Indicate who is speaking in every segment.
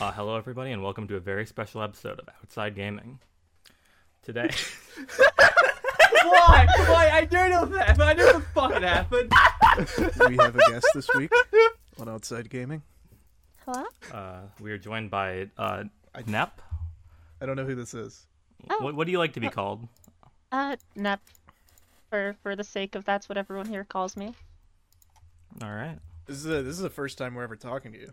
Speaker 1: Uh, hello, everybody, and welcome to a very special episode of Outside Gaming. Today,
Speaker 2: Why? Why? I knew it would happen. I knew it would fucking happen.
Speaker 3: we have a guest this week on Outside Gaming.
Speaker 4: Hello?
Speaker 1: uh, we are joined by uh, Nep.
Speaker 3: I don't know who this is.
Speaker 4: Oh.
Speaker 1: What, what do you like to be called?
Speaker 4: Uh, Nep. For for the sake of that's what everyone here calls me.
Speaker 1: All right.
Speaker 3: This is a, this is the first time we're ever talking to you.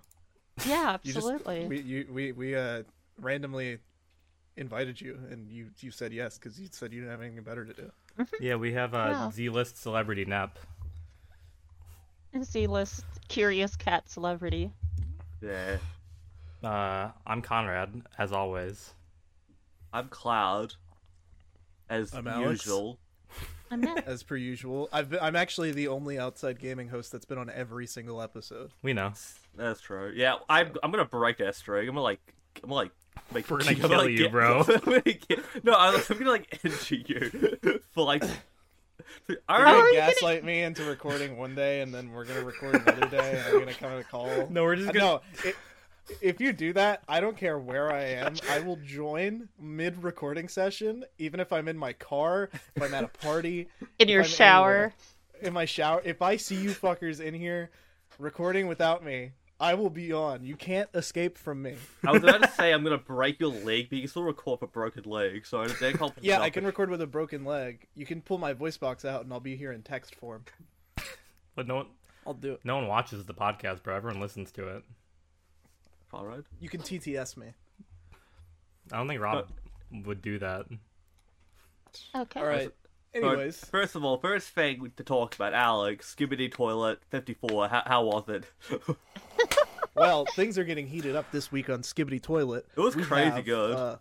Speaker 4: Yeah,
Speaker 3: You
Speaker 4: absolutely.
Speaker 3: Just, we you we we uh randomly invited you and you you said yes because you said you didn't have anything better to do.
Speaker 1: Yeah, we have uh,
Speaker 4: Wow.
Speaker 1: Z-list celebrity Nep.
Speaker 4: Z-list curious cat celebrity.
Speaker 2: Yeah.
Speaker 1: Uh, I'm Conrad, as always.
Speaker 2: I'm Cloud. As
Speaker 3: I'm Alex.
Speaker 2: usual.
Speaker 4: I'm Nep.
Speaker 3: As per usual, I've been, I'm actually the only Outside Gaming host that's been on every single episode.
Speaker 1: We know.
Speaker 2: That's true. Yeah, I'm. I'm gonna break that streak. I'm gonna like. I'm gonna like. Make,
Speaker 1: We're gonna
Speaker 2: I'm
Speaker 1: kill you, bro.
Speaker 2: I'm gonna get- no, I'm, I'm gonna like injure you for like. All
Speaker 3: You're gonna
Speaker 2: right.
Speaker 3: gaslight me into recording one day, and then we're gonna record another day, and I'm gonna come and call. Uh,
Speaker 1: No, we're just
Speaker 3: No, i if you do that, I don't care where I am. I will join mid recording session, even if I'm in my car, if I'm at a party,
Speaker 4: In your
Speaker 3: I'm
Speaker 4: shower.
Speaker 3: in my shower. If I see you fuckers in here recording without me, I will be on. You can't escape from me.
Speaker 2: I was about to say I'm gonna break your leg, but you can still record for broken leg, so they can't.
Speaker 3: Yeah, I can record with a broken leg. You can pull my voice box out, and I'll be here in text form.
Speaker 1: But no one,
Speaker 3: I'll do it.
Speaker 1: no one watches the podcast, bro. Everyone listens to it.
Speaker 2: All right.
Speaker 3: You can TTS me.
Speaker 1: I don't think Rob would do that.
Speaker 4: okay.
Speaker 3: All right.
Speaker 2: Alright,
Speaker 3: Anyways,
Speaker 2: first of all, first thing to talk about, Alex, Skibbity Toilet 54, how, how was it? it
Speaker 3: well, things are getting heated up this week on Skibbity Toilet.
Speaker 2: It was
Speaker 3: We
Speaker 2: crazy
Speaker 3: have,
Speaker 2: good.
Speaker 3: uh,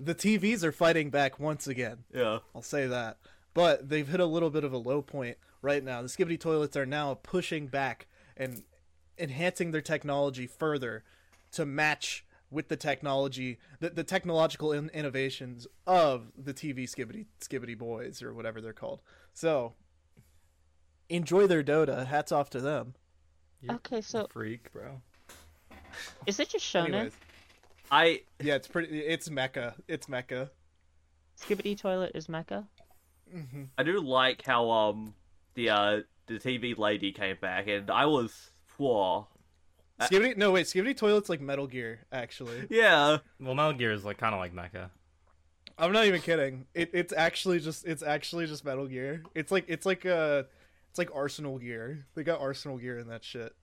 Speaker 3: the TVs are fighting back once again.
Speaker 2: yeah.
Speaker 3: I'll say that. But they've hit a little bit of a low point right now. The Skibbity Toilets are now pushing back and enhancing their technology further to match with the technology, the, the technological in- innovations of the TV Skibbity Skibbity Boys or whatever they're called. So enjoy their Dota. Hats off to them.
Speaker 4: Okay, so
Speaker 1: Freak, bro.
Speaker 4: is it just shonen?
Speaker 3: Anyways,
Speaker 2: I
Speaker 3: yeah, it's pretty. It's Mecca. It's Mecca.
Speaker 4: Skibbity toilet is mecha.
Speaker 2: I do like how um the uh the TV lady came back, and I was whoa.
Speaker 3: Skibbity. No, wait. Skibbity Toilets like Metal Gear. Actually,
Speaker 2: Yeah.
Speaker 1: Well, Metal Gear is like kind of like Mecha.
Speaker 3: I'm not even kidding. It, it's actually just it's actually just Metal Gear. It's like it's like uh it's like Arsenal Gear. They got Arsenal Gear in that shit.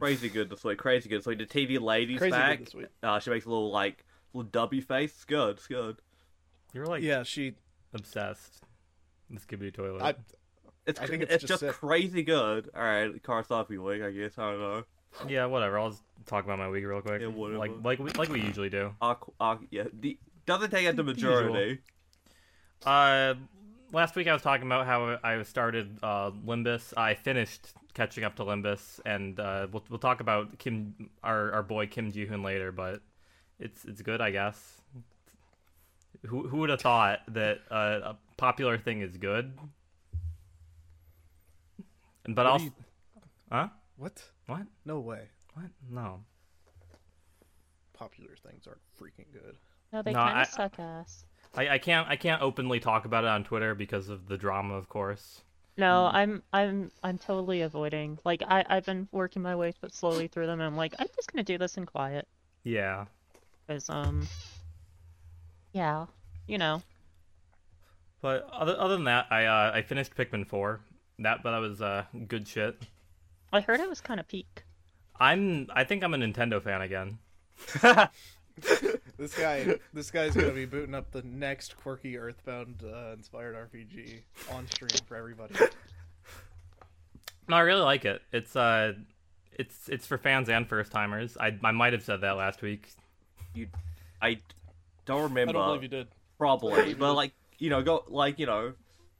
Speaker 2: Crazy good this week. Crazy good. So the TV lady's
Speaker 3: Crazy good
Speaker 2: back.
Speaker 3: this week.
Speaker 2: Uh, she makes a little like little W face. It's good. It's good.
Speaker 1: You're like
Speaker 3: yeah, she.
Speaker 1: obsessed with Skibbity Toilet.
Speaker 3: I,
Speaker 2: It's
Speaker 3: I
Speaker 2: cr-
Speaker 3: think
Speaker 2: it's,
Speaker 3: it's
Speaker 2: just,
Speaker 3: just sick.
Speaker 2: crazy good. All right, Karasaki week. I guess I don't know.
Speaker 1: Yeah, whatever. I'll just talk about my week real quick.
Speaker 2: Yeah, whatever.
Speaker 1: Like like we, like we usually do.
Speaker 2: Arc, arc, yeah. The, doesn't take out the
Speaker 1: usual.
Speaker 2: majority.
Speaker 1: Uh, last week I was talking about how I started uh, Limbus. I finished catching up to Limbus, and uh, we'll we'll talk about Kim our our boy Kim Ji Hoon later. But it's it's good, I guess. Who who would have thought that uh, a popular thing is good? But
Speaker 3: What
Speaker 1: also,
Speaker 3: do you-
Speaker 1: huh?
Speaker 3: what?
Speaker 1: What?
Speaker 3: No way.
Speaker 1: What? No.
Speaker 3: Popular things aren't freaking good.
Speaker 4: No, they
Speaker 1: No,
Speaker 4: kinda
Speaker 1: I-
Speaker 4: suck ass.
Speaker 1: I, I can't I can't openly talk about it on Twitter because of the drama, of course.
Speaker 4: No,
Speaker 1: Hmm.
Speaker 4: I'm I'm I'm totally avoiding. Like I I've been working my way but slowly through them. And I'm like I'm just gonna do this in quiet
Speaker 1: Yeah.
Speaker 4: because um yeah you know
Speaker 1: But other other than that, I uh, I finished Pikmin four. That but that was uh, good shit.
Speaker 4: I heard it was kind of peak.
Speaker 1: I'm I think I'm a Nintendo fan again.
Speaker 3: This guy, this guy's gonna be booting up the next quirky Earthbound uh, inspired RPG on stream for everybody.
Speaker 1: No, I really like it. It's uh, it's it's for fans and first timers. I I might have said that last week.
Speaker 2: You, I don't remember.
Speaker 3: I don't believe you did.
Speaker 2: Probably, but like you know, go like you know,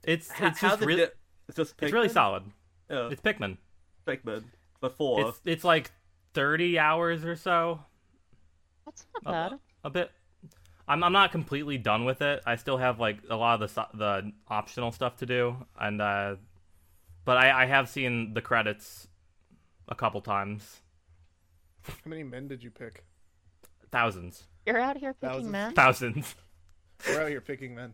Speaker 1: It's
Speaker 2: how,
Speaker 1: it's just
Speaker 2: the
Speaker 1: really
Speaker 2: di- it's just
Speaker 1: it's really
Speaker 2: Pikmin?
Speaker 1: solid.
Speaker 2: Yeah,
Speaker 1: It's Pikmin.
Speaker 2: Pikmin before.
Speaker 1: It's it's like thirty hours or so.
Speaker 4: That's not
Speaker 3: Oh,
Speaker 1: A-
Speaker 4: bad.
Speaker 1: A bit. I'm I'm not completely done with it. I still have like a lot of the so- the optional stuff to do, and uh, but I I have seen the credits a couple times.
Speaker 3: How many men did you pick?
Speaker 1: Thousands.
Speaker 4: You're out here picking
Speaker 3: Thousands.
Speaker 4: men.
Speaker 1: Thousands.
Speaker 3: We're out here picking men.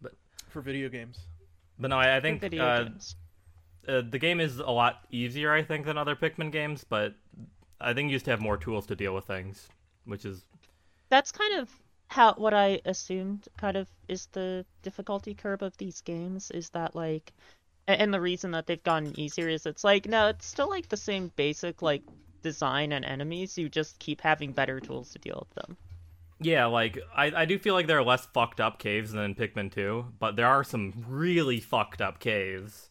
Speaker 1: But-
Speaker 3: for video games.
Speaker 1: But no, I, I think
Speaker 4: Video
Speaker 1: uh,
Speaker 4: games.
Speaker 1: uh, the game is a lot easier, I think, than other Pikmin games. But I think you used to have more tools to deal with things, which is
Speaker 4: That's kind of how what I assumed kind of is the difficulty curve of these games is that like a- and the reason that they've gotten easier is it's like no, it's still like the same basic like design and enemies, you just keep having better tools to deal with them.
Speaker 1: Yeah, like I, I do feel like there are less fucked up caves than in Pikmin 2, but there are some really fucked up caves.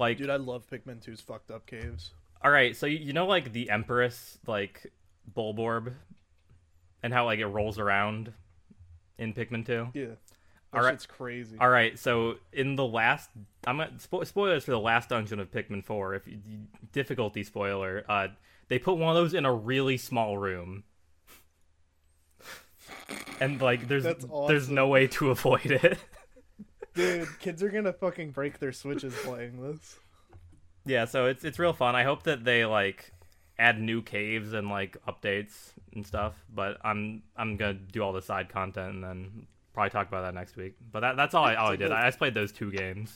Speaker 1: Like
Speaker 3: Dude, I love Pikmin 2's fucked up caves.
Speaker 1: all right, so you, you know like the Empress like Bulborb and how like it rolls around in Pikmin 2?
Speaker 3: Yeah.
Speaker 1: All
Speaker 3: That
Speaker 1: right.
Speaker 3: shit's crazy.
Speaker 1: All right, so in the last, I'm gonna, spo- spoilers for the last dungeon of Pikmin Four. If you, difficulty spoiler, uh, they put one of those in a really small room, and like there's
Speaker 3: That's
Speaker 1: there's no way to avoid it.
Speaker 3: Dude, kids are gonna fucking break their switches playing this.
Speaker 1: yeah, so it's it's real fun. I hope that they like add new caves and like updates and stuff. But I'm I'm gonna do all the side content and then probably talk about that next week. But that that's all I all I did. I just played those two games.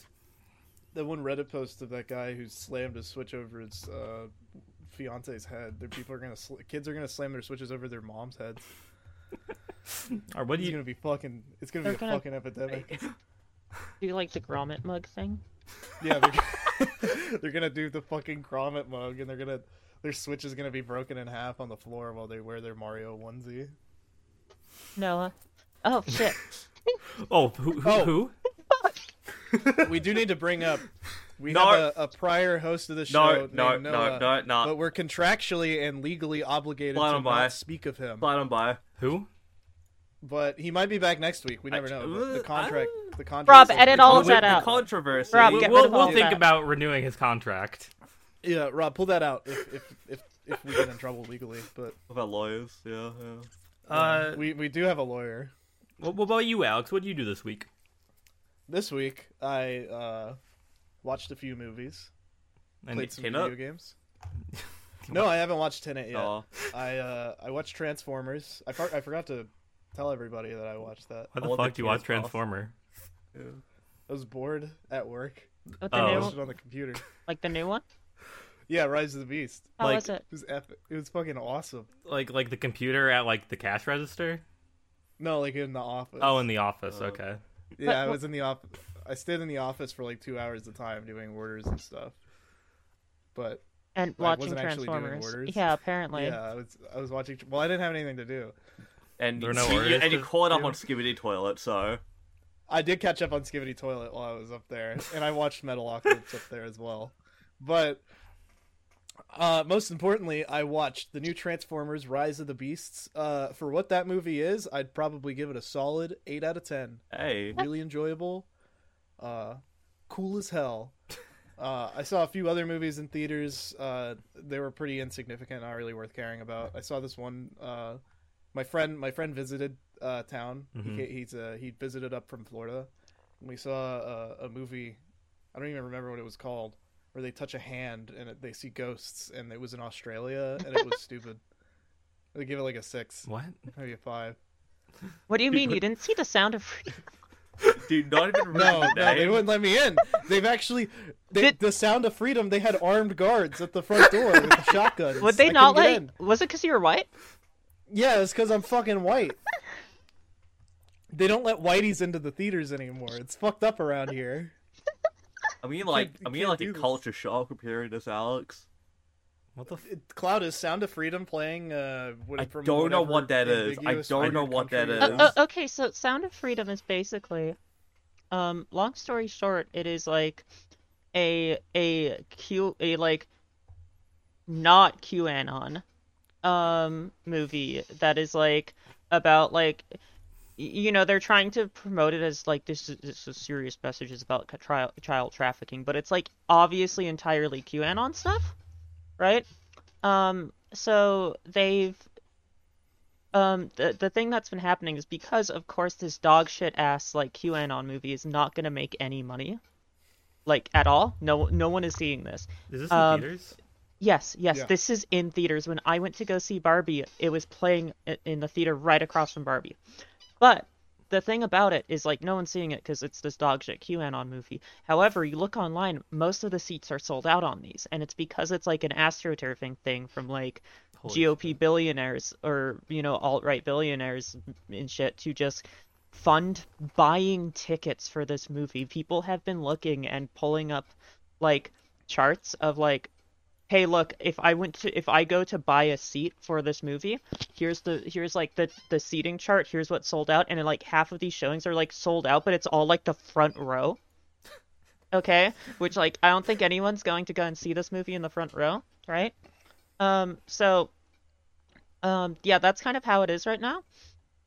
Speaker 3: That one Reddit post of that guy who slammed his switch over his uh, fiance's head. Their people are gonna sl- kids are gonna slam their switches over their mom's heads.
Speaker 1: Or what do
Speaker 3: It's
Speaker 1: you?
Speaker 3: gonna be fucking. It's gonna
Speaker 4: They're
Speaker 3: be a
Speaker 4: gonna-
Speaker 3: fucking epidemic.
Speaker 4: Do you like the grommet mug thing?
Speaker 3: yeah, they're, they're gonna do the fucking grommet mug, and they're gonna their switch is gonna be broken in half on the floor while they wear their Mario onesie.
Speaker 4: Noah. Oh shit.
Speaker 1: Oh, who who?
Speaker 3: Oh.
Speaker 1: who?
Speaker 3: we do need to bring up. We
Speaker 2: No.
Speaker 3: have a, a prior host of the
Speaker 2: No,
Speaker 3: show
Speaker 2: no,
Speaker 3: named
Speaker 2: no,
Speaker 3: Noah,
Speaker 2: no, no.
Speaker 3: but we're contractually and legally obligated
Speaker 2: Blind
Speaker 3: to
Speaker 2: on by.
Speaker 3: not speak of him.
Speaker 2: Fine, I'm by.
Speaker 1: Who?
Speaker 3: But he might be back next week. We never know. but the
Speaker 2: uh,
Speaker 3: contract.
Speaker 2: I-
Speaker 3: The contract.
Speaker 4: Rob,
Speaker 3: says-
Speaker 4: edit all of
Speaker 2: With
Speaker 4: that
Speaker 2: the
Speaker 4: out.
Speaker 2: controversy.
Speaker 4: Rob,
Speaker 1: we'll
Speaker 4: get
Speaker 1: we'll,
Speaker 4: rid of all
Speaker 1: we'll
Speaker 4: of
Speaker 1: think
Speaker 4: that.
Speaker 1: about renewing his contract.
Speaker 3: Yeah, Rob, pull that out if if if, if we get in trouble legally. But
Speaker 2: About lawyers, yeah, yeah.
Speaker 1: Uh,
Speaker 3: we we do have a lawyer.
Speaker 1: what, what about you, Alex? What did you do this week?
Speaker 3: This week I uh, watched a few movies,
Speaker 1: And
Speaker 3: played some
Speaker 2: Tenet?
Speaker 3: video games. No, I haven't watched Tenet yet.
Speaker 1: Oh.
Speaker 2: Aw.
Speaker 3: I uh, I watched Transformers. I for- I forgot to tell everybody that I watched that.
Speaker 1: why
Speaker 2: I
Speaker 1: the
Speaker 2: want the
Speaker 1: fuck do you watch
Speaker 2: PS
Speaker 1: Transformer?
Speaker 3: I was bored at work.
Speaker 4: With the
Speaker 1: Oh.
Speaker 3: I
Speaker 4: new
Speaker 3: watched
Speaker 4: one?
Speaker 3: it on the computer.
Speaker 4: Like the new one?
Speaker 3: Yeah, Rise of the Beast.
Speaker 4: How
Speaker 1: Like-
Speaker 4: was it?
Speaker 3: It was epic. It was fucking awesome.
Speaker 1: Like like the computer at like the cash register?
Speaker 3: No, like in the office.
Speaker 1: Oh, in the office.
Speaker 3: Uh,
Speaker 1: okay.
Speaker 3: yeah, I was in the office. I stayed in the office for like two hours at a time doing orders and stuff. But
Speaker 4: And
Speaker 3: Like,
Speaker 4: watching
Speaker 3: wasn't actually doing
Speaker 4: Transformers.
Speaker 3: orders.
Speaker 4: Yeah, apparently.
Speaker 3: yeah, I was I was watching. Well, I didn't have anything to do.
Speaker 2: And
Speaker 1: There are
Speaker 2: you,
Speaker 1: no
Speaker 2: you-
Speaker 1: orders
Speaker 2: and you
Speaker 1: to
Speaker 2: caught up
Speaker 1: do.
Speaker 2: on Skibbity Toilet, so
Speaker 3: I did catch up on Skibbity Toilet while I was up there, and I watched Metalocalypse up there as well. But uh, most importantly, I watched the new Transformers: Rise of the Beasts. Uh, for what that movie is, I'd probably give it a solid eight out of ten.
Speaker 2: hey,
Speaker 3: Really enjoyable, uh, cool as hell. Uh, I saw a few other movies in theaters. Uh, they were pretty insignificant, not really worth caring about. I saw this one. Uh, my friend, my friend visited uh, town.
Speaker 1: Mhm.
Speaker 3: He, ca- he's uh, he visited up from Florida. And we saw uh, a, a movie. I don't even remember what it was called. Where they touch a hand and it, they see ghosts, and it was in Australia, and it was stupid. They give it like a six,
Speaker 1: What?
Speaker 3: maybe a five.
Speaker 4: What do you mean you didn't see the sound of freedom?
Speaker 2: do you not even remember
Speaker 3: No,
Speaker 2: the
Speaker 3: no, they
Speaker 2: name?
Speaker 3: wouldn't let me in. They've actually, they,
Speaker 4: Did-
Speaker 3: the sound of freedom. They had armed guards at the front door with shotguns.
Speaker 4: Would they
Speaker 3: I
Speaker 4: not
Speaker 3: couldn't
Speaker 4: like?
Speaker 3: get in.
Speaker 4: Was it because you were white?
Speaker 3: Yeah, it's because I'm fucking white. They don't let whiteys into the theaters anymore. It's fucked up around here.
Speaker 2: I mean, like,
Speaker 3: can't- you
Speaker 2: I mean,
Speaker 3: can't
Speaker 2: like
Speaker 3: do
Speaker 2: a
Speaker 3: this.
Speaker 2: culture shock comparing this, Alex.
Speaker 1: What the? F-
Speaker 3: It, Cloud is Sound of Freedom playing. Uh, what,
Speaker 2: I
Speaker 3: from
Speaker 2: don't know
Speaker 3: whatever
Speaker 2: what that is. I
Speaker 3: ambiguous
Speaker 2: don't know
Speaker 3: weird
Speaker 2: what that
Speaker 3: country
Speaker 2: is.
Speaker 3: it
Speaker 4: Oh, okay, so Sound of Freedom is basically, um, long story short, it is like a a Q a like not QAnon um movie that is like about like y- you know they're trying to promote it as like this is, this is serious messages about ca- trial, child trafficking but it's like obviously entirely QAnon stuff right um so they've um, the the thing that's been happening is because, of course, this dog shit ass like QAnon movie is not gonna make any money, like at all. No, no one is seeing this.
Speaker 1: is this in
Speaker 4: Um,
Speaker 1: theaters?
Speaker 4: Yes, yes,
Speaker 3: Yeah.
Speaker 4: this is in theaters. When I went to go see Barbie, it was playing i- in the theater right across from Barbie. But the thing about it is, like, no one's seeing it because it's this dog shit QAnon movie. However, you look online, most of the seats are sold out on these, and it's because it's like an astroturfing thing from like
Speaker 1: Holy
Speaker 4: GOP billionaires or you know alt-right billionaires and shit to just fund buying tickets for this movie. People have been looking and pulling up like charts of like hey look if i went to if i go to buy a seat for this movie here's the here's like the the seating chart here's what sold out and then, like half of these showings are like sold out but it's all like the front row okay which like i don't think anyone's going to go and see this movie in the front row right um so um yeah that's kind of how it is right now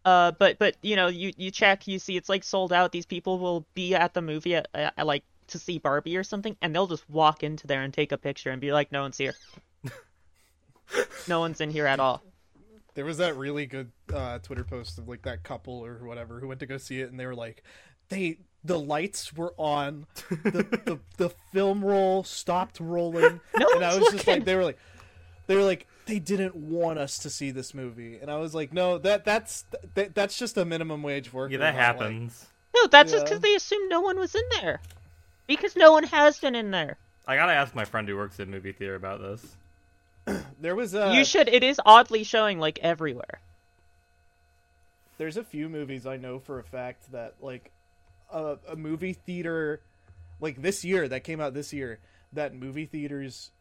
Speaker 4: uh but but you know you you check you see it's like sold out these people will be at the movie at, at, at, like to see barbie or something and they'll just walk into there and take a picture and be like no one's here no one's in here at all
Speaker 3: There was that really good uh, Twitter post of like that couple or whatever who went to go see it, and they were like, they the lights were on, the the, the film roll stopped rolling,
Speaker 4: No
Speaker 3: and I was
Speaker 4: one's
Speaker 3: just like,
Speaker 4: looking.
Speaker 3: they were like, they were like, they didn't want us to see this movie, and I was like, no, that that's that, that's just a minimum wage worker.
Speaker 1: Yeah, that
Speaker 3: not, like,
Speaker 1: happens.
Speaker 4: no that's just
Speaker 3: Yeah.
Speaker 4: because they assume no one was in there because no one has been in there
Speaker 1: I gotta ask my friend who works at movie theater about this.
Speaker 3: there was uh,
Speaker 4: you should it is oddly showing like everywhere
Speaker 3: there's a few movies I know for a fact that like a, a movie theater like this year that came out this year that movie theaters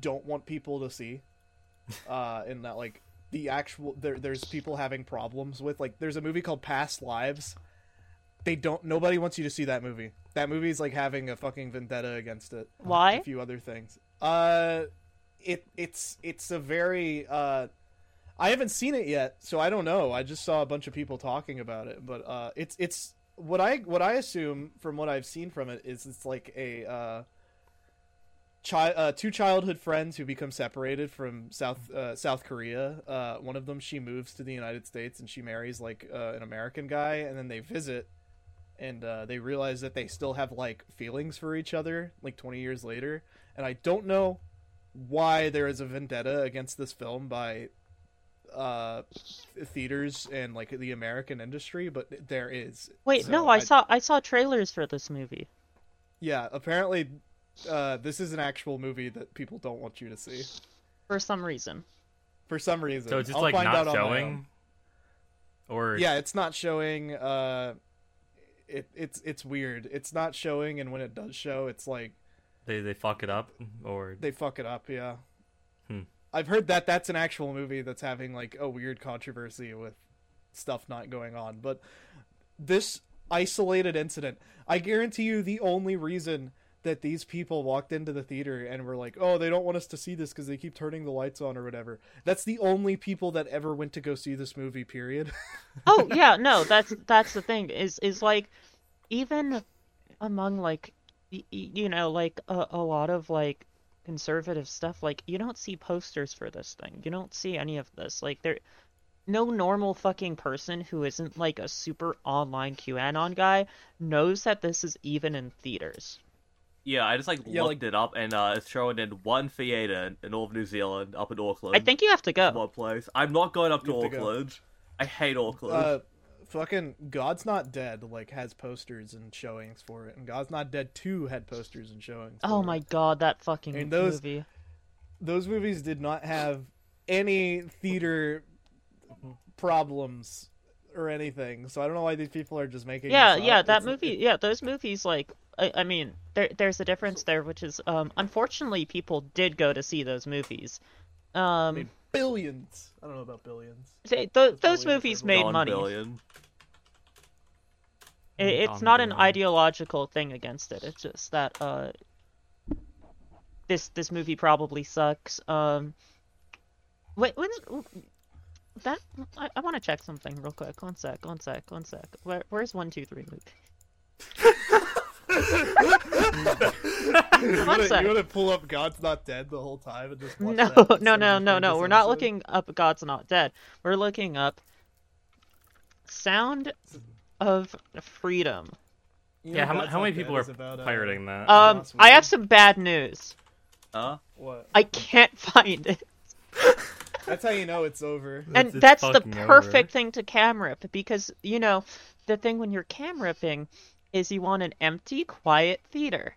Speaker 3: don't want people to see uh and that like the actual there, there's people having problems with like there's a movie called past lives they don't nobody wants you to see that movie that movie is like having a fucking vendetta against it
Speaker 4: Why?
Speaker 3: a few other things uh it it's it's a very uh I haven't seen it yet, so I don't know. I just saw a bunch of people talking about it, but uh, it's it's what I what I assume from what I've seen from it is it's like a uh, chi- uh, two childhood friends who become separated from South uh, South Korea. Uh, one of them she moves to the United States and she marries like uh, an American guy, and then they visit and uh, they realize that they still have like feelings for each other like 20 years later. And I don't know why there is a vendetta against this film by uh th- theaters and like the american industry but there is
Speaker 4: wait
Speaker 3: So
Speaker 4: no I saw i saw trailers for this movie
Speaker 3: yeah apparently uh this is an actual movie that people don't want you to see
Speaker 4: for some reason
Speaker 3: for some reason
Speaker 1: So it's just
Speaker 3: I'll
Speaker 1: like
Speaker 3: find out
Speaker 1: not
Speaker 3: on my
Speaker 1: showing, or
Speaker 3: own. yeah it's not showing uh it, it's it's weird it's not showing and when it does show it's like
Speaker 1: they they fuck it up, or
Speaker 3: they fuck it up yeah
Speaker 1: Hmm.
Speaker 3: i've heard that that's an actual movie that's having like a weird controversy with stuff not going on but this isolated incident i guarantee you the only reason that these people walked into the theater and were like oh they don't want us to see this because they keep turning the lights on or whatever that's the only people that ever went to go see this movie period
Speaker 4: oh yeah no that's that's the thing is is like even among like y- y- you know like a, a lot of like conservative stuff like you don't see posters for this thing you don't see any of this like there no normal fucking person who isn't like a super online qanon guy knows that this is even in theaters
Speaker 2: Yeah, I just like
Speaker 3: Yeah,
Speaker 2: looked
Speaker 3: like-
Speaker 2: it up, and uh, it's showing in one theater in all of New Zealand, up in Auckland.
Speaker 3: Um,
Speaker 4: i think you have to go
Speaker 2: one place. I'm not going up to
Speaker 3: You have to go.
Speaker 2: Auckland. I hate Auckland.
Speaker 3: uh fucking god's not dead like has posters and showings for it and god's not dead 2 had posters and showings
Speaker 4: oh
Speaker 3: for it.
Speaker 4: my god that fucking
Speaker 3: And those-
Speaker 4: movie
Speaker 3: those movies did not have any theater problems or anything. So I don't know why these people are just making.
Speaker 4: Yeah,
Speaker 3: this up.
Speaker 4: yeah, that
Speaker 3: It's-
Speaker 4: movie,
Speaker 3: it-
Speaker 4: yeah, those movies, like, I, I mean, there, there's a difference there, which is, um, unfortunately, people did go to see those movies.
Speaker 3: made
Speaker 4: Um,
Speaker 3: billions. I don't know about billions.
Speaker 4: they, tho- those
Speaker 3: probably
Speaker 4: movies
Speaker 3: different.
Speaker 4: made
Speaker 2: Don
Speaker 4: money.
Speaker 2: Billion.
Speaker 4: I- it's
Speaker 1: Don
Speaker 4: not an
Speaker 1: Billion.
Speaker 4: ideological thing against it. It's just that, uh, this this movie probably sucks. Um, wait, when's that? I, I want to check something real quick. One sec, one sec, one sec. Where, where's one, two, three movie?
Speaker 3: You
Speaker 4: One
Speaker 3: want
Speaker 4: sec.
Speaker 3: to pull up God's Not Dead the whole time and just watch
Speaker 4: No,
Speaker 3: that
Speaker 4: no,
Speaker 3: instead
Speaker 4: no,
Speaker 3: of
Speaker 4: no,
Speaker 3: recording
Speaker 4: no.
Speaker 3: this
Speaker 4: We're not
Speaker 3: episode?
Speaker 4: looking up God's Not Dead. We're looking up Sound of Freedom.
Speaker 3: You know,
Speaker 1: yeah. How, mu-
Speaker 3: God's
Speaker 1: how
Speaker 3: Not
Speaker 1: many
Speaker 3: Dead
Speaker 1: people are
Speaker 3: is about, uh,
Speaker 1: pirating that?
Speaker 4: Um,
Speaker 3: Joss
Speaker 4: I have
Speaker 3: Whedon.
Speaker 4: some bad news.
Speaker 2: Huh?
Speaker 3: What?
Speaker 4: I can't find it.
Speaker 3: That's how you know it's over.
Speaker 4: and
Speaker 1: It's- it's
Speaker 4: that's the
Speaker 1: fucking over.
Speaker 4: perfect thing to cam rip because you know the thing when you're cam ripping is you want an empty quiet theater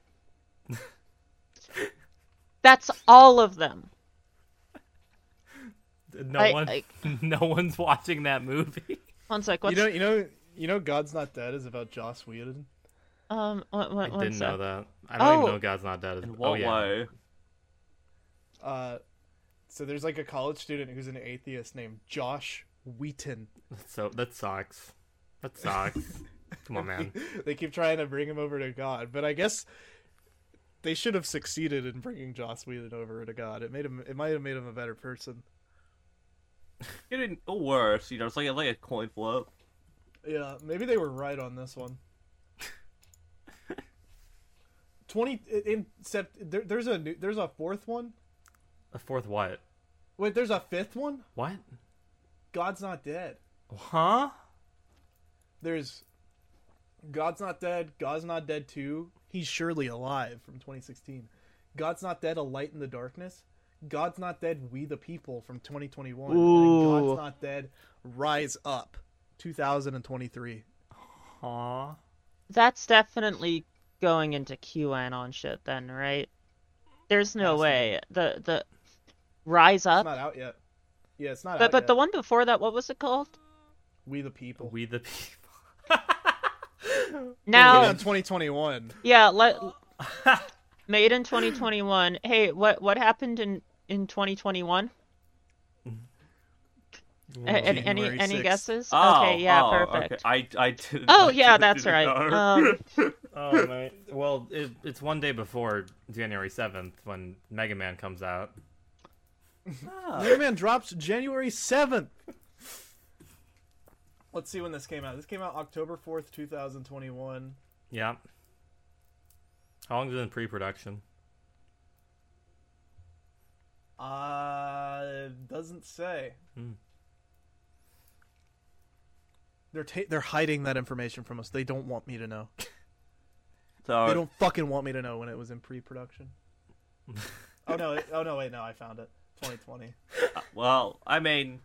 Speaker 4: that's all of them
Speaker 1: No
Speaker 4: I-
Speaker 1: one,
Speaker 4: I-
Speaker 1: no one's watching that movie.
Speaker 4: one sec what's
Speaker 3: You know, you know, you know. God's not dead is about Joss Whedon.
Speaker 4: um what, what,
Speaker 1: I didn't know that. I don't
Speaker 4: Oh.
Speaker 1: even know God's not dead. Is...
Speaker 2: In what
Speaker 1: Oh yeah.
Speaker 2: way?
Speaker 3: Uh, so there's like a college student who's an atheist named Josh Wheaton.
Speaker 1: So that sucks. That sucks. Come on, man.
Speaker 3: they keep trying to bring him over to God, but I guess they should have succeeded in bringing Joss Whedon over to God. It made him. It might have made him a better person.
Speaker 2: It didn't, or worse, you know, it's like a, like a coin flip.
Speaker 3: Yeah, maybe they were right on this one. Twenty in sept, there, there's a new, there's a fourth one.
Speaker 1: A fourth what?
Speaker 3: Wait, there's a fifth one.
Speaker 1: What?
Speaker 3: God's not dead.
Speaker 1: Huh?
Speaker 3: There's God's not dead. God's not dead too. He's surely alive from 2016. God's not dead. A light in the darkness. God's not dead. We the people from 2021. And
Speaker 4: Ooh.
Speaker 3: God's not dead. Rise up. 2023.
Speaker 1: Huh?
Speaker 4: that's definitely going into qanon shit then right there's no way the the rise
Speaker 3: It's
Speaker 4: up
Speaker 3: not out yet. Yeah, it's not
Speaker 4: but
Speaker 3: out
Speaker 4: but
Speaker 3: yet.
Speaker 4: the one before that what was it called
Speaker 3: We the people.
Speaker 1: We the people.
Speaker 3: Came out
Speaker 4: now
Speaker 3: in 2021.
Speaker 4: Yeah, let made in 2021. Hey, what what happened in in 2021? A- an- any
Speaker 3: January
Speaker 4: any
Speaker 3: 6th.
Speaker 4: guesses?
Speaker 2: Oh,
Speaker 4: okay, yeah,
Speaker 2: oh, okay.
Speaker 4: perfect.
Speaker 2: I, I didn't.
Speaker 4: Oh
Speaker 2: I
Speaker 4: yeah,
Speaker 2: didn't
Speaker 4: that's right.
Speaker 2: know.
Speaker 4: Um,
Speaker 1: Oh man. Well, it, it's one day before January seventh when Mega Man comes out.
Speaker 3: Mega Man drops January 7th. Let's see when this came out. This came out October 4th, 2021.
Speaker 1: Yeah. How long is it in pre-production?
Speaker 3: Uh, doesn't say.
Speaker 1: Hmm.
Speaker 3: They're ta- they're hiding that information from us. They don't want me to know.
Speaker 2: so,
Speaker 3: They don't fucking want me to know when it was in pre-production. oh no! it- oh no! Wait, no, I found it. 2020.
Speaker 2: Uh, well, I mean,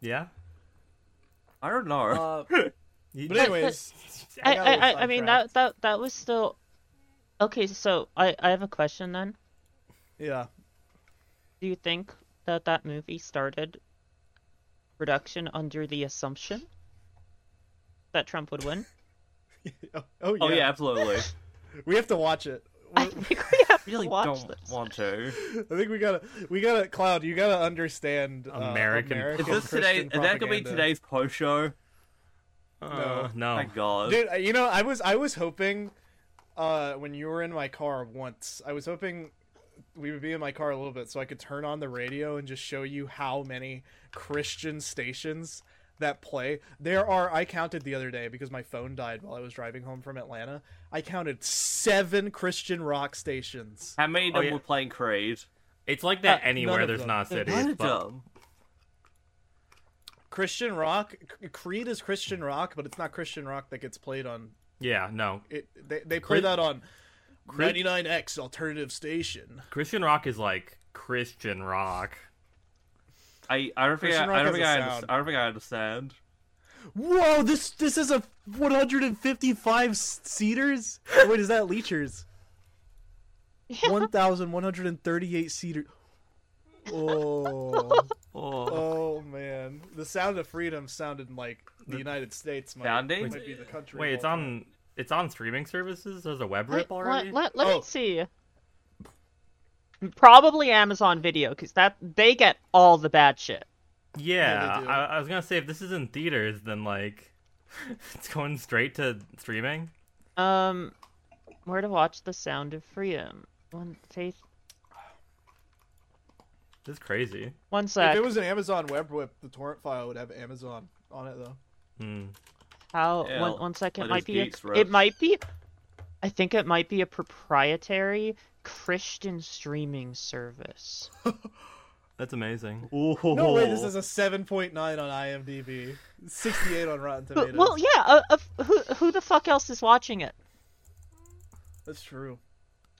Speaker 1: Yeah.
Speaker 2: I don't know.
Speaker 3: Uh,
Speaker 1: You-
Speaker 3: but anyways,
Speaker 4: I,
Speaker 3: got a
Speaker 4: I,
Speaker 3: little
Speaker 4: I, I mean that
Speaker 3: sidetracked.
Speaker 4: that that was still okay. So I I have a question then.
Speaker 3: yeah.
Speaker 4: Do you think that that movie started production under the assumption that Trump would win?
Speaker 3: Oh, oh, yeah.
Speaker 2: oh, yeah, absolutely.
Speaker 3: We have to watch it.
Speaker 4: I think we have
Speaker 2: really
Speaker 4: to watch
Speaker 2: don't
Speaker 4: this.
Speaker 2: want to.
Speaker 3: I think we gotta we gotta Cloud. You gotta understand uh,
Speaker 1: American-
Speaker 3: American
Speaker 2: Is this today?
Speaker 3: Christian
Speaker 2: Is that gonna be
Speaker 3: propaganda.
Speaker 2: today's post show?
Speaker 1: Uh, no.
Speaker 2: My God.
Speaker 3: dude I- you know i was i was hoping uh when you were in my car once i was hoping we would be in my car a little bit so i could turn on the radio and just show you how many christian stations that play there are i counted the other day because my phone died while i was driving home from atlanta i counted seven christian rock stations
Speaker 2: How many of
Speaker 1: Oh,
Speaker 2: them
Speaker 1: yeah.
Speaker 2: were playing Creed?
Speaker 1: It's like that
Speaker 3: Uh, none
Speaker 1: anywhere
Speaker 3: of
Speaker 1: there's
Speaker 3: them.
Speaker 1: not
Speaker 2: None
Speaker 1: cities.
Speaker 2: of
Speaker 1: But
Speaker 2: them.
Speaker 3: christian rock C- creed is christian rock but it's not christian rock that gets played on
Speaker 1: yeah, no.
Speaker 3: it they, they play
Speaker 1: Creed-
Speaker 3: that on
Speaker 1: Creed-
Speaker 3: 99x alternative station
Speaker 1: Christian rock is like Christian rock.
Speaker 2: I, I don't think
Speaker 3: Christian
Speaker 2: I,
Speaker 3: rock
Speaker 2: I don't
Speaker 3: has
Speaker 2: think
Speaker 3: a
Speaker 2: I,
Speaker 3: sound.
Speaker 2: under, I don't think I understand.
Speaker 3: Whoa, this this is a 155 seaters? Wait, is that leechers? 1138 seater. Oh.
Speaker 1: Oh.
Speaker 3: Oh man. The sound of freedom sounded like the United States might,
Speaker 2: Sounding?
Speaker 3: might be the country.
Speaker 1: Wait, it's
Speaker 3: of all
Speaker 1: on. It's on streaming services. There's a web
Speaker 4: Wait,
Speaker 1: rip
Speaker 4: what-
Speaker 1: already.
Speaker 4: Let, let
Speaker 3: Oh.
Speaker 4: me see. Probably Amazon Video, because that they get all the bad shit.
Speaker 1: Yeah,
Speaker 3: Yeah, they do.
Speaker 1: I, I was gonna say if this is in theaters, then like it's going straight to streaming.
Speaker 4: Um, where to watch The Sound of Freedom? One faith.
Speaker 1: This is crazy.
Speaker 4: One
Speaker 3: time.
Speaker 4: sec.
Speaker 3: If it was an Amazon web whip, the torrent file would have Amazon on it though.
Speaker 1: Hmm.
Speaker 4: How?
Speaker 2: Yeah,
Speaker 4: one, one second.
Speaker 2: let us
Speaker 4: Might be. A,
Speaker 2: geeks
Speaker 4: it
Speaker 2: roast.
Speaker 4: might be. I think it might be a proprietary Christian streaming service.
Speaker 1: That's amazing.
Speaker 3: No way, this is a 7.9 on IMDb, 68 on Rotten
Speaker 4: But,
Speaker 3: Tomatoes.
Speaker 4: well, yeah. Uh, uh, who who the fuck else is watching it?
Speaker 3: That's true.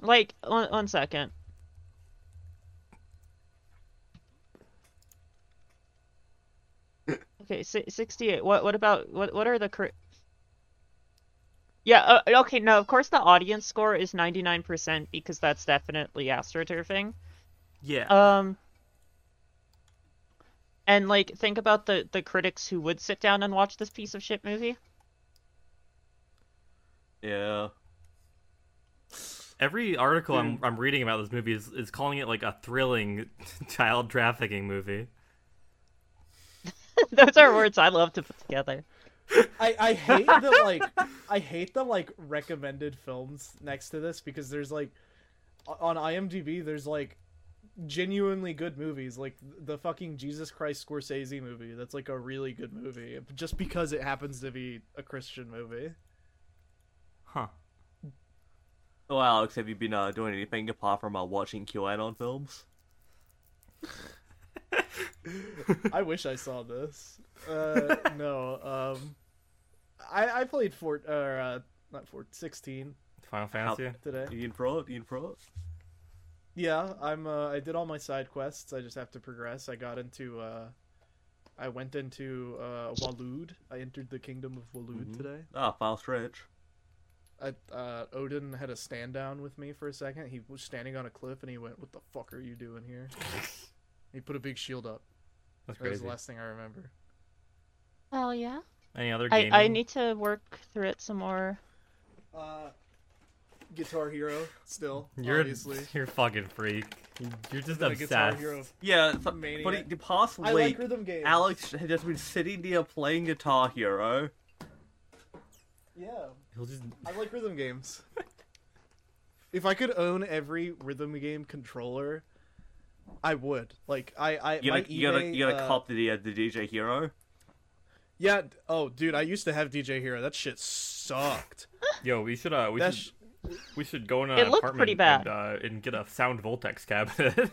Speaker 4: Like, one, one second. Okay, si- 68. What what about what what are the cor- Yeah, uh, okay, no, of course the audience score is 99% because that's definitely astroturfing.
Speaker 1: Yeah.
Speaker 4: Um and like think about the the critics who would sit down and watch this piece of shit movie.
Speaker 2: Yeah.
Speaker 1: Every article I'm,
Speaker 4: Hmm.
Speaker 1: I'm reading about this movie is, is calling it like a thrilling child trafficking movie.
Speaker 4: Those are words I love to put together.
Speaker 3: I, I hate the like I hate the like recommended films next to this because there's like o- on IMDb there's like genuinely good movies like the fucking Jesus Christ Scorsese movie that's like a really good movie just because it happens to be a Christian movie.
Speaker 1: Huh.
Speaker 2: Oh, Alex, have you been uh, doing anything apart from uh, watching QAnon films?
Speaker 3: I wish I saw this. Uh, no, um, I I played Fort or uh, not Fort 16
Speaker 1: Final Fantasy?
Speaker 3: today.
Speaker 2: Ian Prot? Ian Prot?
Speaker 3: Yeah, I'm. Uh, I did all my side quests. I just have to progress. I got into. Uh, I went into uh, Walud. I entered the kingdom of Walud
Speaker 1: Mm-hmm.
Speaker 2: Mhm.
Speaker 3: today.
Speaker 2: Ah, file stretch.
Speaker 3: I, uh, Odin had a stand down with me for a second. He was standing on a cliff and he went, "What the fuck are you doing here?" he put a big shield up.
Speaker 1: That's
Speaker 3: That was
Speaker 1: crazy.
Speaker 3: the last thing I remember.
Speaker 4: Oh yeah.
Speaker 1: Any other
Speaker 4: I
Speaker 1: gaming?
Speaker 4: I need to work through it some more.
Speaker 3: Uh, Guitar Hero still
Speaker 1: You're
Speaker 3: obviously.
Speaker 1: you're a fucking freak. You're just
Speaker 3: Been a Guitar
Speaker 1: obsessed.
Speaker 3: Hero.
Speaker 2: Yeah, it's,
Speaker 3: Maniac.
Speaker 2: but the past
Speaker 3: I like
Speaker 2: week,
Speaker 3: rhythm games.
Speaker 2: Alex had just been sitting there playing Guitar Hero.
Speaker 3: Yeah.
Speaker 1: He'll just
Speaker 3: I like rhythm games. if I could own every rhythm game controller, I would. Like I, I
Speaker 2: You
Speaker 3: my
Speaker 2: gotta, you gotta,
Speaker 3: eBay,
Speaker 2: you gotta
Speaker 3: uh,
Speaker 2: cop the, uh, the DJ Hero.
Speaker 3: Yeah. d- Oh, dude, I used to have DJ Hero. That shit sucked.
Speaker 1: yo. We should uh we
Speaker 3: That
Speaker 1: should,
Speaker 3: sh-
Speaker 1: we should go in an
Speaker 4: It looked
Speaker 1: apartment
Speaker 4: pretty
Speaker 1: And, uh, and get a sound Voltex cabinet.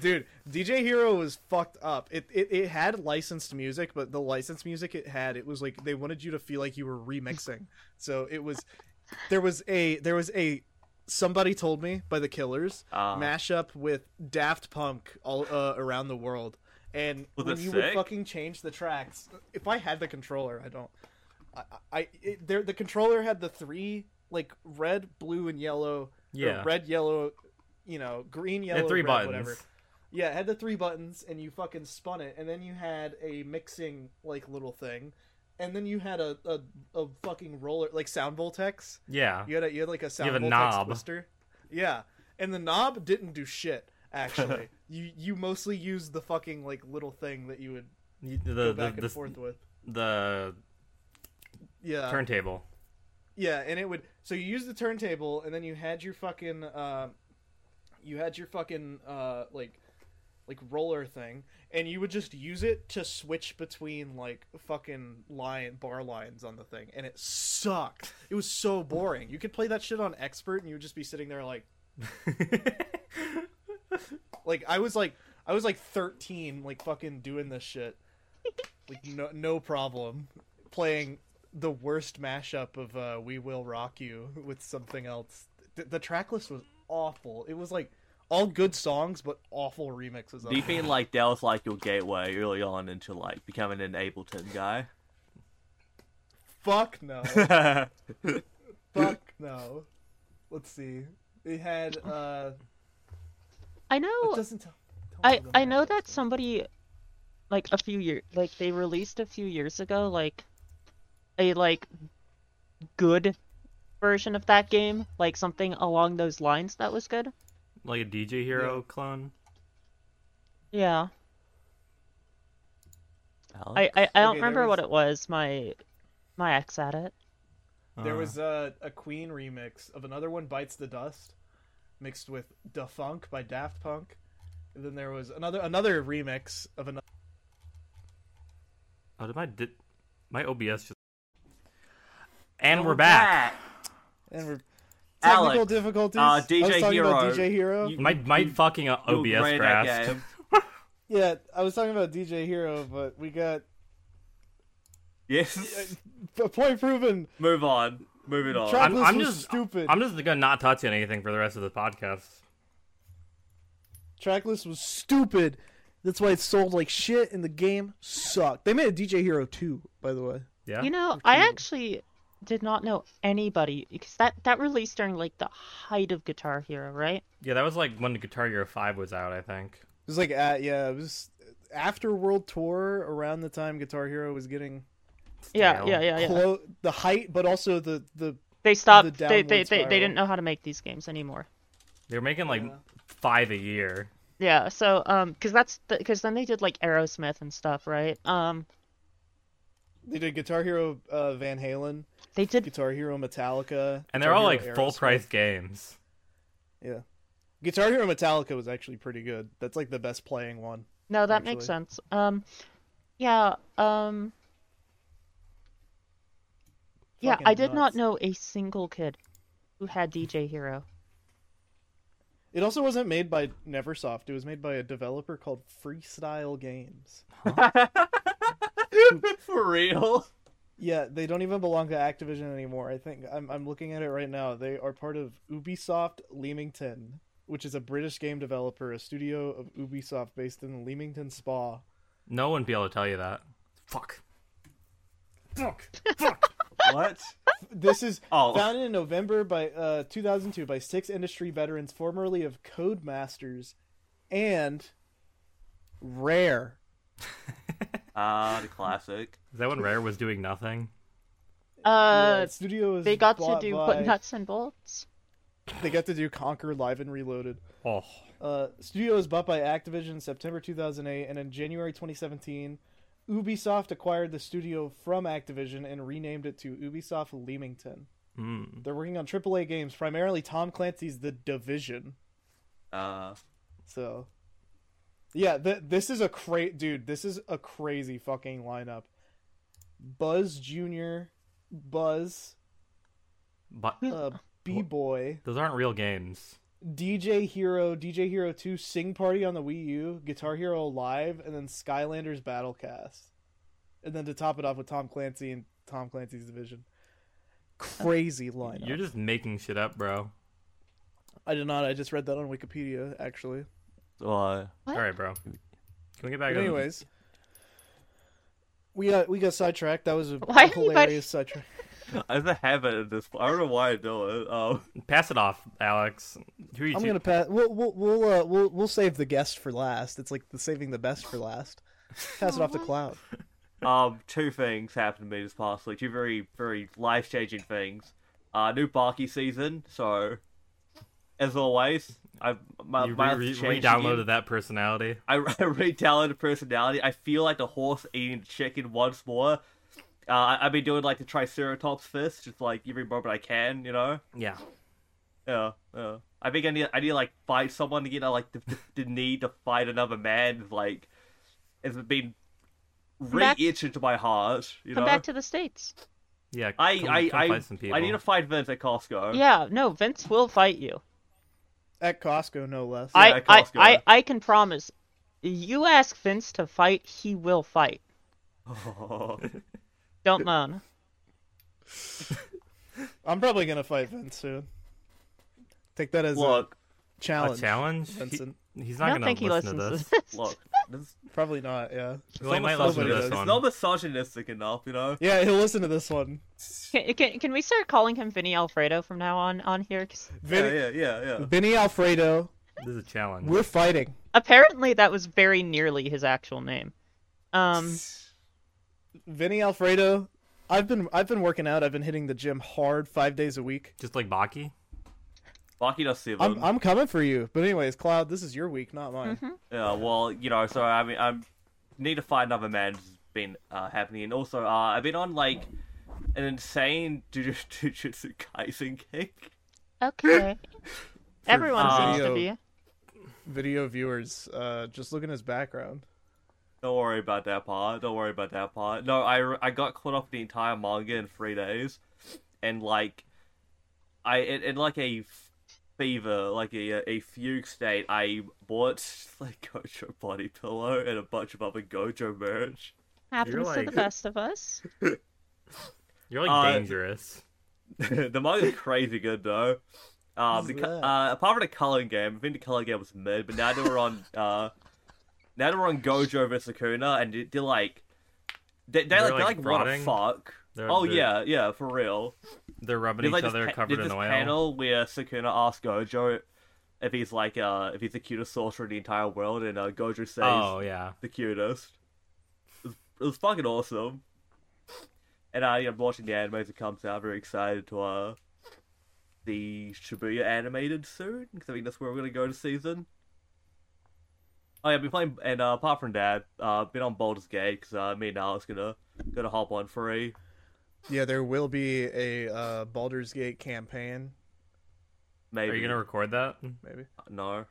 Speaker 3: dude, DJ Hero was fucked up. It, it it had licensed music, but the licensed music it had, it was like they wanted you to feel like you were remixing. so it was, there was a there was a. Somebody told me by the Killers
Speaker 2: Ah.
Speaker 3: mashup with Daft Punk all uh, around the world, and
Speaker 2: Was
Speaker 3: when
Speaker 2: it
Speaker 3: you would
Speaker 2: sick?
Speaker 3: fucking change the tracks. If I had the controller, I don't. I, I it, there the controller had the three like red, blue, and yellow. or
Speaker 1: Yeah.
Speaker 3: red, yellow, you know, green,
Speaker 1: It
Speaker 3: yellow,
Speaker 1: had three
Speaker 3: red,
Speaker 1: buttons.
Speaker 3: whatever. Yeah, it had the three buttons, and you fucking spun it, and then you had a mixing like little thing, and then you had a a, a fucking roller like sound voltex.
Speaker 1: Yeah.
Speaker 3: You had a, you had like a sound
Speaker 1: have a
Speaker 3: voltex
Speaker 1: knob.
Speaker 3: twister. Yeah, and the knob didn't do shit. Actually, you you mostly used the fucking like little thing that you would
Speaker 1: You- The
Speaker 3: go
Speaker 1: the
Speaker 3: back
Speaker 1: the,
Speaker 3: and forth Uh, with.
Speaker 1: the
Speaker 3: Yeah,
Speaker 1: turntable.
Speaker 3: yeah, and it would. So you used the turntable, and then you had your fucking uh, you had your fucking uh like like roller thing, and you would just use it to switch between like fucking line bar lines on the thing, and it sucked. It was so boring. You could play that shit on expert, and you would just be sitting there like. Like I was like I was like 13, like fucking doing this shit. Like no no problem playing the worst mashup of uh We Will Rock You with something else. Th- the track list was awful. It was like all good songs but awful remixes of
Speaker 2: Do you
Speaker 3: it.
Speaker 2: think like that was like your gateway early on into like becoming an Ableton guy?
Speaker 3: Fuck no.
Speaker 2: yeah,
Speaker 3: Fuck no. Let's see. It had uh
Speaker 4: I know
Speaker 3: it doesn't tell tell me
Speaker 4: I
Speaker 3: the
Speaker 4: I know
Speaker 3: mashup.
Speaker 4: that somebody like a few years like they released a few years ago like a like good version of that game, like something along those lines that was good.
Speaker 1: like a DJ Hero clone.
Speaker 4: Yeah. I I, I don't
Speaker 3: Okay, there
Speaker 4: remember
Speaker 3: was-
Speaker 4: what it was. My my ex had it.
Speaker 3: There
Speaker 1: Uh,
Speaker 3: was a, a Queen remix of another one, "Bites the Dust," mixed with "Da Funk" by Daft Punk. And then there was another another remix of another.
Speaker 1: Oh, did my did my OBS just? And we're back.
Speaker 3: And we're
Speaker 2: Alex,
Speaker 3: technical difficulties.
Speaker 2: uh, DJ
Speaker 3: I was talking about
Speaker 2: Hero.
Speaker 3: DJ Hero.
Speaker 2: You-
Speaker 1: My my fucking uh,
Speaker 2: You were
Speaker 1: OBS
Speaker 2: great at
Speaker 1: crashed.
Speaker 2: game.
Speaker 3: Yeah, I was talking about DJ Hero, but we got
Speaker 2: Yes.
Speaker 3: a point proven.
Speaker 2: Move on. Moving on.
Speaker 3: Try-
Speaker 1: I'm,
Speaker 3: This
Speaker 1: I'm
Speaker 3: was
Speaker 1: just
Speaker 3: stupid.
Speaker 1: I'm just gonna not touch anything for the rest of the podcast.
Speaker 3: Tracklist was stupid. That's why it sold like shit, and the game sucked. They made a DJ Hero 2, by the way.
Speaker 1: Yeah.
Speaker 4: You know, I actually did not know anybody because that that released during like the height of Guitar Hero, right?
Speaker 1: yeah, that was like when Guitar Hero Five was out, I think.
Speaker 3: It was like, uh, yeah, it was after World Tour, around the time Guitar Hero was getting
Speaker 4: Yeah,
Speaker 1: Still.
Speaker 4: yeah, yeah, yeah.
Speaker 3: clo- the height, but also the the
Speaker 4: They stopped.
Speaker 3: The
Speaker 4: they, they,
Speaker 3: downward
Speaker 4: they,
Speaker 3: spiral.
Speaker 4: they didn't know how to make these games anymore.
Speaker 1: They were making like five a year.
Speaker 4: Yeah. So um, because that's because then they did like Aerosmith and stuff, right? Um,
Speaker 3: they did Guitar Hero, uh, Van Halen,
Speaker 4: they did.
Speaker 3: Guitar Hero, Metallica,
Speaker 1: And they're all
Speaker 3: Guitar
Speaker 1: like
Speaker 3: Hero,
Speaker 1: full
Speaker 3: Aerosmith.
Speaker 1: price games.
Speaker 3: Yeah, Guitar Hero Metallica was actually pretty good. That's like the best playing one.
Speaker 4: No, that makes
Speaker 3: actually.
Speaker 4: sense. Um, yeah. Um, yeah. I
Speaker 3: Fucking nuts.
Speaker 4: did not know a single kid who had DJ Hero.
Speaker 3: It also wasn't made by NeverSoft. It was made by a developer called Freestyle Games.
Speaker 2: For real.
Speaker 3: Yeah, they don't even belong to Activision anymore. I think I'm I'm looking at it right now. They are part of Ubisoft Leamington, which is a British game developer, a studio of Ubisoft based in Leamington Spa.
Speaker 1: No one would be able to tell you that. Fuck. Fuck.
Speaker 2: What?
Speaker 3: This is
Speaker 2: Oh.
Speaker 3: founded in November by uh, 2002 by six industry veterans formerly of Codemasters and Rare.
Speaker 2: Ah, the classic.
Speaker 1: Is that when Rare was doing nothing?
Speaker 4: Uh,
Speaker 3: Yeah, studio was
Speaker 4: they got to
Speaker 3: bought
Speaker 4: do
Speaker 3: by-
Speaker 4: what nuts and bolts.
Speaker 3: They got to do Conquer Live and Reloaded.
Speaker 1: Oh.
Speaker 3: Uh, studio was bought by Activision in September 2008, and in January 2017, Ubisoft acquired the studio from Activision and renamed it to Ubisoft Leamington.
Speaker 1: Mm.
Speaker 3: They're working on AAA games, primarily Tom Clancy's The Division.
Speaker 2: Uh,
Speaker 3: So, yeah, th- this is a cra- dude. This is a crazy fucking lineup. Buzz Junior, Buzz,
Speaker 1: But
Speaker 3: uh, B Boy,
Speaker 1: those aren't real games.
Speaker 3: DJ Hero, DJ Hero Two, Sing Party on the Wii U, Guitar Hero Live, and then Skylanders Battlecast, and then to top it off with Tom Clancy and Tom Clancy's Division. Crazy lineup.
Speaker 1: You're just making shit up, bro.
Speaker 3: I did not. I just read that on Wikipedia, actually.
Speaker 2: uh,
Speaker 4: What?
Speaker 1: All right, bro. Can we get back?
Speaker 3: But
Speaker 1: on-
Speaker 3: anyways, we got we got sidetracked. That was a
Speaker 4: Why are you
Speaker 3: hilarious
Speaker 4: guys-
Speaker 3: sidetrack.
Speaker 2: I have a habit of this. I don't know why I do it. Um,
Speaker 1: pass it off, Alex. Who are you?
Speaker 3: I'm gonna pass. We'll we'll we'll uh, we'll we'll save the guest for last. It's like the saving the best for last. Pass it off to Cloud.
Speaker 2: um, two things happened to me this past week. Two very, very life changing things. Uh, new Barky season. So, as always, I my
Speaker 1: you
Speaker 2: my
Speaker 1: re-
Speaker 2: changed
Speaker 1: re-
Speaker 2: again.
Speaker 1: downloaded that personality.
Speaker 2: I, I re-talented personality. I feel like the horse eating chicken once more. Uh, I- I've been doing like the Triceratops fist, just like every moment I can, you know.
Speaker 1: Yeah.
Speaker 2: Yeah, yeah. I think I need I need to like fight someone to get uh, like the, the, the need to fight another man. Like, it's been
Speaker 4: back-
Speaker 2: re-itched into my heart, you
Speaker 4: Come
Speaker 2: know.
Speaker 4: back to the states.
Speaker 1: Yeah.
Speaker 2: I
Speaker 1: come-
Speaker 2: I
Speaker 1: come
Speaker 2: I,
Speaker 1: fight some people.
Speaker 2: I need to fight Vince at
Speaker 3: Uh,
Speaker 2: Costco.
Speaker 4: Yeah. No, Vince will fight you.
Speaker 3: At Costco, no less.
Speaker 2: Yeah,
Speaker 4: I, I,
Speaker 2: Costco.
Speaker 4: I, I can promise. You ask Vince to fight, he will fight. Don't moan.
Speaker 3: I'm probably gonna fight Vince soon. Take that as
Speaker 2: look,
Speaker 3: a challenge.
Speaker 1: a challenge. He-
Speaker 3: Vincent.
Speaker 1: he's
Speaker 4: I
Speaker 1: not
Speaker 4: don't
Speaker 1: gonna
Speaker 4: think he
Speaker 1: listen
Speaker 4: listens
Speaker 1: to this.
Speaker 4: to this.
Speaker 2: look. This,
Speaker 3: Probably not. Yeah.
Speaker 1: Well, he might
Speaker 2: it's
Speaker 1: listen to this
Speaker 2: not misogynistic-
Speaker 1: one.
Speaker 2: It's not misogynistic enough, you know.
Speaker 3: Yeah, he'll listen to this one.
Speaker 4: Can, can, can we start calling him Vinny Alfredo from now on on here? 'Cause
Speaker 2: Yeah,
Speaker 3: Vinny,
Speaker 2: yeah, yeah, yeah.
Speaker 3: Vinny Alfredo,
Speaker 1: This is a challenge.
Speaker 3: we're fighting.
Speaker 4: apparently that was very nearly his actual name. Um,
Speaker 3: Vinny Alfredo, I've been I've been working out. I've been hitting the gym hard five days a week.
Speaker 1: Just like Baki.
Speaker 2: Baki does seven.
Speaker 3: I'm I'm coming for you. But anyways, Cloud, this is your week, not mine.
Speaker 4: Mm-hmm.
Speaker 2: Yeah, well, you know, so I mean, I need to find another man's been uh, happening, and also uh, I've been on like an insane Jujutsu Jujutsu Kaisen kick.
Speaker 4: okay. Everyone
Speaker 2: uh,
Speaker 4: seems to
Speaker 3: video.
Speaker 4: be.
Speaker 3: Video viewers, uh, just look at his background.
Speaker 2: Don't worry about that part. Don't worry about that part. No, I I got caught up the entire manga in three days, and like, I in, in like a fever, like a a fugue state. I bought like Gojo body pillow and a bunch of other Gojo merch.
Speaker 4: Happens to
Speaker 1: like-
Speaker 4: the best of us.
Speaker 1: You're like
Speaker 2: Uh,
Speaker 1: dangerous.
Speaker 2: the manga's crazy good though. Um,
Speaker 3: What's
Speaker 2: the, co-
Speaker 3: that?
Speaker 2: uh, apart from the coloring game, I think the coloring game was mid, but now they were on. uh, now they were on Gojo versus Sakuna, and they- they're like, they, they
Speaker 1: They're,
Speaker 2: like, they're
Speaker 1: like,
Speaker 2: like, what a
Speaker 1: rotting.
Speaker 2: fuck.
Speaker 1: They're-
Speaker 2: oh
Speaker 1: they're-
Speaker 2: yeah, yeah, for real.
Speaker 1: They're rubbing
Speaker 2: There's
Speaker 1: each
Speaker 2: like this,
Speaker 1: other
Speaker 2: pa-
Speaker 1: covered
Speaker 2: there's
Speaker 1: in
Speaker 2: this
Speaker 1: oil.
Speaker 2: panel where Sakuna asks Gojo if he's like uh if he's the cutest sorcerer in the entire world, and uh, Gojo says
Speaker 1: Oh yeah.
Speaker 2: the cutest. It was, it was fucking awesome. And I, I'm watching the anime as it comes out. Very excited to uh the Shibuya animated soon because I think that's where we're gonna go to season. Oh yeah, I've been playing, and uh, apart from that, uh, been on Baldur's Gate because uh, me and Alex gonna gonna hop on free.
Speaker 3: Yeah, there will be a uh, Baldur's Gate campaign.
Speaker 2: Maybe
Speaker 1: Are you gonna record that?
Speaker 3: Maybe
Speaker 2: no.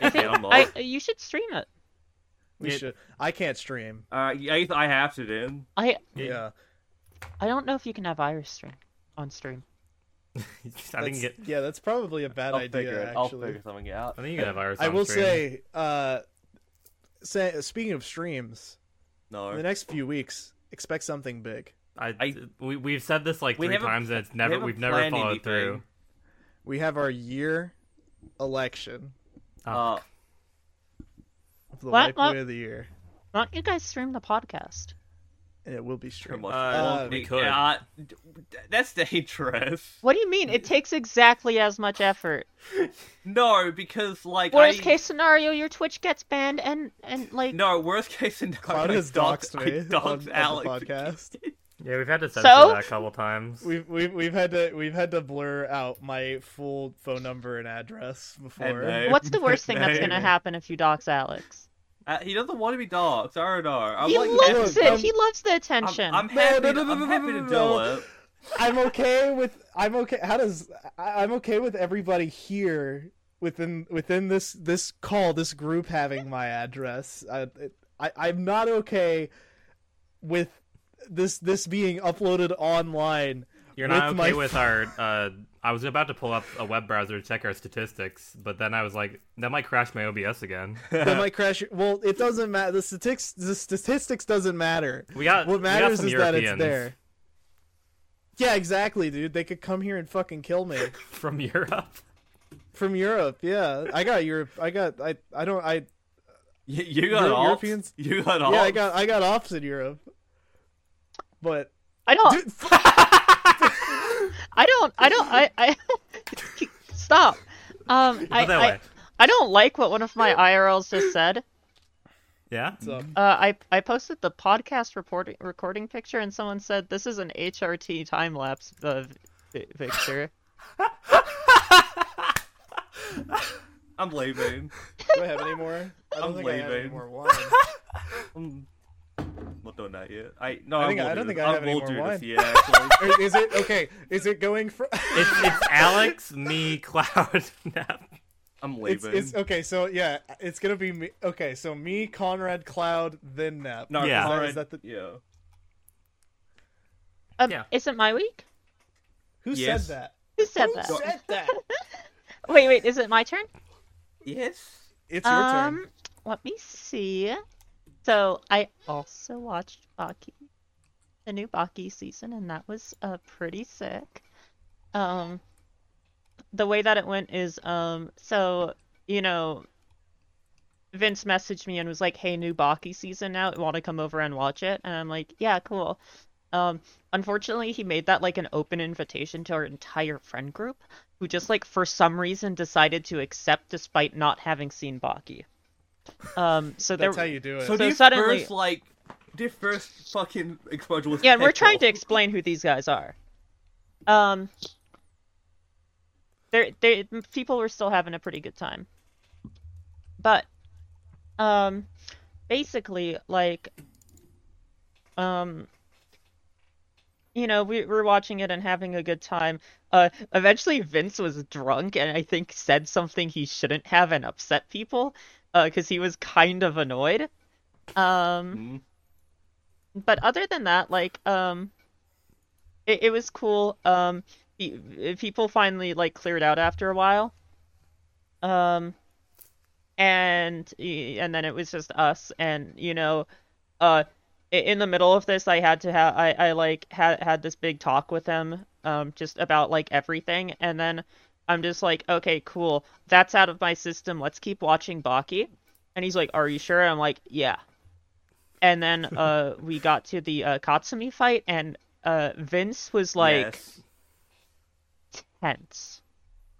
Speaker 4: I think
Speaker 2: Yeah, I'm
Speaker 4: I,
Speaker 2: off.
Speaker 4: you should stream it.
Speaker 3: we
Speaker 1: Yeah.
Speaker 3: should. I can't stream.
Speaker 2: Uh, yeah, I have to then.
Speaker 4: I
Speaker 1: Yeah.
Speaker 3: Yeah,
Speaker 4: I don't know if you can have Irish stream on stream.
Speaker 1: I think
Speaker 3: that's-
Speaker 1: you get.
Speaker 3: yeah, that's probably a bad
Speaker 2: I'll figure
Speaker 3: idea.
Speaker 2: it. I'll
Speaker 3: Actually,
Speaker 2: figure something out.
Speaker 1: I think you can have ours.
Speaker 3: I
Speaker 1: on
Speaker 3: will
Speaker 1: stream.
Speaker 3: say, uh, say, uh, speaking of streams, in the
Speaker 2: No,
Speaker 3: next few weeks, expect something big.
Speaker 1: I,
Speaker 2: I-
Speaker 1: we we've said this like
Speaker 2: We
Speaker 1: three
Speaker 2: haven't-
Speaker 1: times and it's never
Speaker 2: haven't
Speaker 1: we have never
Speaker 2: planned
Speaker 1: followed
Speaker 2: anything.
Speaker 1: through.
Speaker 3: We have our year election,
Speaker 1: Oh,
Speaker 2: uh,
Speaker 3: of the
Speaker 4: What?
Speaker 3: Life
Speaker 4: What?
Speaker 3: Way of the year,
Speaker 4: Why don't you guys stream the podcast?
Speaker 3: and it will be
Speaker 2: come
Speaker 3: streamed.
Speaker 2: on.
Speaker 1: Uh,
Speaker 3: Uh,
Speaker 1: we
Speaker 2: Uh,
Speaker 1: could.
Speaker 2: d- that's dangerous.
Speaker 4: What do you mean? It takes exactly as much effort.
Speaker 2: No, because like
Speaker 4: Worst
Speaker 2: I,
Speaker 4: case scenario, your Twitch gets banned, and and like
Speaker 2: No, worst case scenario.
Speaker 3: Cloud
Speaker 2: I
Speaker 3: has
Speaker 2: doxed-
Speaker 3: doxed
Speaker 2: I
Speaker 3: me
Speaker 2: doxed
Speaker 3: on,
Speaker 2: Alex.
Speaker 3: on the podcast.
Speaker 1: yeah, we've had to censor
Speaker 4: So?
Speaker 1: that a couple times.
Speaker 3: We've, we've we've had to we've had to blur out my full phone number and address before.
Speaker 2: name.
Speaker 4: what's the worst thing that's gonna
Speaker 2: Maybe.
Speaker 4: happen if you dox Alex?
Speaker 2: Uh, he doesn't want to be doxed. I don't know. I'm
Speaker 4: he
Speaker 2: like,
Speaker 4: loves
Speaker 3: look,
Speaker 4: it.
Speaker 3: I'm-
Speaker 4: he loves the
Speaker 2: I'm,
Speaker 4: attention.
Speaker 2: I'm
Speaker 3: No,
Speaker 2: happy.
Speaker 3: no, no, no,
Speaker 2: I'm
Speaker 3: no,
Speaker 2: happy
Speaker 3: no,
Speaker 2: to
Speaker 3: no,
Speaker 2: do
Speaker 3: no.
Speaker 2: it.
Speaker 3: I'm okay with I'm okay. How does I, I'm okay with everybody here within within this this call this group having my address. I it, I I'm not okay with this this being uploaded online.
Speaker 1: You're not
Speaker 3: with
Speaker 1: okay
Speaker 3: my-
Speaker 1: with our. Uh, I was about to pull up a web browser to check our statistics, but then I was like, that might crash my OBS again.
Speaker 3: That might crash. your- Well, it doesn't matter. The statistics the statistics doesn't matter.
Speaker 1: We got
Speaker 3: What
Speaker 1: we got
Speaker 3: matters
Speaker 1: some
Speaker 3: is
Speaker 1: Europeans
Speaker 3: that it's there. Yeah, exactly, dude. They could come here and fucking kill me.
Speaker 1: from Europe.
Speaker 3: From Europe, yeah. I got Europe. I got. I. I don't. I.
Speaker 2: You, you got
Speaker 3: Euro-
Speaker 2: off.
Speaker 3: Europeans-
Speaker 2: You got off.
Speaker 3: Yeah, I got I got offs in Europe. But
Speaker 4: I don't.
Speaker 3: dude,
Speaker 4: I don't. I don't. I. I stop. Um.
Speaker 1: Put
Speaker 4: I,
Speaker 1: it that
Speaker 4: I.
Speaker 1: way.
Speaker 4: I don't like what one of my IRLs just said.
Speaker 1: Yeah.
Speaker 3: so,
Speaker 4: Uh, I I posted the podcast reporting recording picture, and someone said this is an HRT time lapse uh, vi- picture.
Speaker 2: I'm leaving.
Speaker 3: do I have any more? I don't
Speaker 2: I'm
Speaker 3: think I have any
Speaker 2: leaving.
Speaker 3: more wine.
Speaker 2: I'm I'm not doing that yet. I no.
Speaker 3: I
Speaker 2: I,
Speaker 3: think-
Speaker 2: will
Speaker 3: I don't
Speaker 2: do
Speaker 3: think
Speaker 2: this.
Speaker 3: I have any
Speaker 2: will
Speaker 3: more
Speaker 2: do
Speaker 3: wine.
Speaker 2: this. Yeah. Actually.
Speaker 3: Or Is it okay? Is it going for?
Speaker 1: It's, it's Alex, me, Cloud, Nap.
Speaker 2: I'm
Speaker 3: It's,
Speaker 2: leaving.
Speaker 3: it's uh, okay. So yeah, it's gonna be me. Okay, so me, Conrad, Cloud, then Nap.
Speaker 2: No,
Speaker 1: Yeah.
Speaker 2: Conrad-
Speaker 3: Is that the-
Speaker 2: yeah.
Speaker 4: Um,
Speaker 1: Yeah.
Speaker 4: Is it my week?
Speaker 3: Who
Speaker 2: Yes.
Speaker 3: said that?
Speaker 4: Who said
Speaker 3: Who
Speaker 4: that?
Speaker 3: said that?
Speaker 4: Wait, wait. Is it my turn?
Speaker 2: Yes.
Speaker 3: It's your
Speaker 4: um,
Speaker 3: turn.
Speaker 4: let me see. So I also watched Baki, the new Baki season, and that was uh pretty sick. Um, the way that it went is um, so you know, Vince messaged me and was like, "Hey, new Baki season out. Want to come over and watch it?" And I'm like, "Yeah, cool." Um, unfortunately, he made that like an open invitation to our entire friend group, who just like for some reason decided to accept despite not having seen Baki. Um, so
Speaker 3: That's
Speaker 4: there,
Speaker 3: how you do
Speaker 2: So,
Speaker 3: it.
Speaker 4: So
Speaker 2: their
Speaker 4: suddenly-
Speaker 2: first like their first fucking exposure was
Speaker 4: yeah, and we're
Speaker 2: petrol.
Speaker 4: trying to explain who these guys are. Um, there, they people were still having a pretty good time, but, um, basically, like, um, you know, we were watching it and having a good time. Uh, eventually, Vince was drunk and I think said something he shouldn't have and upset people, uh, because he was kind of annoyed. Um
Speaker 2: Mhm.
Speaker 4: but other than that, like, um, it, it was cool. Um, pe- people finally like cleared out after a while. Um, and and then it was just us, and you know, uh, i- in the middle of this, I had to have I I like had had this big talk with him, um, just about like everything, and then I'm just like, okay, cool, that's out of my system. Let's keep watching Baki, and he's like, are you sure? I'm like, yeah. And then uh, we got to the uh, Katsumi fight, and uh, Vince was like
Speaker 2: Yes.
Speaker 4: tense.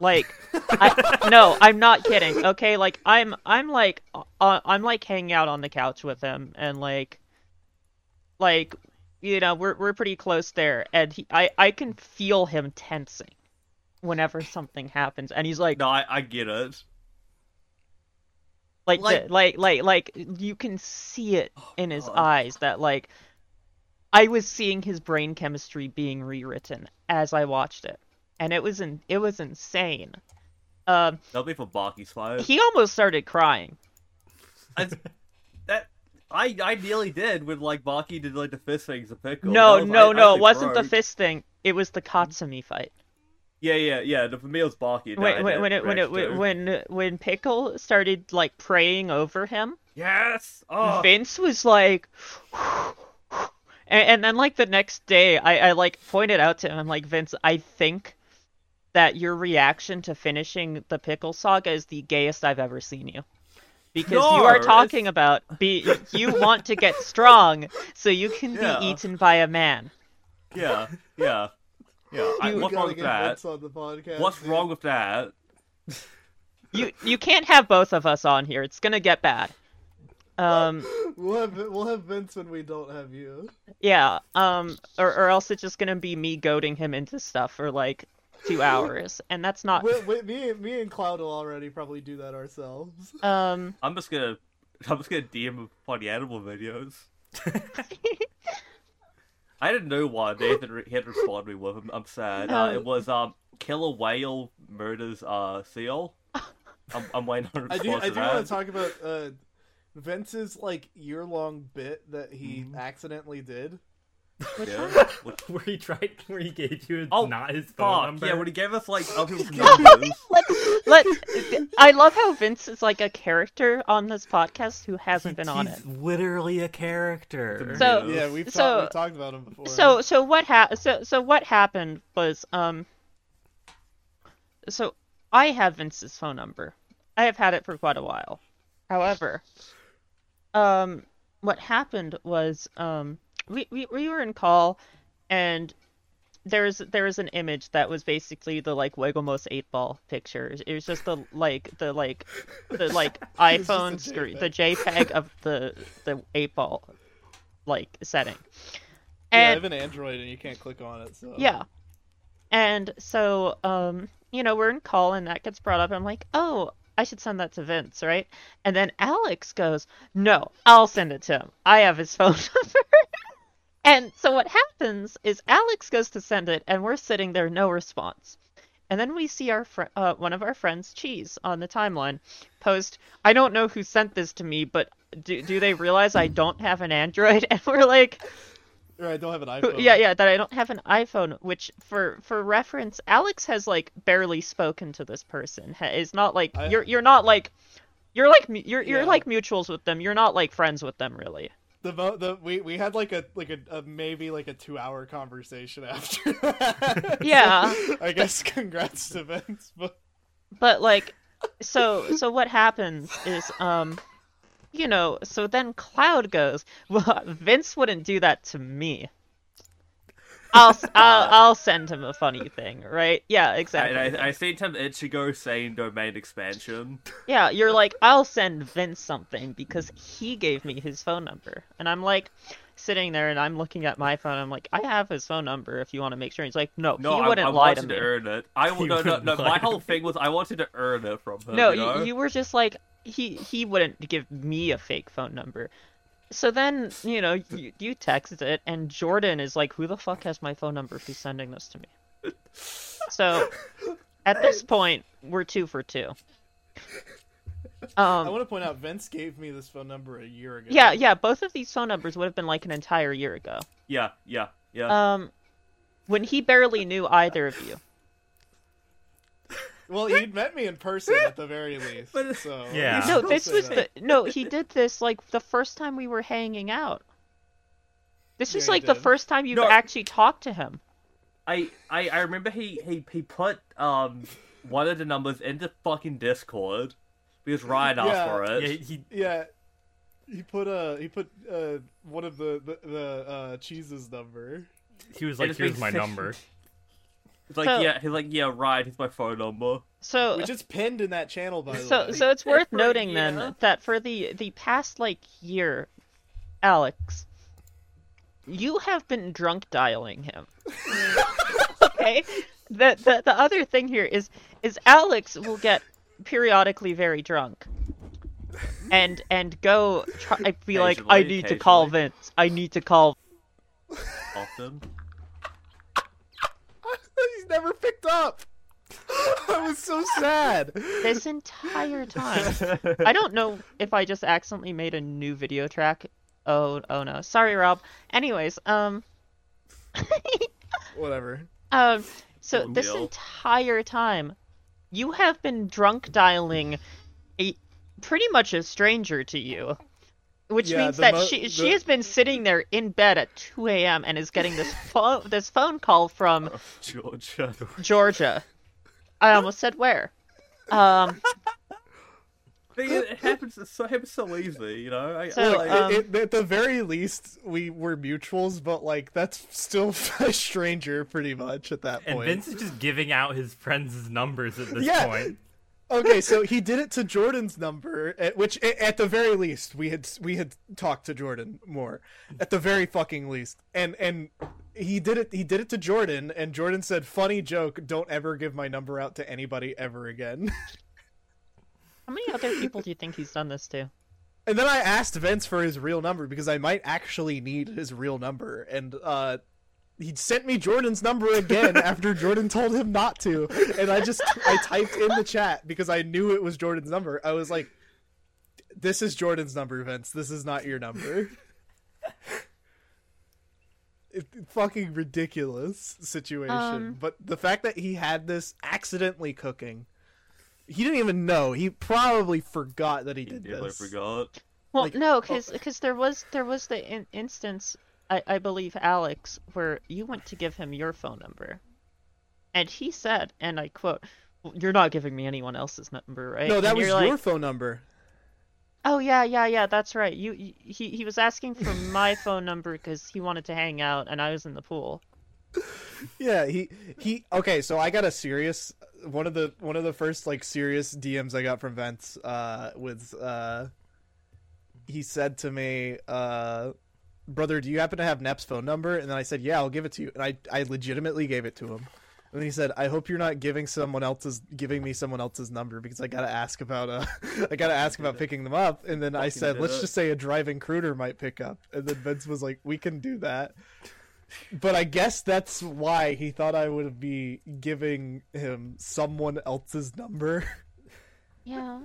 Speaker 4: Like, I, no, I'm not kidding. Okay, like I'm, I'm like, uh, I'm like hanging out on the couch with him, and like, like, you know, we're we're pretty close there, and he, I I can feel him tensing whenever something happens, and he's like,
Speaker 2: No, I, I get it.
Speaker 4: like,
Speaker 2: like-
Speaker 4: like, like, like, like, you can see it in his
Speaker 2: God.
Speaker 4: eyes that like, I was seeing his brain chemistry being rewritten as I watched it, and it was in, it was insane. Um,
Speaker 2: That'll be for Baki's fight.
Speaker 4: he almost started crying.
Speaker 2: That's- that I I nearly did when like Baki did like the fist things to pickle.
Speaker 4: no,
Speaker 2: That was-
Speaker 4: no,
Speaker 2: I- I
Speaker 4: no, it
Speaker 2: actually
Speaker 4: wasn't the
Speaker 2: broke.
Speaker 4: fist thing. It was the Katsumi fight.
Speaker 2: Yeah, yeah, yeah. The for me it was Baki. No, I
Speaker 4: When, when,
Speaker 2: did
Speaker 4: when it, when it,
Speaker 2: react to.
Speaker 4: when, when Pickle started like praying over him,
Speaker 2: yes. Oh,
Speaker 4: Uh, Vince was like, and, and then like the next day, I, I like pointed out to him, I'm like, Vince, I think that your reaction to finishing the pickle saga is the gayest I've ever seen you. Because you
Speaker 2: No,
Speaker 4: are
Speaker 2: it's-
Speaker 4: talking about be you want to get strong so you can
Speaker 2: Yeah.
Speaker 4: be eaten by a man.
Speaker 2: yeah, yeah, yeah. I-
Speaker 4: You
Speaker 2: what's wrong with that?
Speaker 5: on the podcast.
Speaker 2: What's wrong with that?
Speaker 4: You you can't have both of us on here. It's gonna get bad. Um
Speaker 5: We'll have we'll have Vince when we don't have you.
Speaker 4: Yeah, um, or or else it's just gonna be me goading him into stuff for like two hours, and that's not.
Speaker 5: We, we, me, me and Cloud will already probably do that ourselves.
Speaker 4: Um,
Speaker 2: I'm just gonna I'm just gonna DM him funny animal videos. I didn't know why Nathan re- he had to respond to me with him. I'm sad. Uh,
Speaker 4: No.
Speaker 2: it was um killer whale murders uh seal. I'm, I'm waiting on a
Speaker 5: I
Speaker 2: response
Speaker 5: do. I
Speaker 2: to
Speaker 5: do
Speaker 2: that.
Speaker 5: want to talk about uh, Vince's like year long bit that he
Speaker 2: Mm-hmm.
Speaker 5: accidentally did.
Speaker 2: Yeah. What-
Speaker 1: where he tried, where he gave you
Speaker 2: Oh,
Speaker 1: not his phone
Speaker 2: Fuck
Speaker 1: number.
Speaker 2: yeah! When he gave us like other people's numbers.
Speaker 4: let I love how Vince is like a character on this podcast who hasn't been on it.
Speaker 1: He's literally a character.
Speaker 2: It's
Speaker 4: So
Speaker 5: Yeah, we've,
Speaker 4: So-
Speaker 5: talked- we've talked about him before.
Speaker 4: so so what ha- so so what happened was um. So I have Vince's phone number. I have had it for quite a while. However, um, what happened was um, we, we we were in call, and there's there was an image that was basically the like Wegomos eight ball picture. It was just the like the like the like iPhone screen, the JPEG of the the eight ball like setting.
Speaker 5: yeah, I
Speaker 4: And
Speaker 5: have an Android and you can't click on it. So
Speaker 4: yeah. And so, um, you know, we're in call and that gets brought up. I'm like, oh, I should send that to Vince, right? And then Alex goes, no, I'll send it to him. I have his phone number. and so what happens is Alex goes to send it and we're sitting there, no response. And then we see our fr- uh, one of our friends, Cheese, on the timeline post, I don't know who sent this to me, but do, do they realize I don't have an Android? And we're like,
Speaker 5: Or I don't have an
Speaker 4: who-
Speaker 5: iPhone.
Speaker 4: yeah, yeah, that I don't have an iPhone, which for for reference, Alex has like barely spoken to this person. Ha- Is not like
Speaker 5: I-
Speaker 4: you're you're not like you're like mu- you're you're
Speaker 5: Yeah.
Speaker 4: like mutuals with them. You're not like friends with them really.
Speaker 5: The vo- the we, we had like a like a, a maybe like a two hour conversation after. that.
Speaker 4: Yeah.
Speaker 5: I guess congrats to Vince, but
Speaker 4: But like so so what happens is um you know, so then Cloud goes, "Well, Vince wouldn't do that to me." I'll s- I'll, I'll send him a funny thing, right? Yeah, exactly.
Speaker 2: And I, I seen him Ichigo saying domain expansion.
Speaker 4: Yeah, you're like, I'll send Vince something because he gave me his phone number. And I'm like sitting there and I'm looking at my phone. I'm like, I have his phone number if you want to make sure. He's like, no,
Speaker 2: No,
Speaker 4: he
Speaker 2: I,
Speaker 4: wouldn't
Speaker 2: I
Speaker 4: lie
Speaker 2: wanted
Speaker 4: to
Speaker 2: to,
Speaker 4: me.
Speaker 2: earn it. I will,
Speaker 1: He
Speaker 2: no, no,
Speaker 1: wouldn't
Speaker 2: no.
Speaker 1: lie.
Speaker 2: My whole thing was I wanted to earn it from him.
Speaker 4: No,
Speaker 2: you, know?
Speaker 4: you, you were just like, he he wouldn't give me a fake phone number. So then, you know, you, you text it and Jordan is like, who the fuck has my phone number who's sending this to me? So at this point, we're two for two. Um,
Speaker 5: I want to point out Vince gave me this phone number a year ago.
Speaker 4: Yeah, yeah, both of these phone numbers would have been like an entire year ago.
Speaker 2: Yeah, yeah, yeah.
Speaker 4: Um when he barely knew either of you.
Speaker 5: Well, he'd met me in person at the very least.
Speaker 2: But-
Speaker 5: so
Speaker 1: Yeah.
Speaker 4: No,
Speaker 5: I'll
Speaker 4: this
Speaker 5: say
Speaker 4: was
Speaker 5: that.
Speaker 4: the no, he did this like the first time we were hanging out. This
Speaker 5: Yeah,
Speaker 4: is
Speaker 5: he
Speaker 4: like the
Speaker 5: did.
Speaker 4: first time you've
Speaker 2: No.
Speaker 4: actually talked to him.
Speaker 2: I, I I remember he he he put um one of the numbers into fucking Discord because Ryan asked
Speaker 5: Yeah.
Speaker 2: for
Speaker 1: Yeah,
Speaker 2: it.
Speaker 1: he, he-
Speaker 5: Yeah. He put uh he put uh one of the the, the uh cheeses number.
Speaker 1: he was
Speaker 2: And
Speaker 1: like,
Speaker 2: it's
Speaker 1: "Here's
Speaker 2: been
Speaker 1: my
Speaker 2: six-
Speaker 1: number."
Speaker 2: He's like,
Speaker 4: So-
Speaker 2: yeah, he's like, yeah, Ryan, here's my phone number.
Speaker 4: So
Speaker 5: Which is pinned in that channel by the
Speaker 4: so
Speaker 5: way.
Speaker 4: so it's worth
Speaker 2: Every
Speaker 4: noting
Speaker 2: year.
Speaker 4: then that for the the past like year, Alex, you have been drunk dialing him. okay? The, the the other thing here is is Alex will get periodically very drunk. And and go try, I'd be like I
Speaker 2: Occasionally,
Speaker 4: need to call
Speaker 2: occasionally.
Speaker 4: Vince. I need to call
Speaker 2: Often.
Speaker 3: He's never picked up. I was so sad.
Speaker 4: this entire time. I don't know if I just accidentally made a new video track. Oh, oh no. Sorry, Rob. Anyways, um,
Speaker 3: Whatever.
Speaker 4: um, so
Speaker 2: No
Speaker 4: this
Speaker 2: deal.
Speaker 4: entire time, you have been drunk dialing a pretty much a stranger to you, which
Speaker 3: Yeah,
Speaker 4: means
Speaker 3: the
Speaker 4: that
Speaker 3: mo-
Speaker 4: she
Speaker 3: the-
Speaker 4: she has been sitting there in bed at 2 a.m. and is getting this phone this phone call
Speaker 3: Oh,
Speaker 4: from
Speaker 2: Georgia.
Speaker 4: Georgia. I almost said where. Um,
Speaker 2: Thing is, it happens. It's so, it happens so easy, you know. I, I
Speaker 4: So,
Speaker 2: like-
Speaker 4: um,
Speaker 3: It- at the very least, we were mutuals, but like that's still a stranger, pretty much at that
Speaker 1: And
Speaker 3: point.
Speaker 1: Vince is just giving out his friends' numbers at this
Speaker 3: Yeah.
Speaker 1: point.
Speaker 3: okay, so he did it to Jordan's number, at which a- at the very least we had we had talked to Jordan more, at the very fucking least, and and he did it he did it to Jordan, and Jordan said, "Funny joke, don't ever give my number out to anybody ever again."
Speaker 4: how many other people do you think he's done this to?
Speaker 3: And then I asked Vince for his real number because I might actually need his real number. And uh, he sent me Jordan's number again after Jordan told him not to. And I just I typed in the chat because I knew it was Jordan's number. I was like, "This is Jordan's number, Vince. This is not your number." It, fucking ridiculous situation.
Speaker 4: Um.
Speaker 3: but the fact that he had this accidentally cooking. He didn't even know. He probably forgot that he did
Speaker 2: yeah, I
Speaker 3: this.
Speaker 2: forgot.
Speaker 4: Well,
Speaker 3: Like,
Speaker 4: no,
Speaker 3: oh.
Speaker 4: because there was there was the in- instance I, I believe Alex where you went to give him your phone number, and he said, and I quote, "Well, "You're not giving me anyone else's number, right?"
Speaker 3: No, that
Speaker 4: And
Speaker 3: was
Speaker 4: you're like,
Speaker 3: your phone number.
Speaker 4: Oh yeah, yeah, yeah. That's right. You, you he he was asking for my phone number because he wanted to hang out, and I was in the pool.
Speaker 3: Yeah, he he. Okay, so I got a serious one of the one of the first like serious DMs I got from Vince uh, was uh, he said to me, uh, "Brother, do you happen to have Nep's phone number?" And then I said, "Yeah, I'll give it to you." And I I legitimately gave it to him. And then he said, "I hope you're not giving someone else's giving me someone else's number because I gotta ask about uh I gotta ask about picking them up." And then I
Speaker 2: Fucking
Speaker 3: said,
Speaker 2: did
Speaker 3: "Let's
Speaker 2: it.
Speaker 3: just say a driving cruder might pick up." And then Vince was like, "We can do that." But I guess that's why he thought I would be giving him someone else's number,
Speaker 4: Yeah.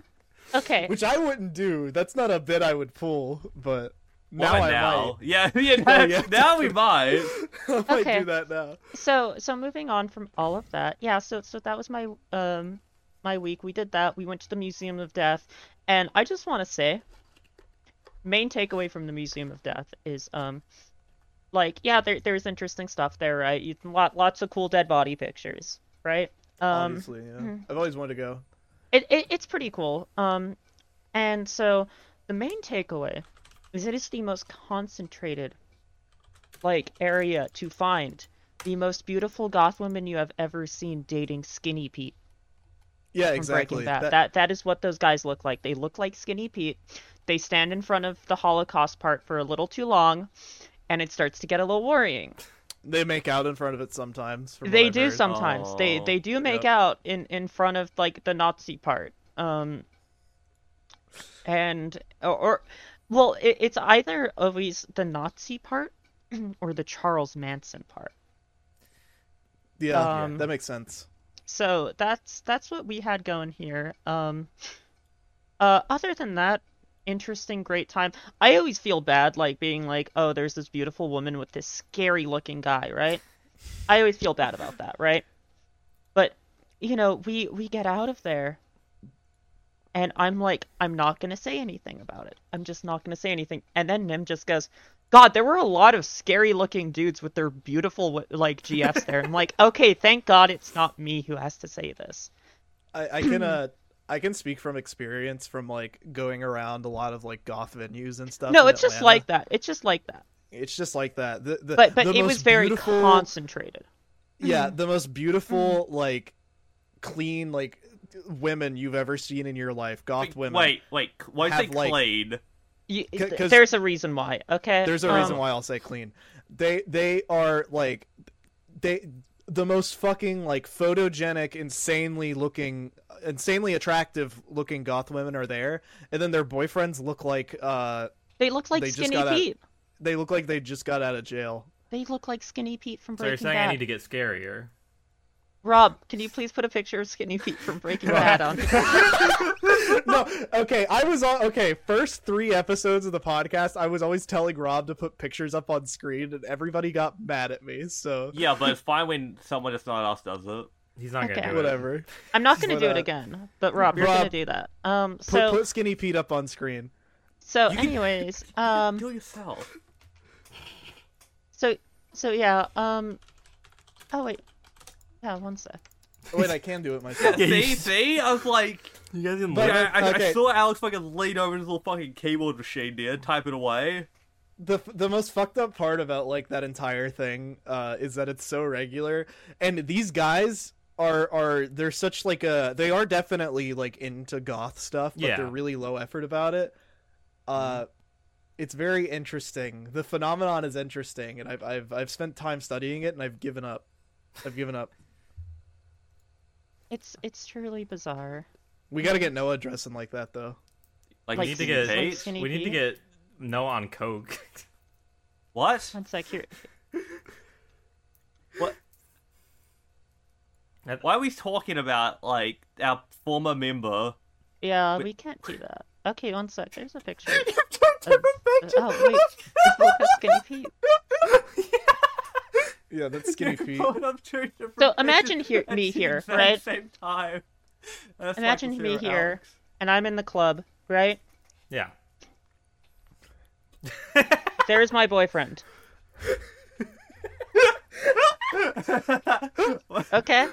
Speaker 4: Okay.
Speaker 3: which I wouldn't do. That's not a bit I would pull, but now
Speaker 2: Why
Speaker 3: I
Speaker 2: now? Yeah, yeah,
Speaker 3: yeah.
Speaker 2: Now we might.
Speaker 3: might. I might
Speaker 4: Okay.
Speaker 3: do that now.
Speaker 4: So so moving on from all of that, yeah. So so that was my um my week. We did that. We went to the Museum of Death, and I just want to say, main takeaway from the Museum of Death is um, like yeah, there there's interesting stuff there, right? You lot lots of cool dead body pictures, right? Um,
Speaker 3: Obviously, yeah. I've always wanted to go.
Speaker 4: it, it it's pretty cool. Um, and so the main takeaway is it is the most concentrated like area to find the most beautiful goth woman you have ever seen dating Skinny Pete
Speaker 3: Yeah,
Speaker 4: from
Speaker 3: exactly.
Speaker 4: Breaking Bad.
Speaker 3: That-
Speaker 4: that that is what those guys look like. They look like Skinny Pete. They stand in front of the Holocaust part for a little too long, and it starts to get a little worrying.
Speaker 3: They make out in front of it sometimes. from what
Speaker 4: They
Speaker 3: I've
Speaker 4: do
Speaker 3: heard.
Speaker 4: sometimes. They
Speaker 2: Oh,
Speaker 4: they do make out in in front of like the Nazi part. Um and or, or well, it, it's either always the Nazi part or the Charles Manson part.
Speaker 3: Yeah,
Speaker 4: um,
Speaker 3: that makes sense.
Speaker 4: So that's that's what we had going here. Um uh other than that, interesting great time. I always feel bad like being like, "Oh, there's this beautiful woman with this scary looking guy," right? I always feel bad about that, right? But you know, we we get out of there And I'm like, I'm not going to say anything about it. I'm just not going to say anything. And then Nim just goes, God, there were a lot of scary looking dudes with their beautiful, wi- like, GFs there. I'm like, okay, thank God it's not me who has to say this.
Speaker 3: I, I can uh I can speak from experience from like going around a lot of like goth venues and stuff.
Speaker 4: no,
Speaker 3: in
Speaker 4: it's just
Speaker 3: Atlanta.
Speaker 4: like that. It's just like that.
Speaker 3: it's just like that. The, the,
Speaker 4: But but
Speaker 3: the
Speaker 4: it
Speaker 3: most
Speaker 4: was very
Speaker 3: beautiful,
Speaker 4: concentrated.
Speaker 3: yeah, the most beautiful
Speaker 4: Mm-hmm.
Speaker 3: like clean like women you've ever seen in your life, goth
Speaker 2: Wait,
Speaker 3: women.
Speaker 2: Wait, wait. c- Why is
Speaker 3: have,
Speaker 2: it
Speaker 3: like-
Speaker 2: Clade?
Speaker 4: You,
Speaker 3: C- 'cause-
Speaker 4: there's a reason why. Okay.
Speaker 3: There's a
Speaker 4: Um,
Speaker 3: reason why I'll say clean. They they are like they the most fucking like photogenic, insanely looking, insanely attractive looking goth women are there, and then their boyfriends look like uh
Speaker 4: They look like
Speaker 3: They just
Speaker 4: Skinny
Speaker 3: got out-
Speaker 4: Pete.
Speaker 3: they look like they just got out of jail.
Speaker 4: They look like Skinny Pete from
Speaker 1: So you're
Speaker 4: Breaking
Speaker 1: saying
Speaker 4: Bad.
Speaker 1: I need to get scarier?
Speaker 4: Rob, can you please put a picture of Skinny Pete from Breaking Bad on?
Speaker 3: no, okay. I was on. Okay, first three episodes of the podcast, I was always telling Rob to put pictures up on screen, and everybody got mad at me. So
Speaker 2: Yeah, but it's fine when someone that's not us does it.
Speaker 1: He's not
Speaker 4: Okay.
Speaker 1: gonna do it.
Speaker 3: whatever.
Speaker 4: I'm not going to
Speaker 3: But,
Speaker 4: do
Speaker 3: uh,
Speaker 4: it again, but Rob, you're going
Speaker 3: Rob,
Speaker 4: to do that. Um,
Speaker 3: Put,
Speaker 4: so
Speaker 3: put Skinny Pete up on screen.
Speaker 4: so anyways, um,
Speaker 2: Do it yourself.
Speaker 4: so so yeah, um, oh wait, yeah, one sec.
Speaker 3: Wait, I can do it myself.
Speaker 1: Yeah, you
Speaker 2: see,
Speaker 1: s-
Speaker 2: see? I was like,
Speaker 1: You guys didn't
Speaker 3: But-
Speaker 1: look.
Speaker 2: yeah, I, I- I
Speaker 3: okay.
Speaker 2: saw Alex fucking lean over his little fucking keyboard machine there, type it away.
Speaker 3: the the most fucked up part about like that entire thing uh, is that it's so regular, and these guys are are they're such like a they are definitely like into goth stuff, but
Speaker 1: Yeah.
Speaker 3: they're really low effort about it. Uh, it's very interesting. The phenomenon is interesting, and I've I've I've spent time studying it, and I've given up. I've given up.
Speaker 4: It's it's truly bizarre.
Speaker 3: We got to get Noah dressing like that though.
Speaker 2: Like,
Speaker 1: We need
Speaker 4: Like
Speaker 1: to
Speaker 4: skinny-
Speaker 1: get.
Speaker 4: like
Speaker 2: Pete?
Speaker 4: skinny
Speaker 1: we need to
Speaker 4: Pete?
Speaker 1: get Noah on coke.
Speaker 2: What?
Speaker 4: One sec here.
Speaker 2: What? Why are we talking about like our former member?
Speaker 4: Yeah,
Speaker 2: Wait.
Speaker 4: we can't do that. Okay, one sec. There's a picture. of- oh wait, look at Skinny Pete.
Speaker 3: Yeah, that's Skinny Pete.
Speaker 2: Going up two different
Speaker 4: So imagine
Speaker 2: pictures
Speaker 4: here-
Speaker 2: at
Speaker 4: me
Speaker 2: the
Speaker 4: here,
Speaker 2: exact
Speaker 4: right?
Speaker 2: Same time. That's like
Speaker 4: Imagine
Speaker 2: the
Speaker 4: me
Speaker 2: two of
Speaker 4: here.
Speaker 2: Alex.
Speaker 4: And I'm in the club, right?
Speaker 1: yeah.
Speaker 4: There's my boyfriend. okay.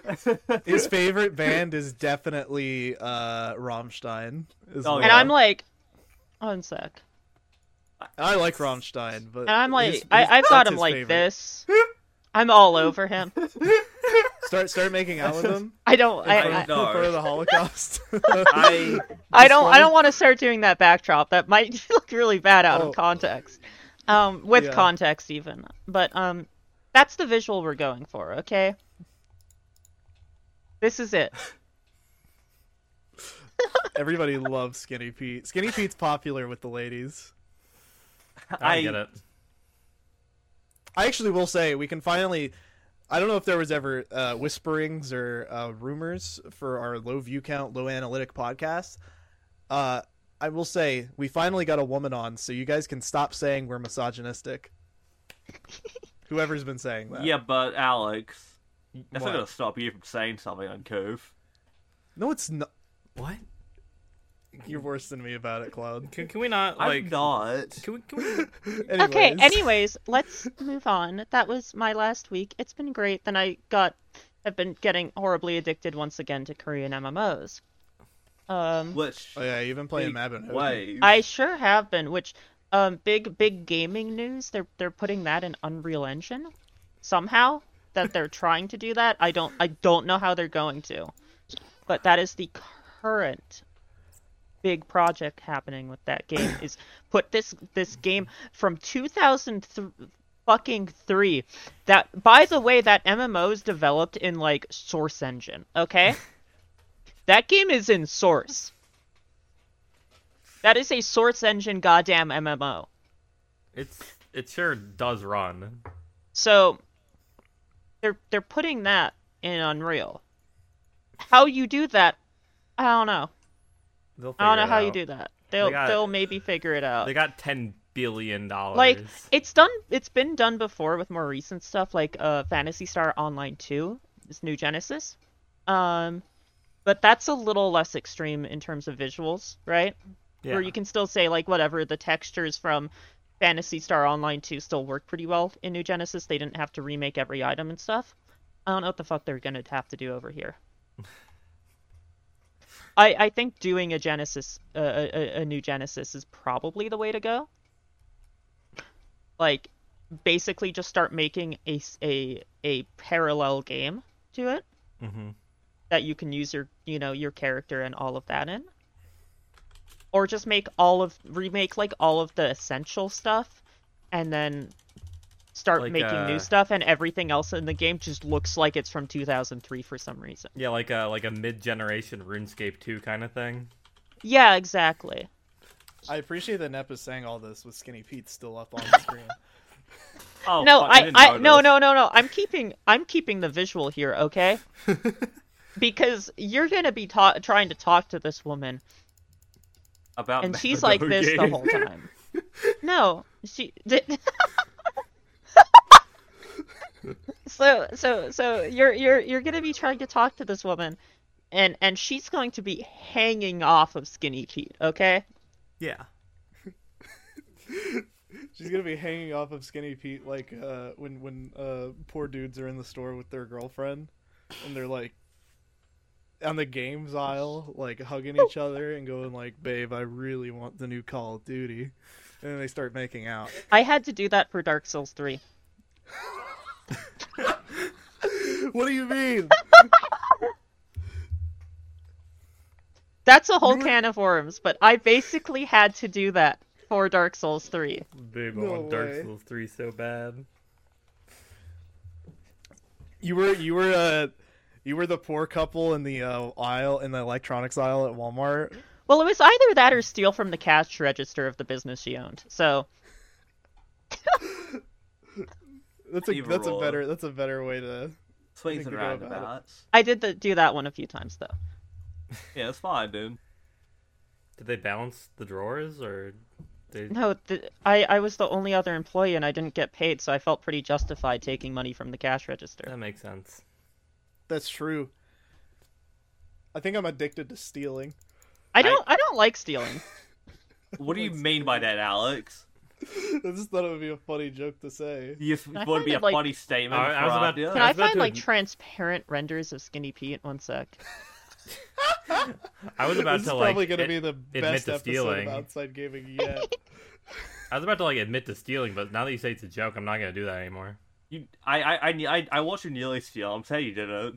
Speaker 3: His favorite band is definitely uh, Rammstein. is
Speaker 2: Oh,
Speaker 3: what-
Speaker 4: And
Speaker 2: Yeah.
Speaker 4: I'm like, one sec.
Speaker 3: I like Rammstein, but
Speaker 4: And I'm like,
Speaker 3: his- his-
Speaker 4: I, I've got
Speaker 3: that's
Speaker 4: him
Speaker 3: his
Speaker 4: like
Speaker 3: favorite.
Speaker 4: this. I'm all over him.
Speaker 3: Start start making out with him.
Speaker 4: I don't. I,
Speaker 2: I
Speaker 4: I,
Speaker 2: know. Sorry.
Speaker 3: For the Holocaust.
Speaker 2: I
Speaker 4: I don't. I
Speaker 3: funny.
Speaker 4: don't want to start doing that backdrop. That might look really bad out
Speaker 3: Oh.
Speaker 4: of context. Um, with
Speaker 3: Yeah.
Speaker 4: context even. But um, that's the visual we're going for. Okay. This is it.
Speaker 3: Everybody loves Skinny Pete. Skinny Pete's popular with the ladies.
Speaker 1: I,
Speaker 2: I-
Speaker 1: don't get it.
Speaker 3: I actually will say we can finally. I don't know if there was ever uh, whisperings or uh, rumors for our low view count, low analytic podcast. Uh, I will say we finally got a woman on, so you guys can stop saying we're misogynistic. Whoever's been saying that.
Speaker 2: yeah, but Alex, that's
Speaker 3: What?
Speaker 2: not gonna stop you from saying something uncouth.
Speaker 3: No, it's not.
Speaker 1: What?
Speaker 3: You're worse than me about it, Cloud.
Speaker 1: Can, can we not
Speaker 2: I'm
Speaker 1: like?
Speaker 2: not.
Speaker 1: Can we? Can we?
Speaker 3: Anyways.
Speaker 4: Okay, anyways, let's move on. That was my last week. It's been great. Then I got have been getting horribly addicted once again to Korean MMOs. Um
Speaker 2: Which
Speaker 3: Oh yeah, you've been playing Mabin.
Speaker 2: way?
Speaker 4: I sure have been, which um big big gaming news, they're they're putting that in Unreal Engine somehow that they're trying to do that. I don't I don't know how they're going to. But that is the current big project happening with that game is put this this game from 2000 fucking 3 that by the way that MMO's developed in like Source Engine, okay? that game is in Source. That is a Source Engine goddamn MMO.
Speaker 1: It's it sure does run.
Speaker 4: So they're they're putting that in Unreal. How you do that? I don't know.
Speaker 1: They'll
Speaker 4: I don't
Speaker 1: figure
Speaker 4: know
Speaker 1: it
Speaker 4: how you
Speaker 1: out.
Speaker 4: do that. They'll
Speaker 1: got-
Speaker 4: they'll maybe figure it out.
Speaker 1: They got ten billion dollars.
Speaker 4: like it's done it's been done before with more recent stuff like uh Fantasy Star Online 2, this new Genesis. Um but that's a little less extreme in terms of visuals, right?
Speaker 1: Yeah.
Speaker 4: Where you can still say like whatever the textures from Fantasy Star Online 2 still work pretty well in New Genesis. They didn't have to remake every item and stuff. I don't know what the fuck they're gonna have to do over here. I I think doing a Genesis uh, a, a- a new Genesis is probably the way to go. Like basically just start making a s- a a parallel game to it
Speaker 1: Mm-hmm.
Speaker 4: that you can use your you know your character and all of that in or just make all of remake like all of the essential stuff and then start
Speaker 1: Like,
Speaker 4: making
Speaker 1: uh,
Speaker 4: new stuff and everything else in the game just looks like it's from 2003 for some reason
Speaker 1: Yeah, like a like a mid-generation RuneScape 2 kind of thing.
Speaker 4: yeah exactly
Speaker 3: I appreciate that Nepa's saying all this with Skinny Pete still up on the screen.
Speaker 2: Oh,
Speaker 4: no
Speaker 2: fuck,
Speaker 4: I,
Speaker 2: didn't
Speaker 4: I no
Speaker 2: notice.
Speaker 4: no no no i'm keeping i'm keeping the visual here okay because you're gonna be ta- trying to talk to this woman
Speaker 2: About
Speaker 4: and she's
Speaker 2: Methodon
Speaker 4: like this the
Speaker 2: game.
Speaker 4: whole time. No, she. Did... so so so you're you're you're gonna be trying to talk to this woman, and and she's going to be hanging off of Skinny Pete. Okay.
Speaker 1: Yeah.
Speaker 3: She's gonna be hanging off of Skinny Pete like uh, when when uh, poor dudes are in the store with their girlfriend, and they're like on the games aisle, like hugging each other and going like, "Babe, I really want the new Call of Duty," and then they start making out.
Speaker 4: I had to do that for Dark Souls three.
Speaker 3: what do you mean?
Speaker 4: That's a whole can of worms, but I basically had to do that for Dark Souls three.
Speaker 1: Babe, I
Speaker 3: No
Speaker 1: want Dark
Speaker 3: way.
Speaker 1: Souls 3 so bad.
Speaker 3: You were you were uh, you were the poor couple in the uh, aisle in the electronics aisle at Walmart.
Speaker 4: Well, it was either that or steal from the cash register of the business she owned. So
Speaker 3: That's a
Speaker 2: Either
Speaker 3: that's a
Speaker 2: or.
Speaker 3: better that's a better way to.
Speaker 2: Swings
Speaker 3: think
Speaker 2: and
Speaker 3: we know about it.
Speaker 2: roundabouts.
Speaker 4: I did the, do that one a few times though.
Speaker 2: Yeah, it's fine, dude.
Speaker 1: Did they balance the drawers or they
Speaker 4: No, the, I I was the only other employee and I didn't get paid, so I felt pretty justified taking money from the cash register.
Speaker 1: That makes sense.
Speaker 3: That's true. I think I'm addicted to stealing.
Speaker 4: I don't I, don't like stealing.
Speaker 2: What do you mean by that, Alex?
Speaker 3: I just thought it would be a funny joke to say.
Speaker 2: You f-
Speaker 4: I
Speaker 2: want to be a
Speaker 4: find it, like-
Speaker 2: funny statement?
Speaker 1: I- I was
Speaker 2: for
Speaker 1: about-
Speaker 2: Abdia?
Speaker 1: I
Speaker 4: Can
Speaker 1: was
Speaker 4: I
Speaker 1: about
Speaker 4: find
Speaker 1: to
Speaker 4: like
Speaker 1: admit-
Speaker 4: transparent renders of Skinny Pete? One sec.
Speaker 1: I was about
Speaker 3: this
Speaker 1: to
Speaker 3: is
Speaker 1: like
Speaker 3: probably going to
Speaker 1: ad-
Speaker 3: be the
Speaker 1: admit
Speaker 3: best
Speaker 1: to
Speaker 3: episode
Speaker 1: stealing.
Speaker 3: of outside gaming yet.
Speaker 1: I was about to like admit to stealing, but now that you say it's a joke, I'm not gonna do that anymore.
Speaker 2: You, I, I, I, I- I watched you nearly steal. I'm saying you didn't.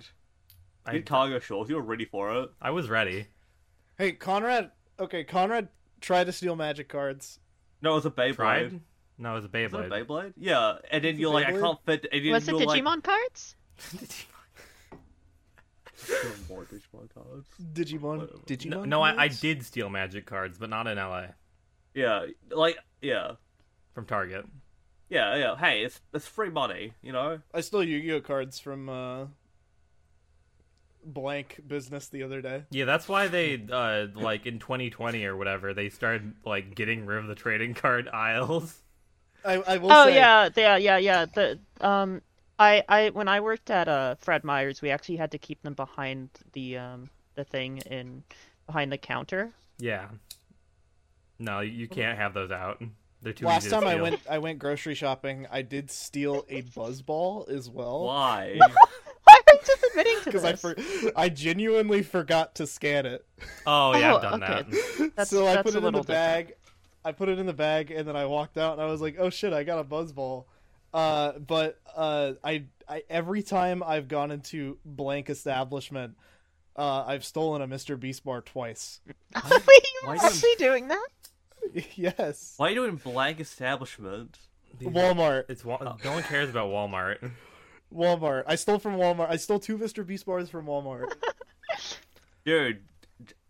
Speaker 2: You
Speaker 1: I,
Speaker 2: did cargo shorts. You were ready for it.
Speaker 1: I was ready.
Speaker 3: hey, Conrad. Okay, Conrad tried to steal magic cards.
Speaker 2: No, it was a Beyblade.
Speaker 1: Tried? No, it was a
Speaker 2: Was it a
Speaker 1: Beyblade.
Speaker 2: Beyblade? Yeah, and then
Speaker 3: It's a
Speaker 2: you're like, I
Speaker 3: Beyblade?
Speaker 2: can't fit. And then
Speaker 4: Was it
Speaker 2: you're like,
Speaker 4: Digimon cards?
Speaker 2: Digimon? More Digimon cards.
Speaker 3: Digimon.
Speaker 2: Whatever.
Speaker 3: Digimon.
Speaker 1: no, no I, I
Speaker 3: cards?
Speaker 1: did steal magic cards, but not in LA
Speaker 2: Yeah, like, yeah,
Speaker 1: from Target.
Speaker 2: yeah, yeah. Hey, it's it's free money, you know.
Speaker 3: I stole Yu-Gi-Oh cards from uh, blank business the other day.
Speaker 1: Yeah, that's why they uh like in 2020 or whatever they started like getting rid of the trading card aisles.
Speaker 3: I, I will
Speaker 4: oh
Speaker 3: say,
Speaker 4: yeah, yeah, yeah, yeah. The um, I I when I worked at uh Fred Meyer's, we actually had to keep them behind the um the thing in behind the counter.
Speaker 1: Yeah. No, you can't have those out. They're too
Speaker 3: Last
Speaker 1: easy to
Speaker 3: time I
Speaker 1: steal.
Speaker 3: went, I went grocery shopping. I did steal a buzz ball as
Speaker 1: Oh.
Speaker 3: well
Speaker 2: Why?
Speaker 4: Why are you just admitting to
Speaker 3: because
Speaker 4: this?
Speaker 3: I, for- I genuinely forgot to scan it.
Speaker 1: Oh yeah,
Speaker 4: Oh,
Speaker 1: I've done
Speaker 4: okay.
Speaker 1: that.
Speaker 4: That's-
Speaker 3: so I
Speaker 4: that's
Speaker 3: put it
Speaker 4: a
Speaker 3: in the
Speaker 4: little different.
Speaker 3: bag. I put it in the bag, and then I walked out, and I was like, "Oh shit, I got a buzz ball." Uh, but uh, I, I every time I've gone into blank establishment, uh, I've stolen a Mr. Beast bar twice.
Speaker 4: Wait,
Speaker 2: Why
Speaker 4: you were
Speaker 2: didn't-
Speaker 4: actually doing that?
Speaker 3: yes,
Speaker 2: Why are you doing blank establishment?
Speaker 3: Walmart,
Speaker 1: It's Wal- no one cares about Walmart.
Speaker 3: Walmart. I stole from Walmart. I stole two Mr. Beast bars from Walmart.
Speaker 2: Dude,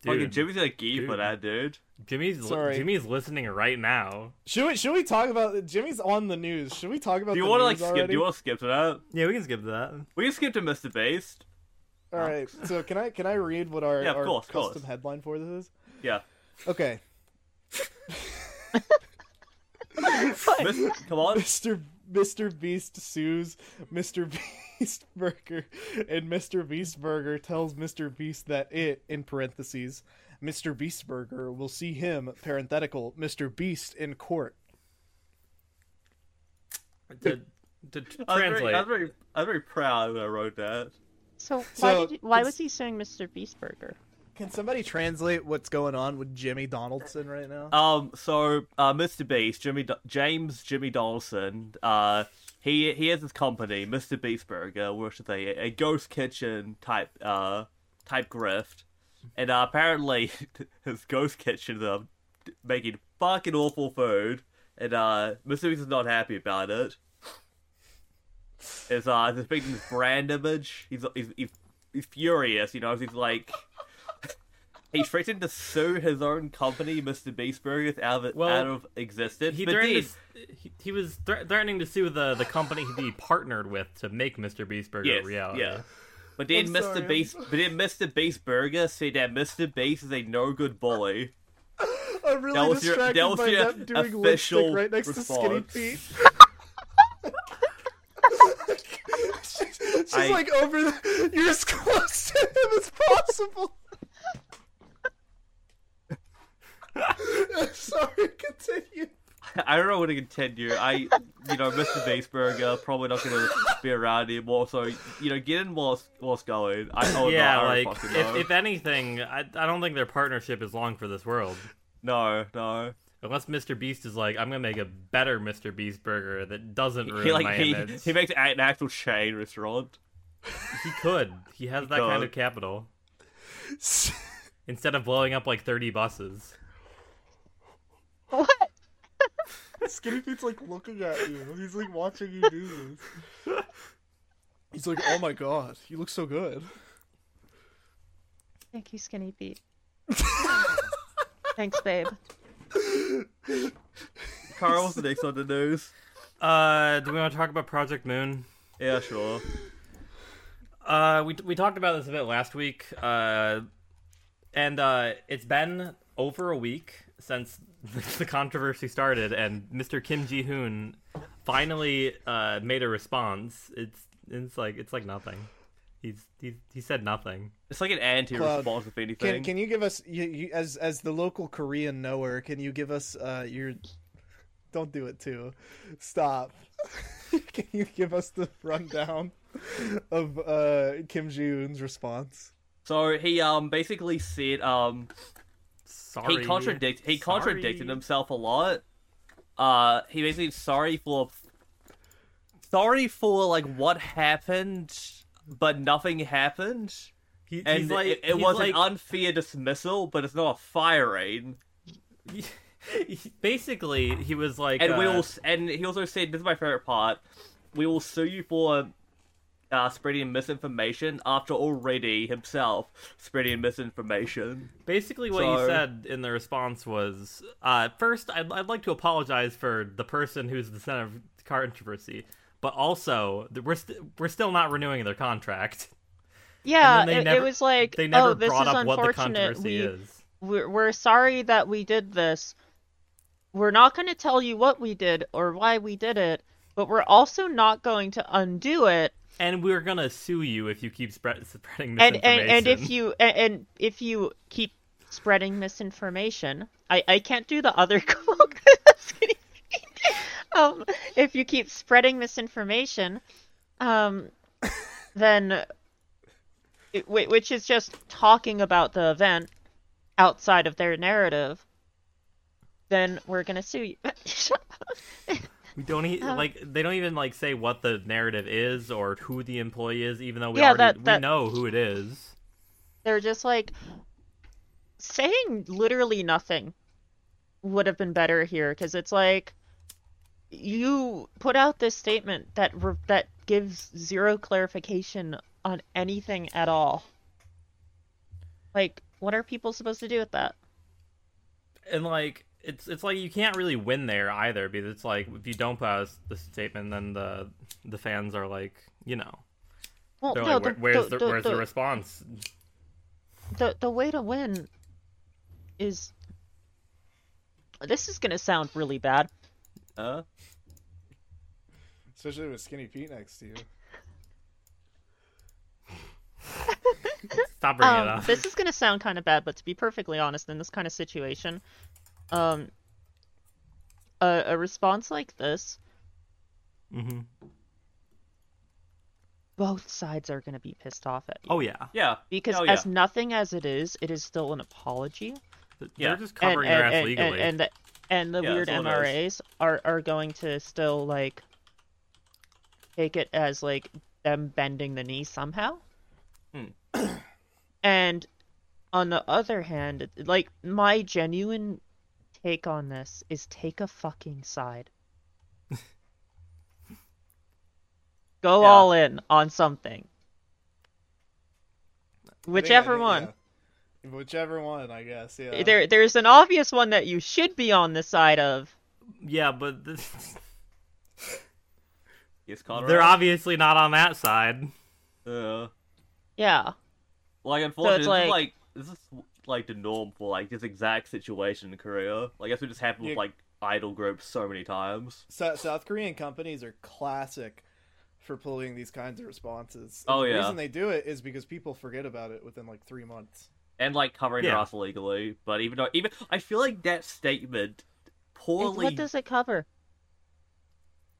Speaker 2: fucking
Speaker 1: Dude.
Speaker 2: Jimmy's gonna geek for
Speaker 1: Dude.
Speaker 2: that, dude.
Speaker 1: Jimmy's li-
Speaker 3: Sorry.
Speaker 1: Jimmy's listening right now.
Speaker 3: should we? Should we talk about? Jimmy's on the news. Should we talk about?
Speaker 2: Do you
Speaker 3: the
Speaker 2: want to like
Speaker 3: news
Speaker 2: skip?
Speaker 3: already?
Speaker 2: Do you want to skip to that?
Speaker 1: Yeah, we can skip that.
Speaker 2: We can skip to Mr. Beast.
Speaker 3: All right. So can I can I read what our,
Speaker 2: Yeah, of
Speaker 3: our
Speaker 2: course, of course.
Speaker 3: custom headline for this is?
Speaker 2: Yeah,
Speaker 3: Okay.
Speaker 2: Mis- come on.
Speaker 3: Mr. Mr. Beast sues Mr. Beast.
Speaker 5: Beastburger, and Mr. Beastburger tells Mr. Beast that it, in parentheses, Mr. Beastburger will see him, parenthetical, Mr. Beast in court.
Speaker 1: to, to
Speaker 2: I was very, I was
Speaker 1: translate.
Speaker 2: very, I was very proud when I wrote that.
Speaker 4: So why
Speaker 5: So,
Speaker 4: did you, why
Speaker 5: it's-
Speaker 4: was he saying Mr. Beastburger?
Speaker 3: Can somebody translate what's going on with Jimmy Donaldson right now?
Speaker 2: Um, so uh, Mr. Beast, Jimmy Do- James Jimmy Donaldson, uh, he he has his company, Mr. Beast Burger, which is a, a ghost kitchen type uh type grift, and uh, apparently his ghost kitchen is making fucking awful food, and uh, Mr. Beast is not happy about it. It's uh, it's affecting his brand image. He's he's he's, he's furious, you know. He's like. He threatened to sue his own company, Mr. Beast Burgers, out of,
Speaker 1: Well,
Speaker 2: out of existence.
Speaker 1: he
Speaker 2: but
Speaker 1: threatened. To,
Speaker 2: then-
Speaker 1: s- he, he was thr threatening to sue the the company he partnered with to make Mr. Beast Burger
Speaker 2: yes,
Speaker 1: a reality.
Speaker 2: yeah. But then
Speaker 3: I'm
Speaker 2: Mr.
Speaker 3: sorry, I'm
Speaker 2: Beast, but then Mr. Beast Burger said that Mr. Beast is a no good bully.
Speaker 5: I'm really
Speaker 2: That was your- that
Speaker 5: distracted
Speaker 2: was
Speaker 5: by
Speaker 2: your
Speaker 5: them doing
Speaker 2: official
Speaker 5: lipstick right next
Speaker 2: response.
Speaker 5: to Skinny Pete. she's she's
Speaker 2: I-
Speaker 5: like over the, you're as close to him as possible. I'm sorry, continue.
Speaker 2: I don't know what to continue. I, you know, Mr. Beast Burger probably not going to be around anymore. So you know, get in whilst whilst going. I oh,
Speaker 1: yeah,
Speaker 2: no, I
Speaker 1: like
Speaker 2: don't fucking
Speaker 1: if,
Speaker 2: know.
Speaker 1: if anything, I, I don't think their partnership is long for this world.
Speaker 2: no, no.
Speaker 1: Unless Mr. Beast is like, I'm gonna make a better Mr. Beast burger that doesn't ruin
Speaker 2: He
Speaker 1: my
Speaker 2: like he,
Speaker 1: image.
Speaker 2: he makes an actual chain restaurant.
Speaker 1: He could. He has that kind of capital. Instead of blowing up like 30 buses.
Speaker 4: What?
Speaker 5: Skinny Pete's like looking at you. He's like watching you do this. He's like, oh my god, you look so good.
Speaker 4: Thank you, Skinny Pete. Thanks, babe.
Speaker 2: Carl, what's the next on the news?
Speaker 1: Uh, do we want to talk about Project Moon?
Speaker 2: Yeah, sure.
Speaker 1: Uh, we we talked about this a bit last week. Uh, and uh, it's been over a week since the controversy started, and Mr. Kim Ji Hoon finally uh made a response. It's it's like it's like nothing. He's he he said nothing.
Speaker 2: It's like an anti-response, if anything.
Speaker 3: Can, can you give us you, you as as the local Korean knower? Can you give us uh, your?
Speaker 5: Don't do it too. Stop. Can you give us the rundown of uh, Kim Ji Un's response?
Speaker 2: So he um basically said um
Speaker 1: Sorry.
Speaker 2: he contradict he contradicted
Speaker 1: Sorry.
Speaker 2: himself a lot. Uh, he basically sorry for sorry for like what happened, but nothing happened,
Speaker 1: He, he's
Speaker 2: and
Speaker 1: like,
Speaker 2: it, it
Speaker 1: he's
Speaker 2: was
Speaker 1: like,
Speaker 2: an unfair dismissal, but it's not a firing.
Speaker 1: basically he was like
Speaker 2: And
Speaker 1: uh,
Speaker 2: we will s- and he also said this is my favorite part. We will sue you for uh, spreading misinformation after already himself spreading misinformation.
Speaker 1: Basically, what he
Speaker 2: So-
Speaker 1: said in the response was, uh, first, I'd, I'd like to apologize for the person who's the center of the controversy, but also th- we're st- we're still not renewing their contract.
Speaker 4: Yeah,
Speaker 1: they
Speaker 4: it, it
Speaker 1: never-
Speaker 4: was like,
Speaker 1: They never
Speaker 4: oh, this
Speaker 1: brought
Speaker 4: is
Speaker 1: up what the
Speaker 4: unfortunate.
Speaker 1: controversy
Speaker 4: We
Speaker 1: is.
Speaker 4: we're, we're sorry that we did this. We're not going to tell you what we did or why we did it, but we're also not going to undo it.
Speaker 1: And we're gonna sue you if you keep spread- spreading
Speaker 4: And
Speaker 1: misinformation.
Speaker 4: and, and if you and, and if you keep spreading misinformation, I I can't do the other quote. 'cause that's gonna be- um, if you keep spreading misinformation, um, then it- whi- which is just talking about the event outside of their narrative, then we're gonna sue you.
Speaker 1: we don't e-
Speaker 4: Uh.
Speaker 1: like, they don't even like say what the narrative is or who the employee is, even though we
Speaker 4: Yeah,
Speaker 1: already
Speaker 4: that- that-
Speaker 1: we know who it is.
Speaker 4: They're just like saying literally nothing would have been better here because it's like you put out this statement that re- that gives zero clarification on anything at all. Like, what are people supposed to do with that?
Speaker 1: and like it's it's like you can't really win there either because it's like if you don't put out the statement then the the fans are like you know
Speaker 4: Well,
Speaker 1: they're
Speaker 4: no,
Speaker 1: like "Where- where's the,
Speaker 4: the,
Speaker 1: where's
Speaker 4: the,
Speaker 1: the response
Speaker 4: the the way to win is this is gonna sound really bad.
Speaker 2: Huh?
Speaker 5: Especially with Skinny Pete next to you.
Speaker 1: Stop bringing it
Speaker 4: Um,
Speaker 1: up.
Speaker 4: this is gonna sound kind of bad, but to be perfectly honest, in this kind of situation, um, a, a response like this,
Speaker 1: hmm
Speaker 4: both sides are gonna be pissed off at you.
Speaker 1: Oh yeah,
Speaker 2: Yeah.
Speaker 4: Because
Speaker 2: Oh, yeah.
Speaker 4: as nothing as it is, it is still an apology.
Speaker 1: Th-
Speaker 2: Yeah.
Speaker 1: they're just covering
Speaker 4: and,
Speaker 1: their ass
Speaker 4: and, and,
Speaker 1: legally.
Speaker 4: and, and the and the
Speaker 2: Yeah,
Speaker 4: weird
Speaker 2: that's all it
Speaker 4: MRAs are are going to still like take it as like them bending the knee somehow.
Speaker 2: Hmm.
Speaker 4: and on the other hand, like my genuine take on this is take a fucking side. Go
Speaker 2: Yeah.
Speaker 4: all in on
Speaker 5: I
Speaker 4: something.
Speaker 5: think- I
Speaker 4: Whichever
Speaker 5: think-
Speaker 4: one.
Speaker 5: yeah. Whichever one, I guess. Yeah.
Speaker 4: There there's an obvious one that you should be on the side of.
Speaker 1: yeah, but this,
Speaker 2: Yes, Conrad. Uh,
Speaker 1: they're obviously not on that side.
Speaker 2: Yeah.
Speaker 4: Yeah.
Speaker 2: Like, unfortunately,
Speaker 4: like-
Speaker 2: this is like this is like the norm for like this exact situation in Korea. Like, I guess it just happened
Speaker 5: Yeah.
Speaker 2: with like idol groups so many times.
Speaker 5: So- South Korean companies are classic for pulling these kinds of responses. And
Speaker 2: Oh,
Speaker 5: the
Speaker 2: yeah.
Speaker 5: reason they do it is because people forget about it within like three months.
Speaker 2: and like covering
Speaker 1: Yeah.
Speaker 2: their ass legally. But even though, even I feel like that statement
Speaker 4: And
Speaker 2: poorly.
Speaker 4: What does it cover?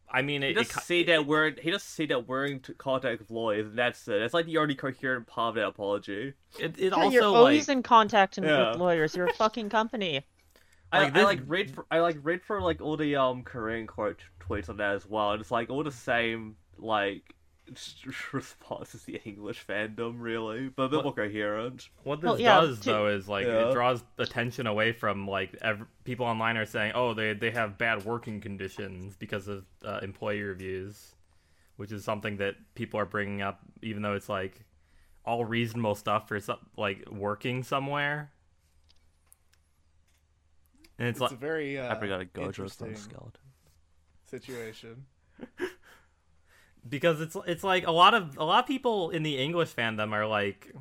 Speaker 1: I mean,
Speaker 2: he
Speaker 1: it, it,
Speaker 2: just
Speaker 1: co-
Speaker 2: say that we're he just say that we're in t- contact with lawyers, and that's it. That's like the only coherent part of that apology.
Speaker 1: it, it
Speaker 4: Yeah,
Speaker 1: also
Speaker 4: you're always
Speaker 1: like
Speaker 4: in contact and-
Speaker 2: Yeah.
Speaker 4: with lawyers. You're a fucking company.
Speaker 2: I
Speaker 1: Like,
Speaker 2: I,
Speaker 1: this-
Speaker 2: like read for, I like read for like all the um Korean quote tweets on that as well, and it's like all the same like responses the English fandom really, but a bit
Speaker 1: What-
Speaker 2: more coherent.
Speaker 1: what this
Speaker 4: Well, yeah,
Speaker 1: does
Speaker 4: to-
Speaker 1: though is like
Speaker 2: Yeah.
Speaker 1: it draws attention away from like ev- people online are saying, oh, they they have bad working conditions because of uh, employee reviews, which is something that people are bringing up, even though it's like all reasonable stuff for some, like working somewhere. And it's,
Speaker 5: It's,
Speaker 1: like
Speaker 5: a very uh,
Speaker 2: I forgot a Gojo
Speaker 5: interesting
Speaker 2: skeleton.
Speaker 5: situation.
Speaker 1: because it's it's like a lot of a lot of people in the English fandom are like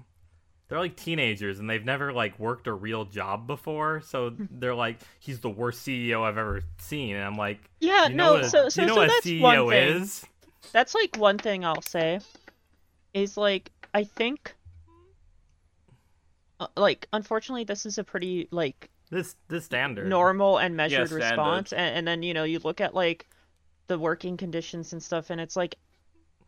Speaker 1: they're like teenagers and they've never like worked a real job before, so
Speaker 4: Hmm.
Speaker 1: they're like he's the worst CEO I've ever seen, and I'm like
Speaker 4: Yeah,
Speaker 1: you know
Speaker 4: Uh, no.
Speaker 1: what a-
Speaker 4: so so,
Speaker 1: you know
Speaker 4: so
Speaker 1: what
Speaker 4: that's
Speaker 1: a CEO
Speaker 4: one thing.
Speaker 1: is.
Speaker 4: That's like one thing I'll say. Is like I think. uh, Like unfortunately, this is a pretty like
Speaker 1: This this standard
Speaker 4: normal and measured
Speaker 2: standard.
Speaker 4: response, and, and then you know you look at like the working conditions and stuff, and it's like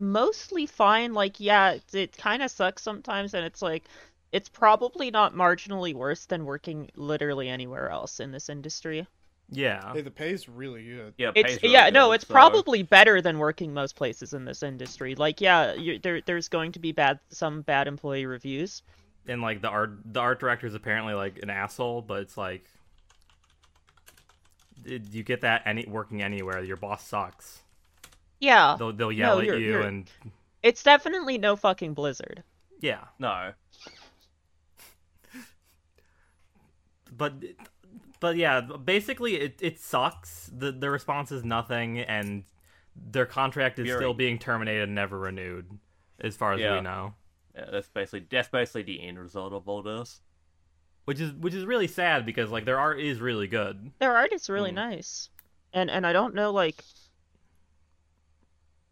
Speaker 4: mostly fine. Like yeah, it, it kind of sucks sometimes, and it's like it's probably not marginally worse than working literally anywhere else in this industry.
Speaker 1: Yeah,
Speaker 5: Hey, the pay's really good.
Speaker 2: Yeah,
Speaker 4: It's
Speaker 2: Paige really
Speaker 4: yeah,
Speaker 2: did,
Speaker 4: no, it's
Speaker 2: so-
Speaker 4: probably better than working most places in this industry. Like yeah, you there there's going to be bad some bad employee reviews.
Speaker 1: and like the art the art director is apparently like an asshole, but it's like it- you get that any working anywhere. Your boss sucks.
Speaker 4: Yeah.
Speaker 1: They'll they'll yell
Speaker 4: Uh, you're-
Speaker 1: at you
Speaker 4: you're-
Speaker 1: and
Speaker 4: It's definitely no fucking blizzard.
Speaker 1: yeah.
Speaker 2: no.
Speaker 1: but but yeah basically it, it sucks the the response is nothing and their contract is
Speaker 2: Fury.
Speaker 1: still being terminated and never renewed as far as
Speaker 2: Yeah.
Speaker 1: we know
Speaker 2: Yeah, that's basically that's basically the end result of all this.
Speaker 1: which is which is really sad because like their art is really good
Speaker 4: Their art is really
Speaker 1: Hmm.
Speaker 2: Mm.
Speaker 4: nice. And and I don't know like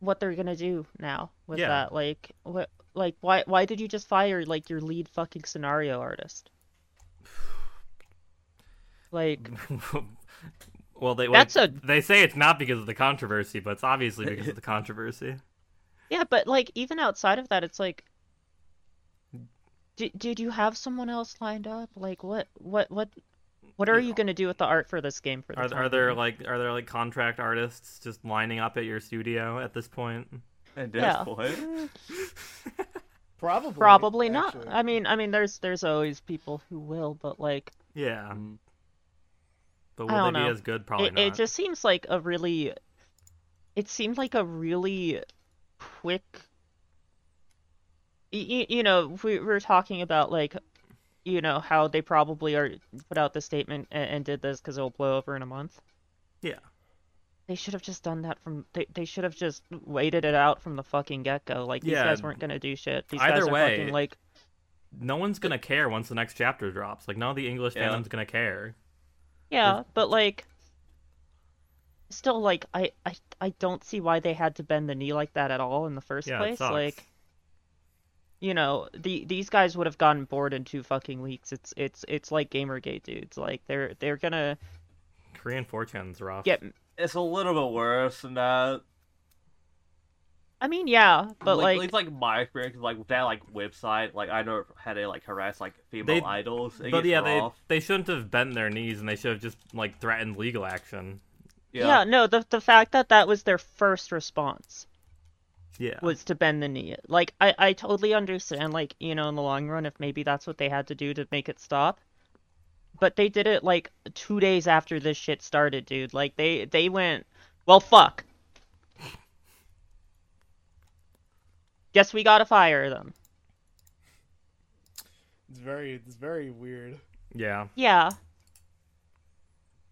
Speaker 4: what they're going to do now with
Speaker 1: Yeah.
Speaker 4: that. Like what like why why did you just fire like your lead fucking scenario artist? Like
Speaker 1: Mm. well they
Speaker 4: That's
Speaker 1: like,
Speaker 4: a-
Speaker 1: they say it's not because of the controversy but it's obviously because of the controversy
Speaker 4: Yeah, but like even outside of that, it's like, did did you have someone else lined up? Like what what what what are you gonna do with the art for this game for the
Speaker 1: are,
Speaker 4: time
Speaker 1: are there
Speaker 4: being?
Speaker 1: like are there like contract artists just lining up at your studio at this point
Speaker 2: And that's
Speaker 4: Yeah.
Speaker 2: point.
Speaker 5: Probably.
Speaker 4: Probably not.
Speaker 5: actually.
Speaker 4: I mean, I mean, there's there's always people who will, but like
Speaker 1: yeah
Speaker 2: Mm.
Speaker 1: but
Speaker 4: I
Speaker 1: will they
Speaker 4: don't
Speaker 1: be
Speaker 4: know.
Speaker 1: as good probably
Speaker 4: it,
Speaker 1: not
Speaker 4: it just seems like a really, it seemed like a really quick. You, you know, we we were talking about like, you know, how they probably are put out the statement and, and did this because it'll blow over in a month.
Speaker 1: yeah
Speaker 4: They should have just done that from. They, they should have just waited it out from the fucking get go. Like these
Speaker 1: Yeah,
Speaker 4: guys weren't gonna do shit. These
Speaker 1: either
Speaker 4: guys are
Speaker 1: way-
Speaker 4: fucking like
Speaker 1: no one's gonna care once the next chapter drops. Like none of the English
Speaker 2: Yeah.
Speaker 1: fandom's gonna care.
Speaker 4: yeah, but like, still like I I I don't see why they had to bend the knee like that at all in the first
Speaker 1: yeah, it
Speaker 4: place.
Speaker 1: sucks.
Speaker 4: Like you know, the these guys would have gotten bored in two fucking weeks. It's it's it's like Gamergate dudes. Like they're they're gonna
Speaker 1: Korean 4chan's rough.
Speaker 4: get.
Speaker 2: It's a little bit worse than that.
Speaker 4: I mean, yeah, but like,
Speaker 2: it's like my experience, like that, like website, like I know how they like harass like female
Speaker 1: They-
Speaker 2: idols. It
Speaker 1: But
Speaker 2: gets
Speaker 1: yeah,
Speaker 2: rough.
Speaker 1: they they shouldn't have bent their knees and they should have just like threatened legal action.
Speaker 4: yeah. no, the the fact that that was their first response
Speaker 1: Yeah.
Speaker 4: was to bend the knee. Like I I totally understand. Like you know, in the long run, if maybe that's what they had to do to make it stop. But they did it like two days after this shit started, dude. Like they they went, well, fuck. Guess we gotta fire them.
Speaker 3: It's very it's very weird.
Speaker 1: Yeah.
Speaker 4: Yeah.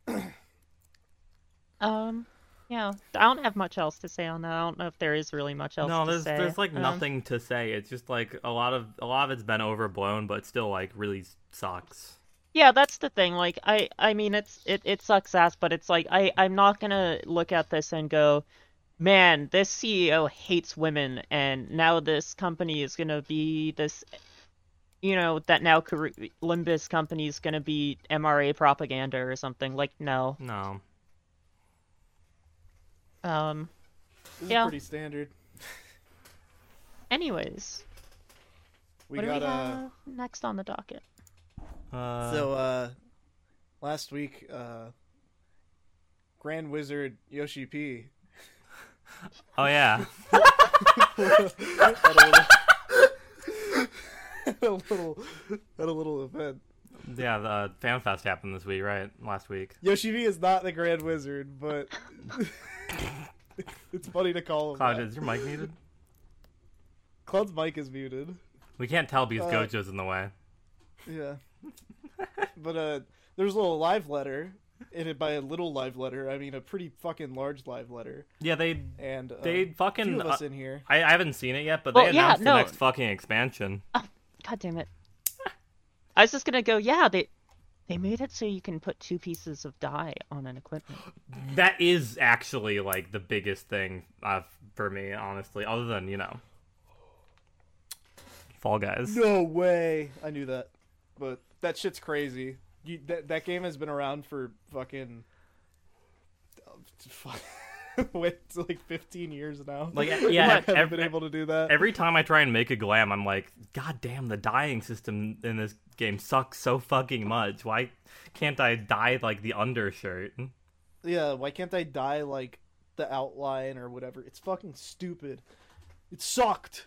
Speaker 4: um, yeah. I don't have much else to say on that. I don't know if there is really much else
Speaker 1: No,
Speaker 4: to
Speaker 1: there's
Speaker 4: say.
Speaker 1: there's like
Speaker 4: Um,
Speaker 1: nothing to say. It's just like a lot of a lot of it's been overblown, but still like really sucks.
Speaker 4: Yeah, that's the thing. Like, I, I mean, it's it, it sucks ass, but it's like I, I'm not gonna look at this and go, man, this CEO hates women, and now this company is gonna be this, you know, that now Kore- Limbus company is gonna be MRA propaganda or something. Like, no.
Speaker 1: No.
Speaker 4: Um.
Speaker 3: This
Speaker 4: Yeah.
Speaker 3: is pretty standard.
Speaker 4: Anyways.
Speaker 3: We
Speaker 4: what
Speaker 3: got
Speaker 4: do we
Speaker 3: uh
Speaker 4: have next on the docket?
Speaker 1: Uh,
Speaker 3: So uh last week uh Grand Wizard Yoshi P
Speaker 1: oh yeah.
Speaker 3: had a little had a little had a little event.
Speaker 1: Yeah, the FanFest happened this week, right? Last week.
Speaker 3: Yoshi P is not the Grand Wizard, but it's funny to call him.
Speaker 1: Cloud,
Speaker 3: that.
Speaker 1: is your mic muted?
Speaker 3: Cloud's mic is muted.
Speaker 1: We can't tell because
Speaker 3: Uh,
Speaker 1: Gojo's in the way.
Speaker 3: Yeah. but uh there's a little live letter. And it- by a little live letter, I mean a pretty fucking large live letter.
Speaker 1: Yeah, they.
Speaker 3: And uh,
Speaker 1: They fucking-
Speaker 3: few of us
Speaker 1: uh,
Speaker 3: in here.
Speaker 1: I, I haven't seen it yet, but
Speaker 4: Well,
Speaker 1: they
Speaker 4: yeah,
Speaker 1: announced
Speaker 4: no.
Speaker 1: the next fucking expansion.
Speaker 4: God damn it. I was just gonna go, yeah, they they made it so you can put two pieces of dye on an equipment.
Speaker 1: That is actually like the biggest thing uh, for me, honestly. Other than you know, Fall Guys.
Speaker 3: No way. I knew that. But that shit's crazy. You, that, that game has been around for fucking. fuck- Wait, it's like 15 years now.
Speaker 1: Like, yeah,
Speaker 3: I haven't
Speaker 1: ev-
Speaker 3: been able to do that.
Speaker 1: Every time I try and make a glam, I'm like, God damn, the dyeing system in this game sucks so fucking much. Why can't I dye like the undershirt?
Speaker 3: yeah, why can't I die like the outline or whatever? It's fucking stupid. It sucked.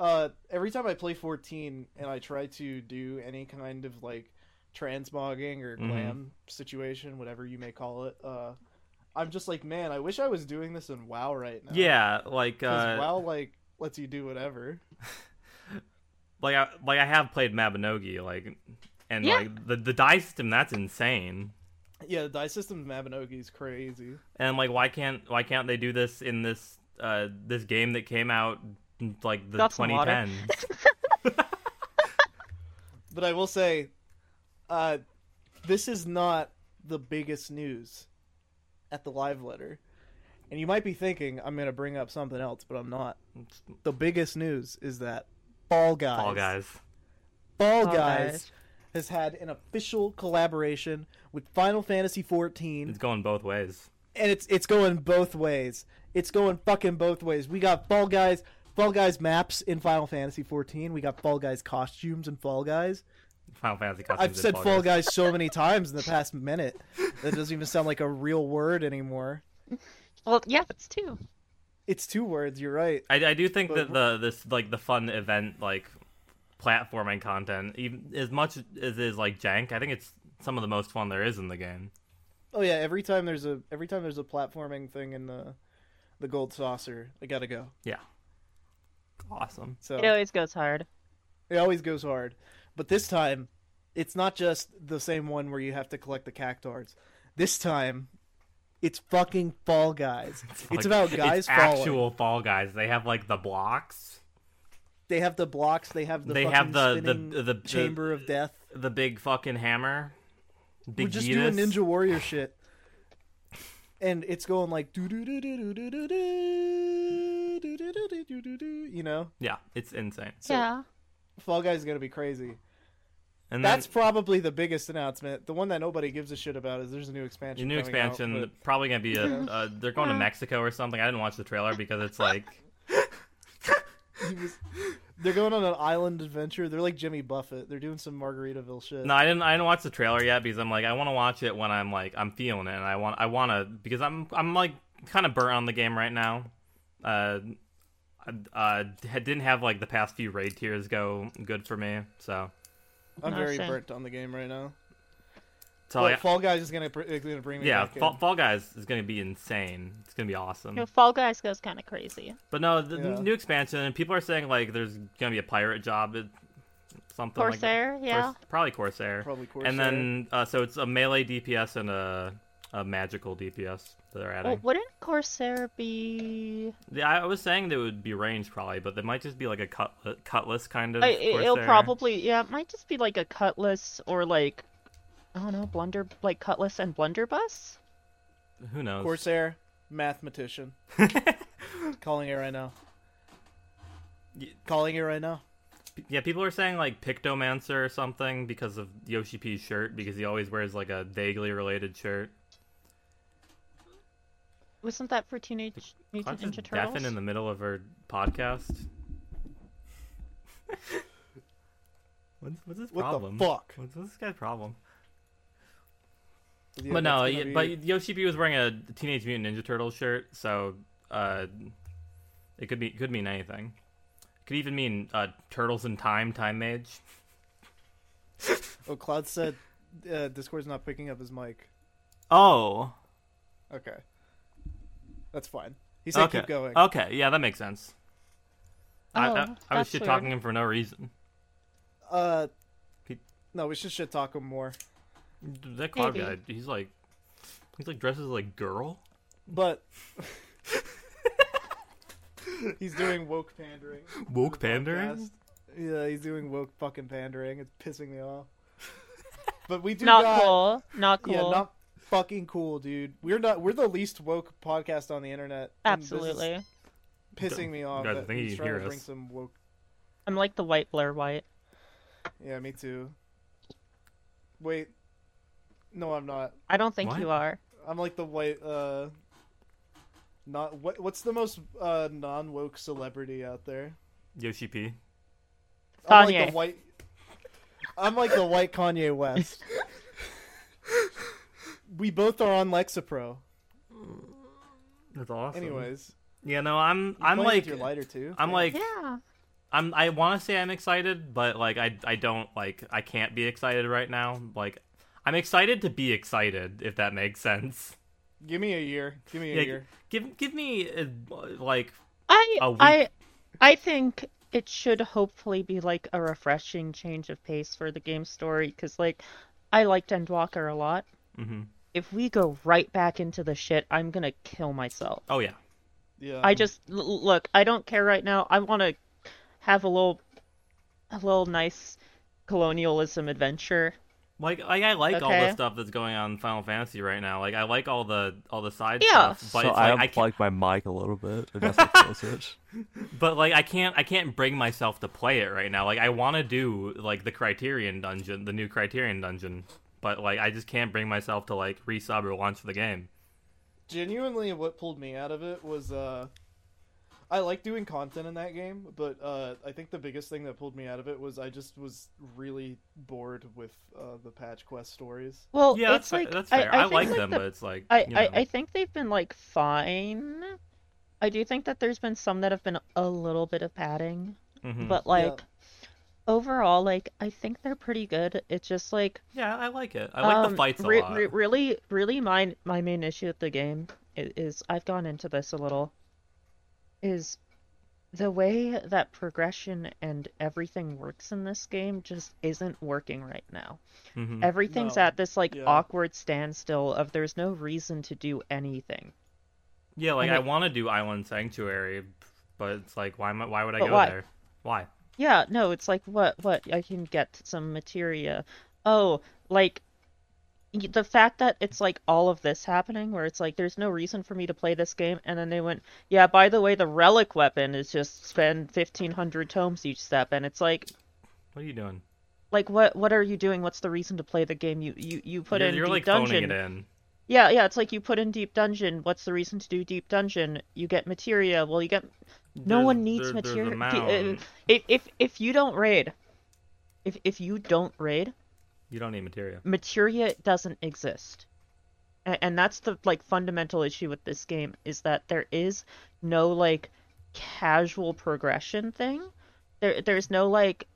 Speaker 3: Uh, every time I play 14 and I try to do any kind of like transmogging or
Speaker 1: Mhm.
Speaker 3: glam situation, whatever you may call it, uh, I'm just like, man, I wish I was doing this in WoW right now.
Speaker 1: Yeah, like, uh,
Speaker 3: because WoW like lets you do whatever.
Speaker 1: like I like I have played Mabinogi, like, and
Speaker 4: Yeah.
Speaker 1: like the the dye system that's insane.
Speaker 3: Yeah, the die system of Mabinogi is crazy.
Speaker 1: And like, why can't why can't they do this in this uh this game that came out like the
Speaker 4: Got some water.
Speaker 1: 2010s?
Speaker 3: But I will say, uh, this is not the biggest news at the live letter. And you might be thinking I'm going to bring up something else, but I'm not. The biggest news is that Ball Guys,
Speaker 1: Fall Guys.
Speaker 3: Ball
Speaker 4: Fall
Speaker 3: Guys
Speaker 4: Guys.
Speaker 3: has had an official collaboration with Final Fantasy 14
Speaker 1: It's going both ways.
Speaker 3: and it's it's going both ways. It's going fucking both ways. We got Fall Guys, Fall Guys maps in Final Fantasy 14. We got Fall Guys costumes and Fall Guys.
Speaker 1: Final Fantasy customs.
Speaker 3: I've
Speaker 1: and
Speaker 3: said
Speaker 1: Fall
Speaker 3: Fall
Speaker 1: Guys.
Speaker 3: Guys so many times in the past minute that doesn't even sound like a real word anymore.
Speaker 4: Well, yeah, it's two.
Speaker 3: It's two words. You're right.
Speaker 1: I, I do think
Speaker 3: But-
Speaker 1: that the this like the fun event like platforming content, even as much as it is like jank, I think it's some of the most fun there is in the game.
Speaker 3: Oh yeah. Every time there's a every time there's a platforming thing in the the gold saucer, I gotta go.
Speaker 1: Yeah, awesome.
Speaker 3: So
Speaker 4: It always goes hard.
Speaker 3: It always goes hard. But this time, it's not just the same one where you have to collect the cactars. This time, it's fucking Fall Guys. It's,
Speaker 1: Like,
Speaker 3: about guys
Speaker 1: it's
Speaker 3: falling.
Speaker 1: Actual Fall Guys. They have like the blocks,
Speaker 3: They have the blocks. They have the
Speaker 1: They
Speaker 3: fucking
Speaker 1: have the- the-
Speaker 3: spinning
Speaker 1: the- the-
Speaker 3: chamber of death.
Speaker 1: the big fucking hammer. Big
Speaker 3: We're just
Speaker 1: Vetus.
Speaker 3: doing Ninja Warrior shit. and it's going like do do do do do do do do do do do do do do. You know,
Speaker 1: Yeah, it's insane.
Speaker 4: yeah.
Speaker 3: Fall Guys is gonna be crazy.
Speaker 1: And
Speaker 3: That's
Speaker 1: then
Speaker 3: probably the biggest announcement. The one that nobody gives a shit about is there's a new
Speaker 1: your
Speaker 3: expansion.
Speaker 1: new
Speaker 3: coming out,
Speaker 1: expansion
Speaker 3: but-
Speaker 1: probably gonna be a. Uh, they're going to Mexico or something. I didn't watch the trailer because it's like
Speaker 3: They're going on an island adventure. They're like Jimmy Buffett. They're doing some Margaritaville shit.
Speaker 1: no, I didn't. I didn't watch the trailer yet because I'm like I want to watch it when I'm like I'm feeling it and I want I want to because I'm I'm like kind of burnt on the game right now. Uh, I, uh, didn't have like the past few raid tiers go good for me, so.
Speaker 3: I'm
Speaker 4: No,
Speaker 3: very
Speaker 4: same.
Speaker 3: burnt on the game right now.
Speaker 1: So
Speaker 3: But
Speaker 1: I-
Speaker 3: Fall Guys is gonna, br- is gonna bring me
Speaker 1: Oh, Yeah,
Speaker 3: back. in.
Speaker 1: Fall, Fall Guys is going to be insane. It's going to be awesome.
Speaker 4: You know, Fall Guys goes kind of crazy.
Speaker 1: But no, the
Speaker 3: Yeah.
Speaker 1: new expansion, and people are saying like there's going to be a pirate job, it- something
Speaker 4: Corsair,
Speaker 1: like that.
Speaker 4: yeah.
Speaker 1: Cors- probably Corsair.
Speaker 3: probably Corsair.
Speaker 1: And then uh, so it's a melee DPS and a, a magical DPS that they're adding.
Speaker 4: Well, wouldn't Corsair be?
Speaker 1: yeah, I was saying there would be range probably, but they might just be like a cutlet, cutlass kind of.
Speaker 4: I, it- it'll
Speaker 1: Corsair.
Speaker 4: probably yeah. It might just be like a cutlass or like I don't know, blunder like cutlass and blunderbuss.
Speaker 1: Who knows?
Speaker 3: Corsair mathematician. Calling it right now.
Speaker 1: Ye-
Speaker 3: Calling it right now.
Speaker 1: Yeah, people are saying like Pictomancer or something because of Yoshi P's shirt because he always wears like a vaguely related shirt.
Speaker 4: Wasn't that for Teenage Mutant
Speaker 1: Clutching
Speaker 4: Ninja Turtles?
Speaker 1: Daffin in the middle of her podcast. what's, what's his
Speaker 3: What
Speaker 1: problem?
Speaker 3: the fuck?
Speaker 1: What's, what's this guy's problem?
Speaker 3: Yeah,
Speaker 1: but no,
Speaker 3: that's
Speaker 1: yeah,
Speaker 3: gonna be-
Speaker 1: but Yoshi B was wearing a Teenage Mutant Ninja Turtle shirt, so uh, it could be could mean anything. Could even mean uh, turtles in time, time mage.
Speaker 3: oh, Cloud said uh, Discord's not picking up his mic.
Speaker 1: Oh,
Speaker 3: Okay, that's fine. He said keep going.
Speaker 1: Okay, Uh, yeah, that makes sense. I,
Speaker 4: Oh,
Speaker 1: I, I was
Speaker 4: that's
Speaker 1: shit talking
Speaker 4: weird.
Speaker 1: him for no reason.
Speaker 3: Uh,
Speaker 1: Pe-
Speaker 3: no, we should shit talk him more.
Speaker 1: That cloud
Speaker 4: Maybe.
Speaker 1: guy, he's like, he's like dresses like girl.
Speaker 3: But he's doing woke pandering.
Speaker 1: Woke pandering.
Speaker 3: Podcast. Yeah, he's doing woke fucking pandering. It's pissing me off. But we do
Speaker 4: Not
Speaker 3: got-
Speaker 4: cool. Not cool.
Speaker 3: Yeah, not fucking cool, dude. We're not. We're the least woke podcast on the internet. and this is
Speaker 4: Absolutely.
Speaker 3: pissing me off.
Speaker 1: Guys, I
Speaker 3: that
Speaker 1: think
Speaker 3: he's
Speaker 1: you can
Speaker 3: trying
Speaker 1: hear
Speaker 3: to bring
Speaker 1: us.
Speaker 3: some woke.
Speaker 4: I'm like the white Blair White.
Speaker 3: Yeah, me too. Wait, no, I'm not.
Speaker 4: I don't think
Speaker 1: What?
Speaker 4: you are.
Speaker 3: I'm like the white. uh Not what? What's the most uh non woke celebrity out there?
Speaker 1: Yoshi P.
Speaker 3: I'm like the
Speaker 4: Kanye.
Speaker 3: white. I'm like the white Kanye West. we both are on Lexapro.
Speaker 1: That's awesome.
Speaker 3: Anyways,
Speaker 1: yeah, no, I'm,
Speaker 3: you
Speaker 1: I'm
Speaker 3: pointed
Speaker 1: like,
Speaker 3: your lighter too.
Speaker 1: I'm like,
Speaker 3: Thanks.
Speaker 4: Yeah.
Speaker 1: I'm, I want to say I'm excited, but like, I, I don't like, I can't be excited right now. Like, I'm excited to be excited, if that makes sense.
Speaker 3: Give me a year. Give me a
Speaker 1: Yeah,
Speaker 3: year.
Speaker 1: give, give me uh, like,
Speaker 4: I
Speaker 1: A week.
Speaker 4: I I think it should hopefully be like a refreshing change of pace for the game story because like I liked Endwalker a lot.
Speaker 1: mhm.
Speaker 4: If we go right back into the shit, I'm gonna kill myself.
Speaker 1: oh yeah,
Speaker 3: Yeah.
Speaker 1: Um,
Speaker 4: I just l- l- look. I don't care right now. I want to have a little, a little nice colonialism adventure.
Speaker 1: like, like I like all the
Speaker 4: Okay.
Speaker 1: stuff that's going on in Final Fantasy right now. Like, I like all the, all the side
Speaker 4: Yeah.
Speaker 1: stuff, but
Speaker 2: so
Speaker 1: it's like, I
Speaker 2: I
Speaker 1: can't,
Speaker 2: unplugged my mic a little bit, and that's what caused it.
Speaker 1: but like, I can't, I can't bring myself to play it right now. Like, I want to do like the Criterion Dungeon, the new Criterion Dungeon, but like, I just can't bring myself to like resub or launch the game.
Speaker 3: genuinely what pulled me out of it was uh I like doing content in that game, but uh I think the biggest thing that pulled me out of it was I just was really bored with uh the patch quest stories.
Speaker 4: Well,
Speaker 1: yeah, that's
Speaker 4: it's like
Speaker 1: fair. That's
Speaker 4: I,
Speaker 1: fair.
Speaker 4: I
Speaker 1: I,
Speaker 4: think,
Speaker 1: like
Speaker 4: like,
Speaker 1: them,
Speaker 4: the-
Speaker 1: but it's like
Speaker 4: I,
Speaker 1: you know.
Speaker 4: I I think they've been like fine. I do think that there's been some that have been a little bit of padding,
Speaker 1: Mhm.
Speaker 4: but like overall, like I think they're pretty good. It's just like
Speaker 1: yeah, I like it. I like
Speaker 4: um,
Speaker 1: the fights a
Speaker 4: re-
Speaker 1: lot.
Speaker 4: re- really, really, my my main issue with the game is, is I've gone into this a little. Is the way that progression and everything works in this game just isn't working right now. uh,
Speaker 1: Mhm.
Speaker 4: Everything's
Speaker 3: No.
Speaker 4: at this like
Speaker 3: Yeah.
Speaker 4: awkward standstill of there's no reason to do anything.
Speaker 1: Yeah, like
Speaker 4: and
Speaker 1: I
Speaker 4: it-
Speaker 1: want to do Island Sanctuary, but it's like why? am I- Why would I
Speaker 4: But
Speaker 1: go
Speaker 4: why?
Speaker 1: there? Why?
Speaker 4: Yeah, no, it's like what what I can get some materia. Oh, like y- the fact that it's like all of this happening where it's like there's no reason for me to play this game and then they went yeah by the way the relic weapon is just spend 1500 tomes each step and it's like
Speaker 1: What are you doing?
Speaker 4: like what what are you doing what's the reason to play the game you you, you put
Speaker 1: you're
Speaker 4: in
Speaker 1: you're
Speaker 4: deep
Speaker 1: like phoning
Speaker 4: dungeon
Speaker 1: it in.
Speaker 4: yeah yeah it's like you put in deep dungeon what's the reason to do deep dungeon you get materia well you get no
Speaker 1: There's-
Speaker 4: one needs
Speaker 1: there- there's a
Speaker 4: materia
Speaker 1: mound.
Speaker 4: if, if if you don't raid if if you don't raid
Speaker 1: You don't need materia.
Speaker 4: materia doesn't exist and, and that's the like fundamental issue with this game is that there is no like casual progression thing there there's no like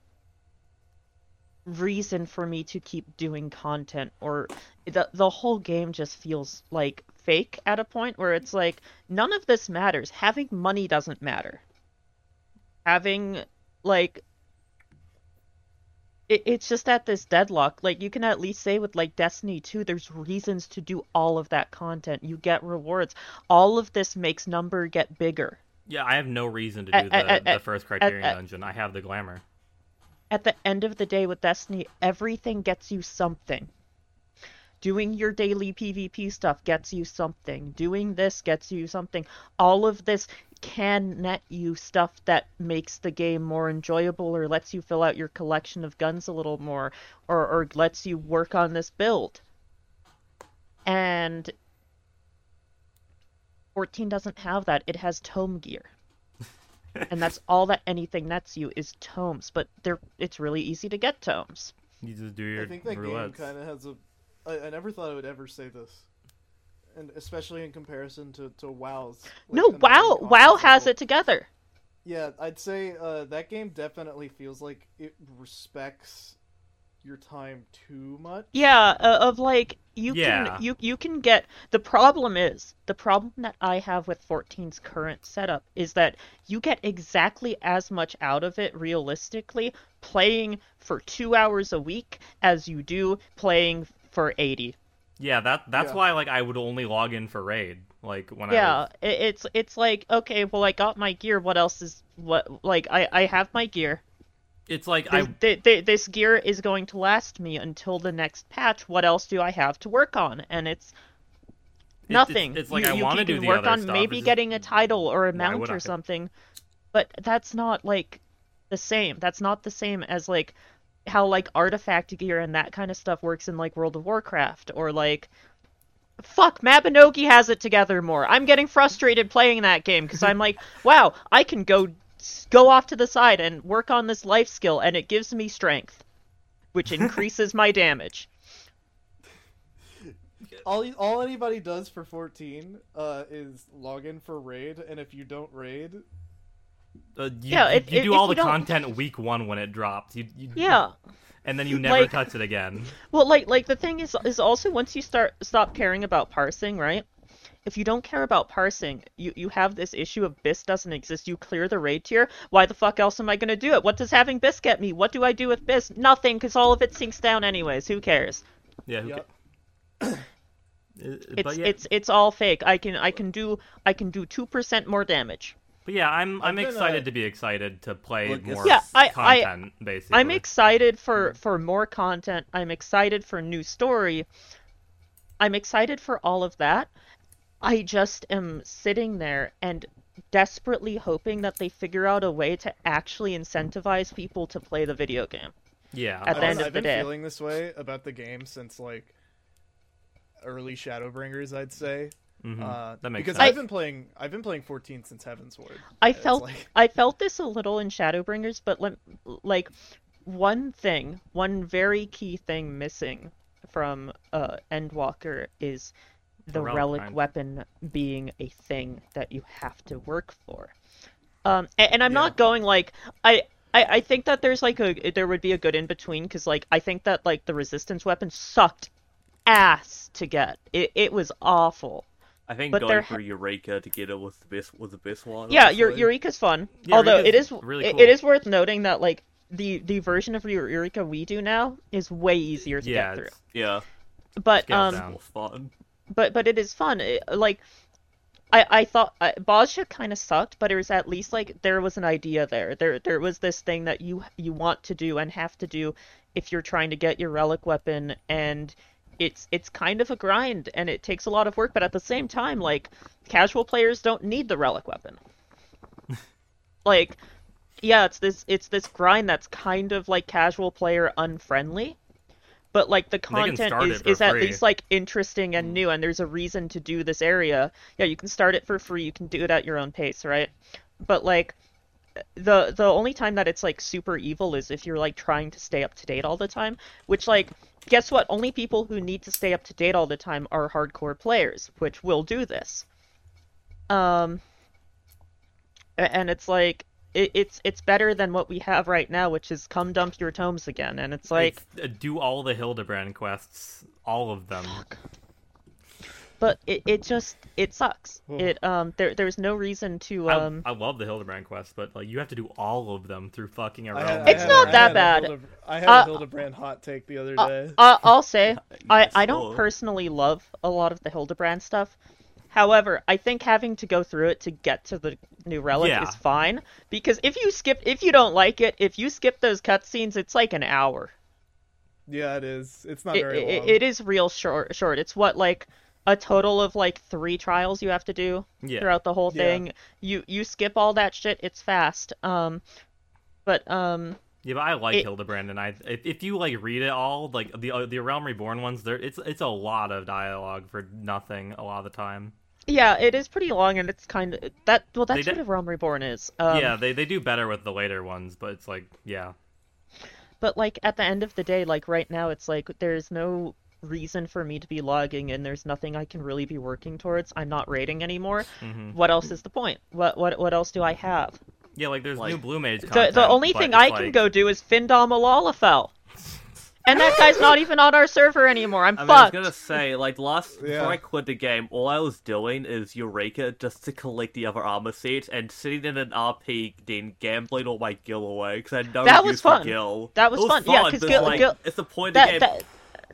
Speaker 4: reason for me to keep doing content or the the whole game just feels like fake at a point where it's like none of this matters having money doesn't matter having like it, it's just at this deadlock. Like you can at least say with like Destiny 2, there's reasons to do all of that content. You get rewards. All of this makes number get bigger.
Speaker 1: Yeah, I have no reason to do
Speaker 4: At-
Speaker 1: the,
Speaker 4: at-
Speaker 1: the
Speaker 4: at-
Speaker 1: first Criterion
Speaker 4: at-
Speaker 1: Dungeon. I have the glamour.
Speaker 4: At the end of the day with Destiny, everything gets you something. Doing your daily PvP stuff gets you something. Doing this gets you something. All of this can net you stuff that makes the game more enjoyable or lets you fill out your collection of guns a little more or, or lets you work on this build. And 14 doesn't have that. It has tome gear. and that's all that anything nets you is tomes, but they're it's really easy to get tomes.
Speaker 1: You just do your
Speaker 5: I think that
Speaker 1: roulettes.
Speaker 5: game kind of has a. I, I never thought I would ever say this, and especially in comparison to to WoW's. like,
Speaker 4: no,
Speaker 5: annoying
Speaker 4: WoW
Speaker 5: content
Speaker 4: WoW has
Speaker 5: cycle.
Speaker 4: it together.
Speaker 5: Yeah, I'd say uh, that game definitely feels like it respects your time too much.
Speaker 4: Yeah, uh, of like you
Speaker 1: Yeah.
Speaker 4: can you you can get the problem is the problem that I have with 14's current setup is that you get exactly as much out of it realistically playing for 2 hours a week as you do playing for 80.
Speaker 1: Yeah, that that's
Speaker 5: Yeah.
Speaker 1: why like I would only log in for raid. Like when I
Speaker 4: Yeah,
Speaker 1: was,
Speaker 4: it, it's it's like okay, well I got my gear, what else is what like I I have my gear.
Speaker 1: it's like
Speaker 4: This,
Speaker 1: I uh,
Speaker 4: th- th- this gear is going to last me until the next patch. What else do I have to work on? And it's
Speaker 1: it's-
Speaker 4: nothing.
Speaker 1: It's, like
Speaker 4: you,
Speaker 1: I
Speaker 4: you
Speaker 1: want to
Speaker 4: can
Speaker 1: do the
Speaker 4: work
Speaker 1: other
Speaker 4: on
Speaker 1: stuff.
Speaker 4: maybe
Speaker 1: it's just-
Speaker 4: getting a title or a
Speaker 1: Why
Speaker 4: mount
Speaker 1: would
Speaker 4: or
Speaker 1: I?
Speaker 4: something, but that's not like the same. That's not the same as like how like artifact gear and that kind of stuff works in like World of Warcraft or like. Fuck, Mabinogi has it together more. I'm getting frustrated playing that game because I'm like, wow, I can go go off to the side and work on this life skill, and it gives me strength, which increases my damage.
Speaker 5: All all anybody does for fourteen uh, is log in for raid, and if you don't raid,
Speaker 1: Uh, you,
Speaker 4: Yeah,
Speaker 1: you-
Speaker 4: if-
Speaker 1: you
Speaker 4: if-
Speaker 1: do
Speaker 4: if
Speaker 1: all
Speaker 4: you
Speaker 1: the
Speaker 4: don't-
Speaker 1: content week one when it drops. You, you
Speaker 4: Yeah.
Speaker 1: and then you never
Speaker 4: Like-
Speaker 1: touch it again.
Speaker 4: Well, like like the thing is is also once you start stop caring about parsing, right? If you don't care about parsing, you you have this issue of bis doesn't exist. You clear the raid tier. Why the fuck else am I gonna do it? What does having bis get me? What do I do with bis? Nothing, cause all of it sinks down anyways. Who cares?
Speaker 1: Yeah, who
Speaker 5: Yep.
Speaker 1: ca- Uh, but
Speaker 4: It's
Speaker 1: yeah,
Speaker 4: it's it's all fake. I can I can do I can do two percent more damage.
Speaker 1: but yeah, I'm I'm
Speaker 5: been,
Speaker 1: excited
Speaker 5: uh,
Speaker 1: to be excited to play
Speaker 2: Look, it's-
Speaker 1: more
Speaker 4: Yeah, I- I-
Speaker 1: content. basically,
Speaker 4: I'm excited for for more content. I'm excited for new story. I'm excited for all of that. I just am sitting there and desperately hoping that they figure out a way to actually incentivize people to play the video game.
Speaker 1: yeah.
Speaker 4: at
Speaker 5: I
Speaker 4: the
Speaker 5: don't
Speaker 4: end
Speaker 5: know,
Speaker 4: of
Speaker 5: I've
Speaker 4: the
Speaker 5: been
Speaker 4: day.
Speaker 5: feeling this way about the game since like early Shadowbringers, I'd say.
Speaker 1: Mhm.
Speaker 5: Uh,
Speaker 1: That makes
Speaker 5: because
Speaker 1: sense.
Speaker 5: I've been playing I've been playing 14 since Heaven's Ward.
Speaker 4: I
Speaker 5: It's
Speaker 4: felt
Speaker 5: like-
Speaker 4: I felt this a little in Shadowbringers, but lem- like one thing, one very key thing missing from uh, Endwalker is the
Speaker 1: relic
Speaker 4: relic
Speaker 1: kind.
Speaker 4: weapon being a thing that you have to work for. Um, a- and, I'm not going like I, I I think that there's like a there would be a good in between because like I think that like the resistance weapon sucked ass to get. It it was awful.
Speaker 2: I think
Speaker 4: But
Speaker 2: going
Speaker 4: there
Speaker 2: for Eureka to get it was the best was the best one.
Speaker 4: Yeah, Eu-
Speaker 2: honestly.
Speaker 4: Eureka's fun.
Speaker 1: Yeah,
Speaker 4: Although it
Speaker 1: Eureka's
Speaker 4: is
Speaker 1: really
Speaker 4: it-
Speaker 1: cool.
Speaker 4: it is worth noting that like the the version of Eu- Eureka we do now is way easier to
Speaker 1: yeah,
Speaker 4: get through.
Speaker 1: it's-
Speaker 2: Yeah,
Speaker 4: But
Speaker 1: scales
Speaker 4: um
Speaker 1: down.
Speaker 2: more fun.
Speaker 4: but but it is fun. It- like I I thought I, Bosnia kind of sucked, but it was at least like there was an idea there. There there was this thing that you you want to do and have to do if you're trying to get your relic weapon and it's it's kind of a grind and it takes a lot of work, but at the same time, like casual players don't need the relic weapon. like, yeah, it's this it's this grind that's kind of like casual player unfriendly, but like the
Speaker 1: can
Speaker 4: content
Speaker 1: start
Speaker 4: is
Speaker 1: it for
Speaker 4: is at
Speaker 1: free. Mm.
Speaker 4: least like interesting and new, and there's a reason to do this area. Yeah, you can start it for free. You can do it at your own pace, right? But like the the only time that it's like super evil is if you're like trying to stay up to date all the time which like guess what only people who need to stay up to date all the time are hardcore players which will do this um a- and it's like it, it's it's better than what we have right now which is come dump your tomes again and it's like
Speaker 1: It's- uh, do all the Hildebrand quests, all of them.
Speaker 4: but it, it just it sucks
Speaker 5: Well-
Speaker 4: it um there there's no reason to
Speaker 1: I-
Speaker 4: um
Speaker 1: I, love the Hildebrand quests, but like you have to do all of them through fucking
Speaker 5: I
Speaker 1: around.
Speaker 5: had- I
Speaker 4: It's
Speaker 5: had-
Speaker 4: not
Speaker 5: I
Speaker 4: that
Speaker 5: had a
Speaker 4: bad.
Speaker 5: Hilde- I had
Speaker 4: Uh,
Speaker 5: a Hildebrand hot take the other
Speaker 4: Uh,
Speaker 5: day.
Speaker 4: I, I'll say I,
Speaker 2: Yes,
Speaker 4: I don't
Speaker 2: hello.
Speaker 4: personally love a lot of the Hildebrand stuff. However, I think having to go through it to get to the new relic
Speaker 1: Yeah.
Speaker 4: is fine because if you skip if you don't like it, if you skip those cutscenes, it's like an hour.
Speaker 5: yeah, it is. It's not
Speaker 4: It,
Speaker 5: very
Speaker 4: it,
Speaker 5: long.
Speaker 4: it is real short short. It's what like a total of like 3 trials you have to do
Speaker 1: yeah.
Speaker 4: throughout the whole
Speaker 5: Yeah.
Speaker 4: thing. You you skip all that shit, it's fast. Um but um
Speaker 1: Yeah, but I like
Speaker 4: It-
Speaker 1: Hildebrand, and I if, if you like read it all, like the uh, the Realm Reborn ones, there it's it's a lot of dialogue for nothing a lot of the time.
Speaker 4: yeah, it is pretty long and it's kind of that well that's
Speaker 1: They
Speaker 4: what
Speaker 1: de-
Speaker 4: a Realm Reborn is. Um,
Speaker 1: yeah, they they do better with the later ones, but it's like yeah,
Speaker 4: But like at the end of the day, like right now, it's like there's no reason for me to be logging and there's nothing I can really be working towards. I'm not raiding anymore.
Speaker 2: Mm-hmm.
Speaker 1: hmm
Speaker 4: What else is the point? What what what else do I have?
Speaker 1: yeah. Like there's new
Speaker 2: Like-
Speaker 1: Blue Mage.
Speaker 4: The
Speaker 1: Content,
Speaker 4: the only
Speaker 1: but
Speaker 4: thing
Speaker 1: it's
Speaker 4: I can
Speaker 1: like-
Speaker 4: go do is Findom Alalafell. And that guy's not even on our server anymore. I'm
Speaker 2: I mean, I was
Speaker 4: fucked.
Speaker 2: gonna say, like last
Speaker 5: Yeah.
Speaker 2: before I quit the game, all I was doing is Eureka just to collect the other armor sets and sitting in an RP, then gambling all my gil away because I had no
Speaker 4: That was
Speaker 2: use for
Speaker 4: fun.
Speaker 2: gil.
Speaker 4: That was
Speaker 2: It
Speaker 4: fun, yeah, 'cause
Speaker 2: but,
Speaker 4: gil-
Speaker 2: like,
Speaker 4: gil-
Speaker 2: it's the point of the
Speaker 4: That,
Speaker 2: game.
Speaker 4: that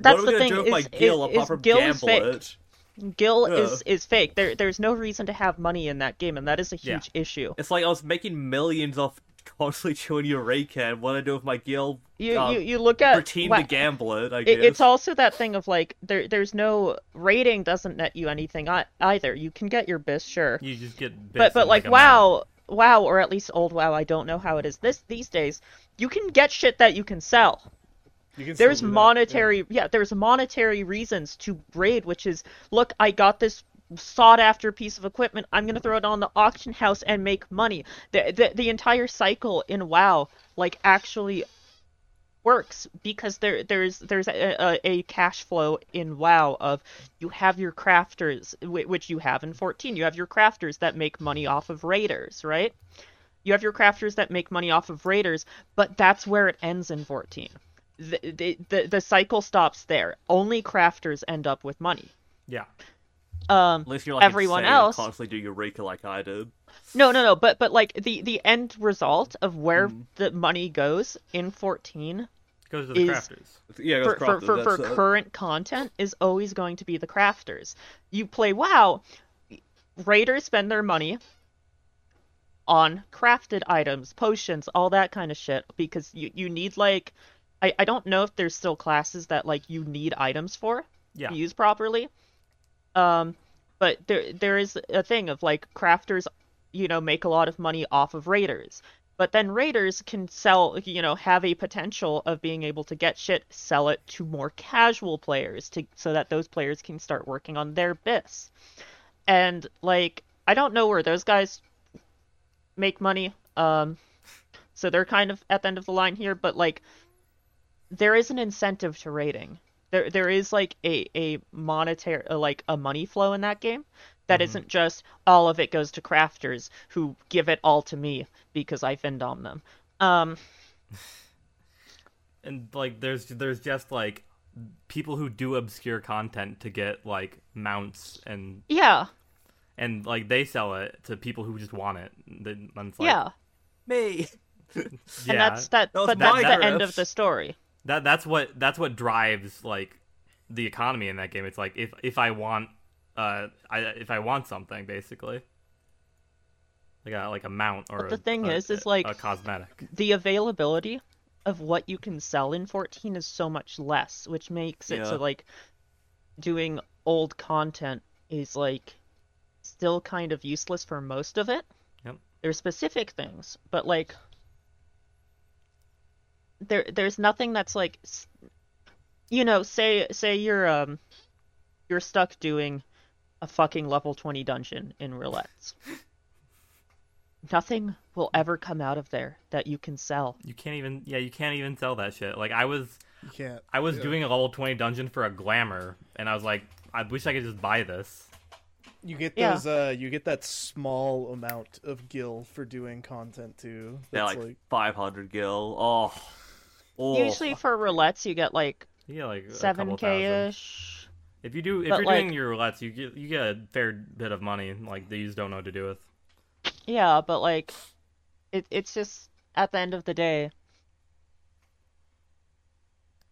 Speaker 4: that's
Speaker 2: what
Speaker 4: the
Speaker 2: am I
Speaker 4: thing
Speaker 2: gonna do
Speaker 4: is,
Speaker 2: with my gil
Speaker 4: is,
Speaker 2: apart
Speaker 4: is
Speaker 2: from
Speaker 4: Gil is
Speaker 2: gamble
Speaker 4: fake.
Speaker 2: it?
Speaker 4: Gil
Speaker 2: Yeah.
Speaker 4: is is fake. There there's no reason to have money in that game, and that is a
Speaker 1: Yeah.
Speaker 4: huge issue.
Speaker 2: It's like I was making millions off constantly chewing Eureka, and what I do with my gil,
Speaker 4: You
Speaker 2: um,
Speaker 4: you, you look at
Speaker 2: pretend
Speaker 4: Uh, wha-
Speaker 2: to gamble it. I guess
Speaker 4: It, it's also that thing of like there there's no rating doesn't net you anything ei- either. You can get your bis sure,
Speaker 1: You just get bits
Speaker 4: but but
Speaker 1: and,
Speaker 4: like
Speaker 1: a map.
Speaker 4: wow wow or at least old wow I don't know how it is this these days. You can get shit that you can sell.
Speaker 5: You can still
Speaker 4: There's
Speaker 5: do that, yeah.
Speaker 4: monetary yeah. there's monetary reasons to raid, which is look I got this sought after piece of equipment. I'm gonna throw it on the auction house and make money. The the, the entire cycle in WoW like actually works because there there's there's a, a, a cash flow in WoW of you have your crafters whi- which you have in 14 you have your crafters that make money off of raiders right you have your crafters that make money off of raiders but that's where it ends in 14 the, the, the, the cycle stops there only crafters end up with money
Speaker 1: Yeah,
Speaker 4: um
Speaker 2: unless you're like
Speaker 4: everyone
Speaker 2: insane and
Speaker 4: else-
Speaker 2: constantly do Eureka like I did.
Speaker 4: No, no, no. But but like the the end result of where the money goes in 14
Speaker 1: it goes to the
Speaker 4: is-
Speaker 1: crafters.
Speaker 2: Yeah,
Speaker 4: for for, for, for current content is always going to be the crafters. You play WoW, raiders spend their money on crafted items, potions, all that kind of shit because you you need like I I don't know if there's still classes that like you need items for
Speaker 1: Yeah,
Speaker 4: use properly. Um, but there there is a thing of like crafters, you know, make a lot of money off of raiders. But then raiders can sell, you know, have a potential of being able to get shit, sell it to more casual players to so that those players can start working on their bis. And like I don't know where those guys make money. Um so they're kind of at the end of the line here, but like there is an incentive to raiding there there is like a a monetary uh, like a money flow in that game that
Speaker 1: Mhm.
Speaker 4: not just all of it goes to crafters who give it all to me because I findom them. Um
Speaker 1: and like there's there's just like people who do obscure content to get like mounts and
Speaker 4: yeah,
Speaker 1: and like they sell it to people who just want it. Then it's like,
Speaker 4: yeah.
Speaker 2: me.
Speaker 1: yeah.
Speaker 4: And that's that,
Speaker 2: That was
Speaker 4: but
Speaker 2: my
Speaker 4: that's the
Speaker 2: narrative.
Speaker 4: end of the story.
Speaker 1: that that's what that's what drives like the economy in that game. It's like if if I want uh I if I want something basically. Like a like a mount or
Speaker 4: But the
Speaker 1: a-
Speaker 4: thing
Speaker 1: a-
Speaker 4: is, is like-
Speaker 1: a cosmetic.
Speaker 4: The availability of what you can sell in 14 is so much less, which makes it
Speaker 2: Yeah.
Speaker 4: so like doing old content is like still kind of useless for most of it.
Speaker 1: Yep.
Speaker 4: There's specific things, but like there there's nothing that's like s- you know, say say you're um you're stuck doing a fucking level 20 dungeon in roulettes. Nothing will ever come out of there that you can sell.
Speaker 1: You can't even yeah, you can't even sell that shit. Like I was
Speaker 3: You can't.
Speaker 1: I was
Speaker 3: Yeah.
Speaker 1: doing a level 20 dungeon for a glamour and I was like I wish I could just buy this.
Speaker 3: You get
Speaker 4: Yeah.
Speaker 3: those. Uh, you get that small amount of gil for doing content too.
Speaker 2: They're
Speaker 3: That's
Speaker 2: like, 500 gil. Oh. oh.
Speaker 4: Usually for roulettes you get like
Speaker 1: You get like
Speaker 4: seven k
Speaker 1: k
Speaker 4: ish.
Speaker 1: If you do if
Speaker 4: But,
Speaker 1: you're doing
Speaker 4: like-
Speaker 1: your roulettes, you get you get a fair bit of money like that you just don't know what to do with.
Speaker 4: Yeah, but like, it it's just at the end of the day,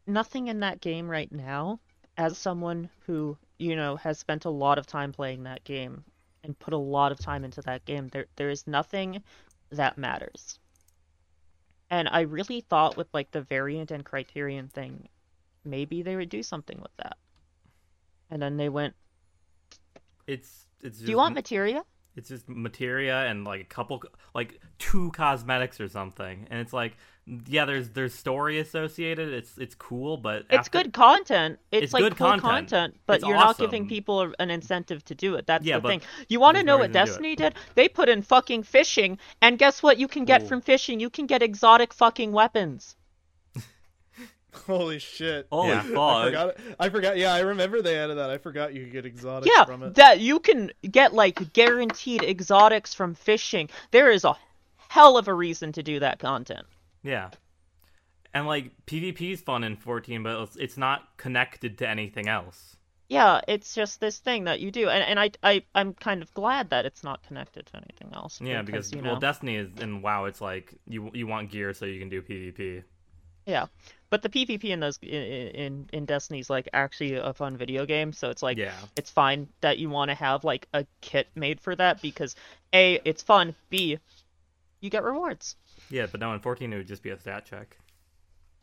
Speaker 4: nothing in that game right now. As someone who you know has spent a lot of time playing that game and put a lot of time into that game, there there is nothing that matters. And I really thought with like the variant and criterion thing, maybe they would do something with that. And then they went,
Speaker 1: It's it's
Speaker 4: "Do
Speaker 1: just,
Speaker 4: you want materia?"
Speaker 1: it's just materia and like a couple like two cosmetics or something. And it's like yeah, there's there's story associated. It's it's cool, but
Speaker 4: It's
Speaker 1: after-
Speaker 4: good content. It's,
Speaker 1: It's
Speaker 4: like
Speaker 1: good
Speaker 4: cool
Speaker 1: content.
Speaker 4: content, but
Speaker 1: It's
Speaker 4: you're not giving
Speaker 1: awesome.
Speaker 4: people a, an incentive to do it. That's
Speaker 1: Yeah,
Speaker 4: the
Speaker 1: but
Speaker 4: thing. You want to
Speaker 1: there's
Speaker 4: know
Speaker 1: no
Speaker 4: what
Speaker 1: reason to do it.
Speaker 4: Destiny did? They put in fucking fishing, and guess what? You can get
Speaker 2: Ooh.
Speaker 4: from fishing. You can get exotic fucking weapons.
Speaker 3: like, holy shit.
Speaker 2: Holy
Speaker 1: Yeah. I
Speaker 3: I
Speaker 2: fuck.
Speaker 3: forgot. I forgot. Yeah, I remember they added that. I forgot you could get exotics
Speaker 4: yeah,
Speaker 3: from it.
Speaker 4: that you can get like guaranteed exotics from fishing. There is a hell of a reason to do that content.
Speaker 1: Yeah. And like PvP is fun in 14, but it's, it's not connected to anything else.
Speaker 4: Yeah, it's just this thing that you do, and and I I I'm kind of glad that it's not connected to anything else.
Speaker 1: Yeah, because,
Speaker 4: you know.
Speaker 1: well, Destiny is and WoW. It's like you you want gear so you can do PvP.
Speaker 4: Yeah, but the PvP in those in in, in Destiny's like actually a fun video game, so it's like
Speaker 1: Yeah.
Speaker 4: it's fine that you want to have like a kit made for that because a it's fun, b you get rewards.
Speaker 1: Yeah, but no, in 14 it would just be a stat check.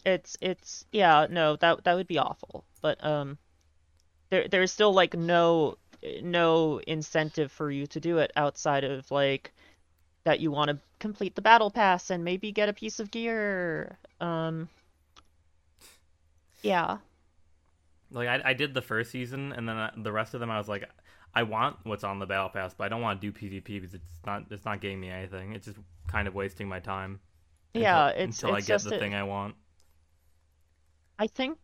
Speaker 4: It's it's yeah no that that would be awful, but um there there's still like no no incentive for you to do it outside of like that you want to complete the battle pass and maybe get a piece of gear. Um yeah.
Speaker 1: Like I, I did the first season, and then I, the rest of them I was like, I want what's on the battle pass, but I don't want to do PvP because it's not it's not getting me anything. It's just kind of wasting my time. until-
Speaker 4: Yeah, it's
Speaker 1: until I
Speaker 4: it's
Speaker 1: get
Speaker 4: just
Speaker 1: the
Speaker 4: a-
Speaker 1: thing I want.
Speaker 4: I think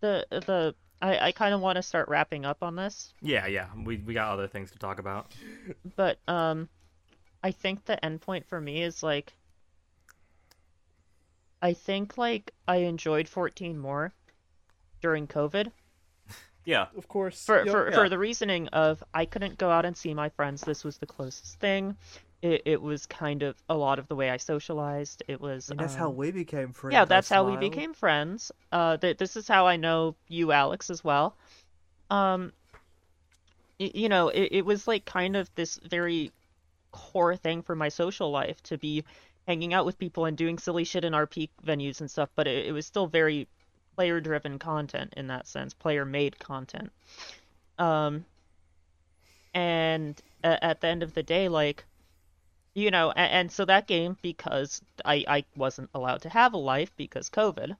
Speaker 4: the the I, I kind of want to start wrapping up on this,
Speaker 1: Yeah, yeah. We we got other things to talk about.
Speaker 4: but um, I think the end point for me is like I think like I enjoyed 14 more during COVID
Speaker 2: Yeah.
Speaker 3: Of course.
Speaker 4: for
Speaker 3: Yep.
Speaker 4: for,
Speaker 2: yeah.
Speaker 4: for the reasoning of I couldn't go out and see my friends. This was the closest thing. It, it was kind of a lot of the way I socialized. It was um,
Speaker 6: we became friends.
Speaker 4: Yeah, that's how we became friends. Uh, th- this is how I know you, Alex, as well. Um, y- you know, it, it was like kind of this very core thing for my social life to be hanging out with people and doing silly shit in RP venues and stuff, but it, it was still very player driven content in that sense, player made content. Um, and a- at the end of the day, like, you know, and, and so that game, because I, I wasn't allowed to have a life because COVID,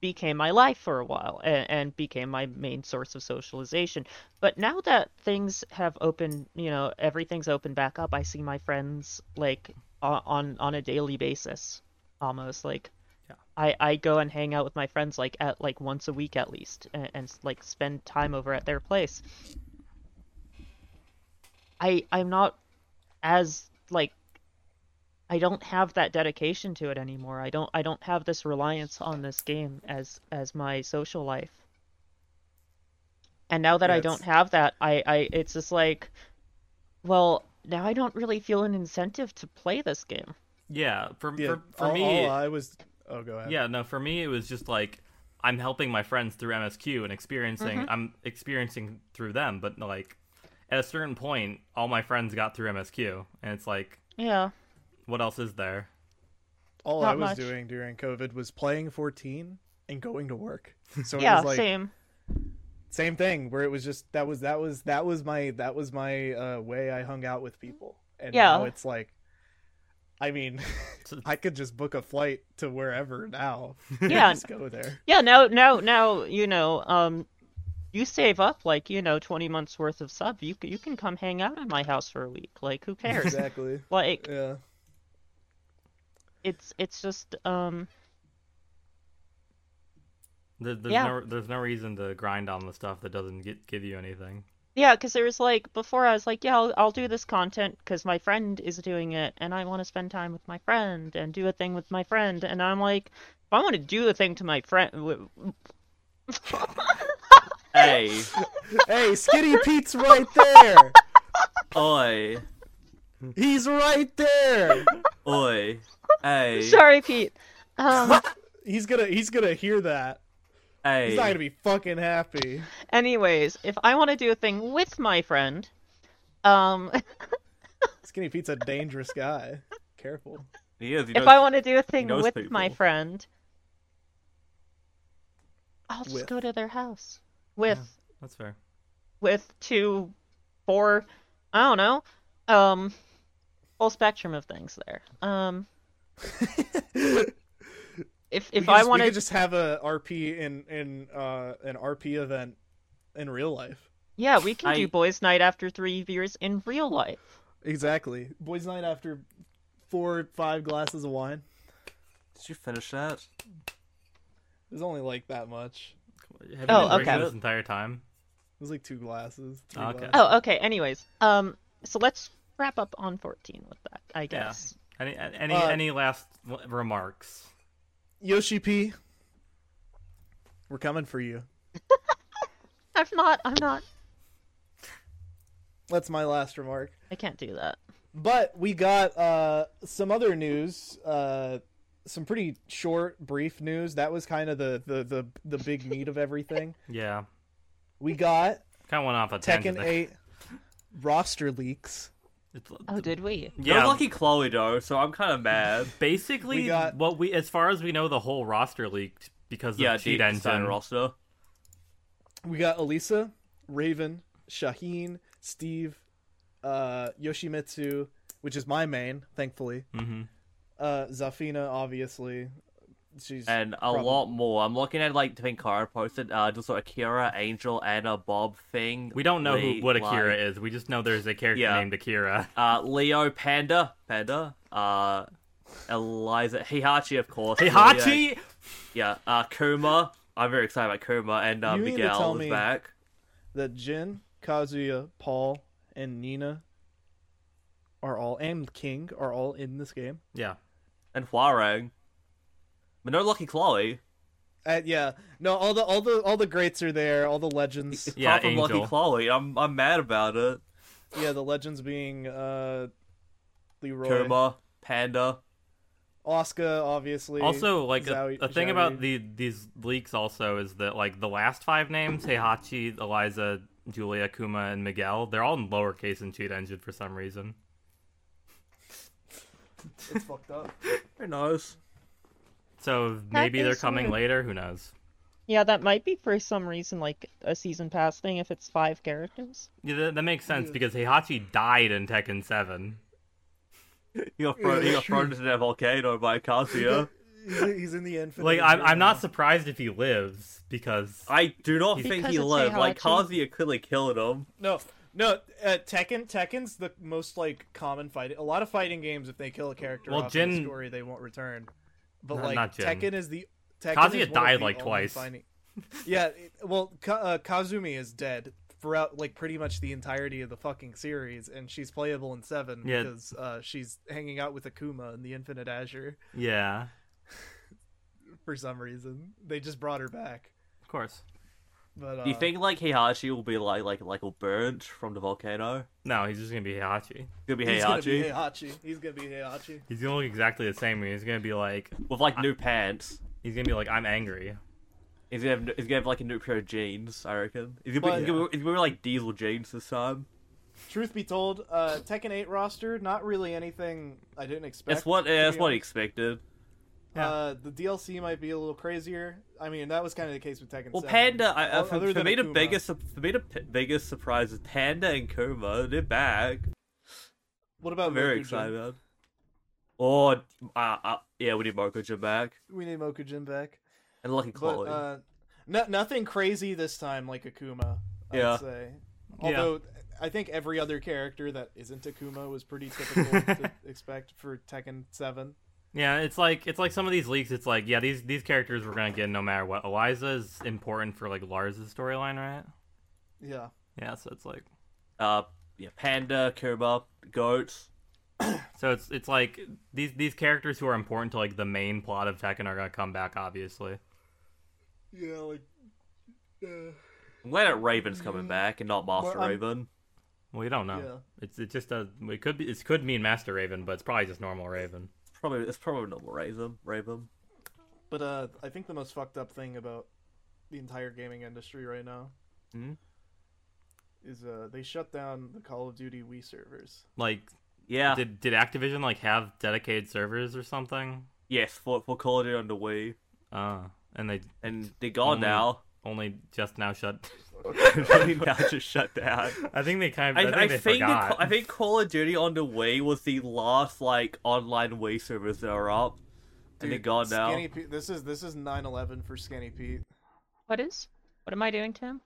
Speaker 4: became my life for a while and, and became my main source of socialization. But now that things have opened, you know, everything's opened back up, I see my friends like o- on on a daily basis, almost like.
Speaker 1: Yeah.
Speaker 4: I, I go and hang out with my friends like at like once a week at least and, and like spend time over at their place. I I'm not as like I don't have that dedication to it anymore. I don't I don't have this reliance on this game as as my social life. And now that I
Speaker 3: Yes.
Speaker 4: don't have that, I I it's just like well, now I don't really feel an incentive to play this game.
Speaker 1: Yeah, for
Speaker 3: Yeah,
Speaker 1: for, for
Speaker 3: all-
Speaker 1: me,
Speaker 3: all I was. Oh, go ahead.
Speaker 1: Yeah, no, for me it was just like I'm helping my friends through MSQ and experiencing
Speaker 4: Mm-hmm.
Speaker 1: I'm experiencing through them, but like at a certain point all my friends got through MSQ and it's like
Speaker 4: Yeah.
Speaker 1: what else is there?
Speaker 3: All I
Speaker 4: Not
Speaker 3: was
Speaker 4: much.
Speaker 3: doing during COVID was playing 14 and going to work. So it
Speaker 4: yeah,
Speaker 3: was like
Speaker 4: same.
Speaker 3: same thing where it was just that was that was that was my that was my uh, way I hung out with people. And
Speaker 4: Yeah.
Speaker 3: now it's like I mean, I could just book a flight to wherever now. and
Speaker 4: Yeah.
Speaker 3: just go there.
Speaker 4: Yeah, now now now you know, um you save up like, you know, 20 months worth of sub. You c- you can come hang out at my house for a week. Like who cares?
Speaker 3: Exactly.
Speaker 4: Like
Speaker 3: Yeah.
Speaker 4: it's it's just um
Speaker 1: There, there's
Speaker 4: Yeah.
Speaker 1: no there's no reason to grind on the stuff that doesn't get, give you anything.
Speaker 4: yeah, cuz there was like before I was like, yeah, I'll, I'll do this content cuz my friend is doing it and I want to spend time with my friend and do a thing with my friend and I'm like if I want to do a thing to my friend w-
Speaker 2: Hey,
Speaker 3: Hey, Skinny Pete's right there.
Speaker 2: oi,
Speaker 3: He's right there.
Speaker 2: oi, hey,
Speaker 4: Sorry, Pete. Um
Speaker 3: He's gonna he's gonna hear that.
Speaker 2: hey.
Speaker 3: He's not gonna be fucking happy.
Speaker 4: anyways, if I want to do a thing with my friend, um
Speaker 3: Skinny Pete's a dangerous guy. Careful.
Speaker 2: He is. He
Speaker 4: if
Speaker 2: knows-
Speaker 4: I want to do a thing
Speaker 2: knows
Speaker 4: with my
Speaker 2: people.
Speaker 4: friend, I'll just
Speaker 3: With.
Speaker 4: go to their house with
Speaker 1: That's fair.
Speaker 4: with two, four, I don't know, um, full spectrum of things there. Um, if
Speaker 3: We
Speaker 4: if
Speaker 3: could
Speaker 4: I
Speaker 3: just- we
Speaker 4: want to,
Speaker 3: could just have a RP in in uh an RP event in real life.
Speaker 4: yeah, we can do
Speaker 2: I-
Speaker 4: boys' night after three beers in real life.
Speaker 3: Exactly. Boys' night after four or five glasses of wine.
Speaker 2: Did you finish that?
Speaker 3: It was only like that much.
Speaker 1: Have you
Speaker 4: Oh,
Speaker 1: been drinking
Speaker 4: okay.
Speaker 1: this entire time?
Speaker 3: It was like two glasses. three
Speaker 1: Okay.
Speaker 3: glasses.
Speaker 4: Oh, okay. Anyways, um, so let's wrap up on fourteen with that, I guess.
Speaker 1: Any any
Speaker 3: Uh,
Speaker 1: any last w- remarks?
Speaker 3: Yoshi P, we're coming for you.
Speaker 4: I'm not. I'm not.
Speaker 3: That's my last remark.
Speaker 4: I can't do that.
Speaker 3: But we got uh, some other news, uh, some pretty short, brief news. That was kind of the, the, the, the big meat of everything.
Speaker 1: Yeah,
Speaker 3: We got
Speaker 1: kind of went off a tangent.
Speaker 3: Tekken
Speaker 1: there.
Speaker 3: 8 roster leaks.
Speaker 1: It's-
Speaker 4: Oh, did we?
Speaker 2: Yeah.
Speaker 1: yeah,
Speaker 2: No lucky Chloe though, so I'm kind of mad.
Speaker 1: basically
Speaker 3: We got-
Speaker 1: what we as far as we know, the whole roster leaked because
Speaker 2: yeah,
Speaker 1: of cheat
Speaker 2: Deep Inside
Speaker 1: engine.
Speaker 2: roster.
Speaker 3: We got Elisa, Raven, Shaheen, Steve, uh, Yoshimitsu, which is my main, thankfully.
Speaker 1: hmm
Speaker 3: Uh, Zafina, obviously. She's
Speaker 2: and a
Speaker 3: probably-
Speaker 2: lot more. I'm looking at like the thing Kara posted, uh, just sort of Akira, Angel, and a Bob thing.
Speaker 1: We don't know who,
Speaker 2: Lee,
Speaker 1: what Akira
Speaker 2: like,
Speaker 1: is. We just know there's a character
Speaker 2: Yeah.
Speaker 1: named Akira.
Speaker 2: Uh, Leo, Panda, Panda, uh, Eliza, Heihachi, of course. Leo,
Speaker 1: Heihachi,
Speaker 2: yeah, uh, Kuma. I'm very excited about Kuma, and uh,
Speaker 3: You mean to tell
Speaker 2: Miguel is
Speaker 3: me-
Speaker 2: back.
Speaker 3: that Jin, Kazuya, Paul, and Nina are all and King are all in this game.
Speaker 1: yeah,
Speaker 2: And Huarang. But no Lucky Chloe.
Speaker 3: Uh, yeah, no, all the all the all the greats are there. All the legends,
Speaker 1: Yeah,
Speaker 2: Apart from Lucky
Speaker 1: Angel.
Speaker 2: Chloe, I'm I'm mad about it.
Speaker 3: yeah, the legends being uh, Leroy,
Speaker 2: Kuma, Panda.
Speaker 3: Asuka, obviously.
Speaker 1: Also, like a,
Speaker 3: Zhao-
Speaker 1: a thing
Speaker 3: Zhao
Speaker 1: about
Speaker 3: Yun.
Speaker 1: the these leaks also is that like the last five names, Heihachi, Eliza, Julia, Kuma, and Miguel, they're all in lowercase in Cheat Engine for some reason.
Speaker 3: it's fucked up.
Speaker 2: Who knows?
Speaker 1: So maybe they're
Speaker 4: is
Speaker 1: coming
Speaker 4: weird.
Speaker 1: later. Who knows?
Speaker 4: Yeah, that might be for some reason like a season pass thing if it's five characters.
Speaker 1: Yeah, that, that makes
Speaker 4: Hmm.
Speaker 1: sense because Heihachi died in Tekken Seven.
Speaker 2: He got thrown, he got thrown into that volcano by Kazuya.
Speaker 3: He's, he's in the infinite.
Speaker 1: Like I'm, I'm not surprised if he lives because
Speaker 2: I do not
Speaker 1: Because
Speaker 2: think he
Speaker 4: it's
Speaker 2: lived. Like
Speaker 4: Heihachi.
Speaker 2: Kazuya clearly killed him.
Speaker 3: No, no. Uh, Tekken, Tekken's the most like common fight. A lot of fighting games, if they kill a character
Speaker 1: Well,
Speaker 3: off in the
Speaker 1: Jin-
Speaker 3: story, they won't return. But
Speaker 1: No,
Speaker 3: like
Speaker 1: not Jin.
Speaker 3: Tekken is the Tekken
Speaker 1: Kazuya
Speaker 3: is one of
Speaker 1: died,
Speaker 3: the
Speaker 1: like,
Speaker 3: only
Speaker 1: twice.
Speaker 3: fighting- Yeah, it- well, Ka- uh, Kazumi is dead throughout like pretty much the entirety of the fucking series, and she's playable in seven
Speaker 1: Yeah.
Speaker 3: because uh, she's hanging out with Akuma in the Infinite Azure
Speaker 1: yeah,
Speaker 3: for some reason. They just brought her back.
Speaker 1: of course.
Speaker 3: But uh,
Speaker 2: Do you think like Heihachi will be like like like all burnt from the volcano?
Speaker 1: No, he's just gonna be Heihachi.
Speaker 2: Could be
Speaker 3: he's gonna be
Speaker 2: Heihachi
Speaker 3: Heihachi? He's gonna be Heihachi.
Speaker 1: He's gonna look exactly the same. He's gonna be like,
Speaker 2: with like new pants.
Speaker 1: he's gonna be like, I'm angry.
Speaker 2: He's gonna, have, he's gonna have like a new pair of jeans, I reckon. He's gonna be,
Speaker 3: But-
Speaker 2: he's gonna, be- he's gonna be like diesel jeans this time.
Speaker 3: Truth be told, uh, Tekken 8 roster, not really anything I didn't expect.
Speaker 2: That's what
Speaker 3: to
Speaker 2: that's
Speaker 3: be
Speaker 2: what he
Speaker 3: honest.
Speaker 2: expected.
Speaker 1: Yeah.
Speaker 3: Uh, the DLC might be a little crazier. I mean, that was kind of the case with Tekken.
Speaker 2: Well,
Speaker 3: 7.
Speaker 2: Panda. I, I,
Speaker 3: O-
Speaker 2: for,
Speaker 3: other
Speaker 2: for
Speaker 3: than
Speaker 2: me, the
Speaker 3: Akuma.
Speaker 2: biggest for me, the p- biggest surprise is Panda and Kuma. They're back.
Speaker 3: Oh, What about
Speaker 2: I'm very
Speaker 3: Mokujin?
Speaker 2: excited. Oh, uh, uh, yeah, we need Mokujin back
Speaker 3: We need Mokujin back.
Speaker 2: and Lucky Chloe.
Speaker 3: But uh, no, nothing crazy this time, like Akuma. I'd
Speaker 2: Yeah.
Speaker 3: say.
Speaker 1: Yeah.
Speaker 3: Although I think every other character that isn't Akuma was pretty typical to expect for Tekken Seven.
Speaker 1: Yeah, it's like it's like some of these leaks. It's like yeah, these these characters we're gonna get no matter what. Eliza is important for like Lars' storyline, right?
Speaker 3: Yeah.
Speaker 1: Yeah, so it's like
Speaker 2: uh, yeah, Panda, Kuma, Goats.
Speaker 1: so it's it's like these these characters who are important to like the main plot of Tekken are gonna come back, obviously.
Speaker 3: Yeah, like. uh,
Speaker 2: I'm glad that Raven's coming back and not Master
Speaker 3: Mm. Well, I'm-
Speaker 2: Raven.
Speaker 1: We don't know.
Speaker 3: Yeah.
Speaker 1: It's it just a it could be it could mean Master Raven, but it's probably just normal Raven.
Speaker 2: It's probably it's probably not Raven. Raven.
Speaker 3: But uh, I think the most fucked up thing about the entire gaming industry right now
Speaker 2: Hmm?
Speaker 3: is uh, they shut down the Call of Duty Wii servers.
Speaker 1: Like
Speaker 2: Yeah.
Speaker 1: did did Activision like have dedicated servers or something?
Speaker 2: Yes, for for Call of Duty on the Wii,
Speaker 1: Uh and they
Speaker 2: and they're gone
Speaker 1: Mm.
Speaker 2: now.
Speaker 1: only just now shut.
Speaker 2: Probably now just shut down.
Speaker 1: I think they kind
Speaker 2: I,
Speaker 1: of. I,
Speaker 2: I
Speaker 1: think they
Speaker 2: think the,
Speaker 1: forgot.
Speaker 2: Ca- I think Call of Duty on the Wii was the last like online Wii servers that are up, and they're
Speaker 3: Dude,
Speaker 2: gone now.
Speaker 3: Skinny Pete, this is this is 9/11 for Skinny Pete.
Speaker 4: What is? What am I doing, Tim?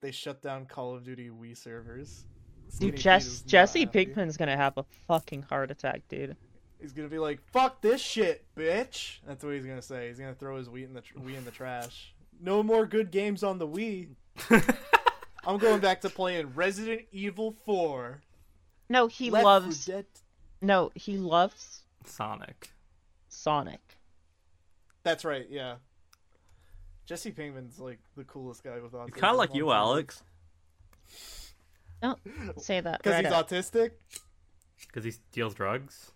Speaker 3: They shut down Call of Duty Wii servers. Skinny
Speaker 4: Dude,
Speaker 3: Pete
Speaker 4: Jess,
Speaker 3: is not
Speaker 4: Jesse
Speaker 3: happy.
Speaker 4: Pinkman's gonna have a fucking heart attack, dude.
Speaker 3: He's gonna be like, "Fuck this shit, bitch." That's what he's gonna say. He's gonna throw his Wii in the tr- Wii in the trash. No more good games on the Wii. I'm going back to playing Resident Evil 4.
Speaker 4: No, he
Speaker 3: Left 4
Speaker 4: loves.
Speaker 3: Dead
Speaker 4: No, he loves
Speaker 1: Sonic.
Speaker 4: Sonic.
Speaker 3: That's right, yeah. Jesse Pinkman's like the coolest guy with autism.
Speaker 2: It's kind of like you, Alex.
Speaker 4: Don't say that.
Speaker 3: Because
Speaker 4: right
Speaker 3: he's
Speaker 4: up.
Speaker 3: autistic.
Speaker 1: Because he steals drugs.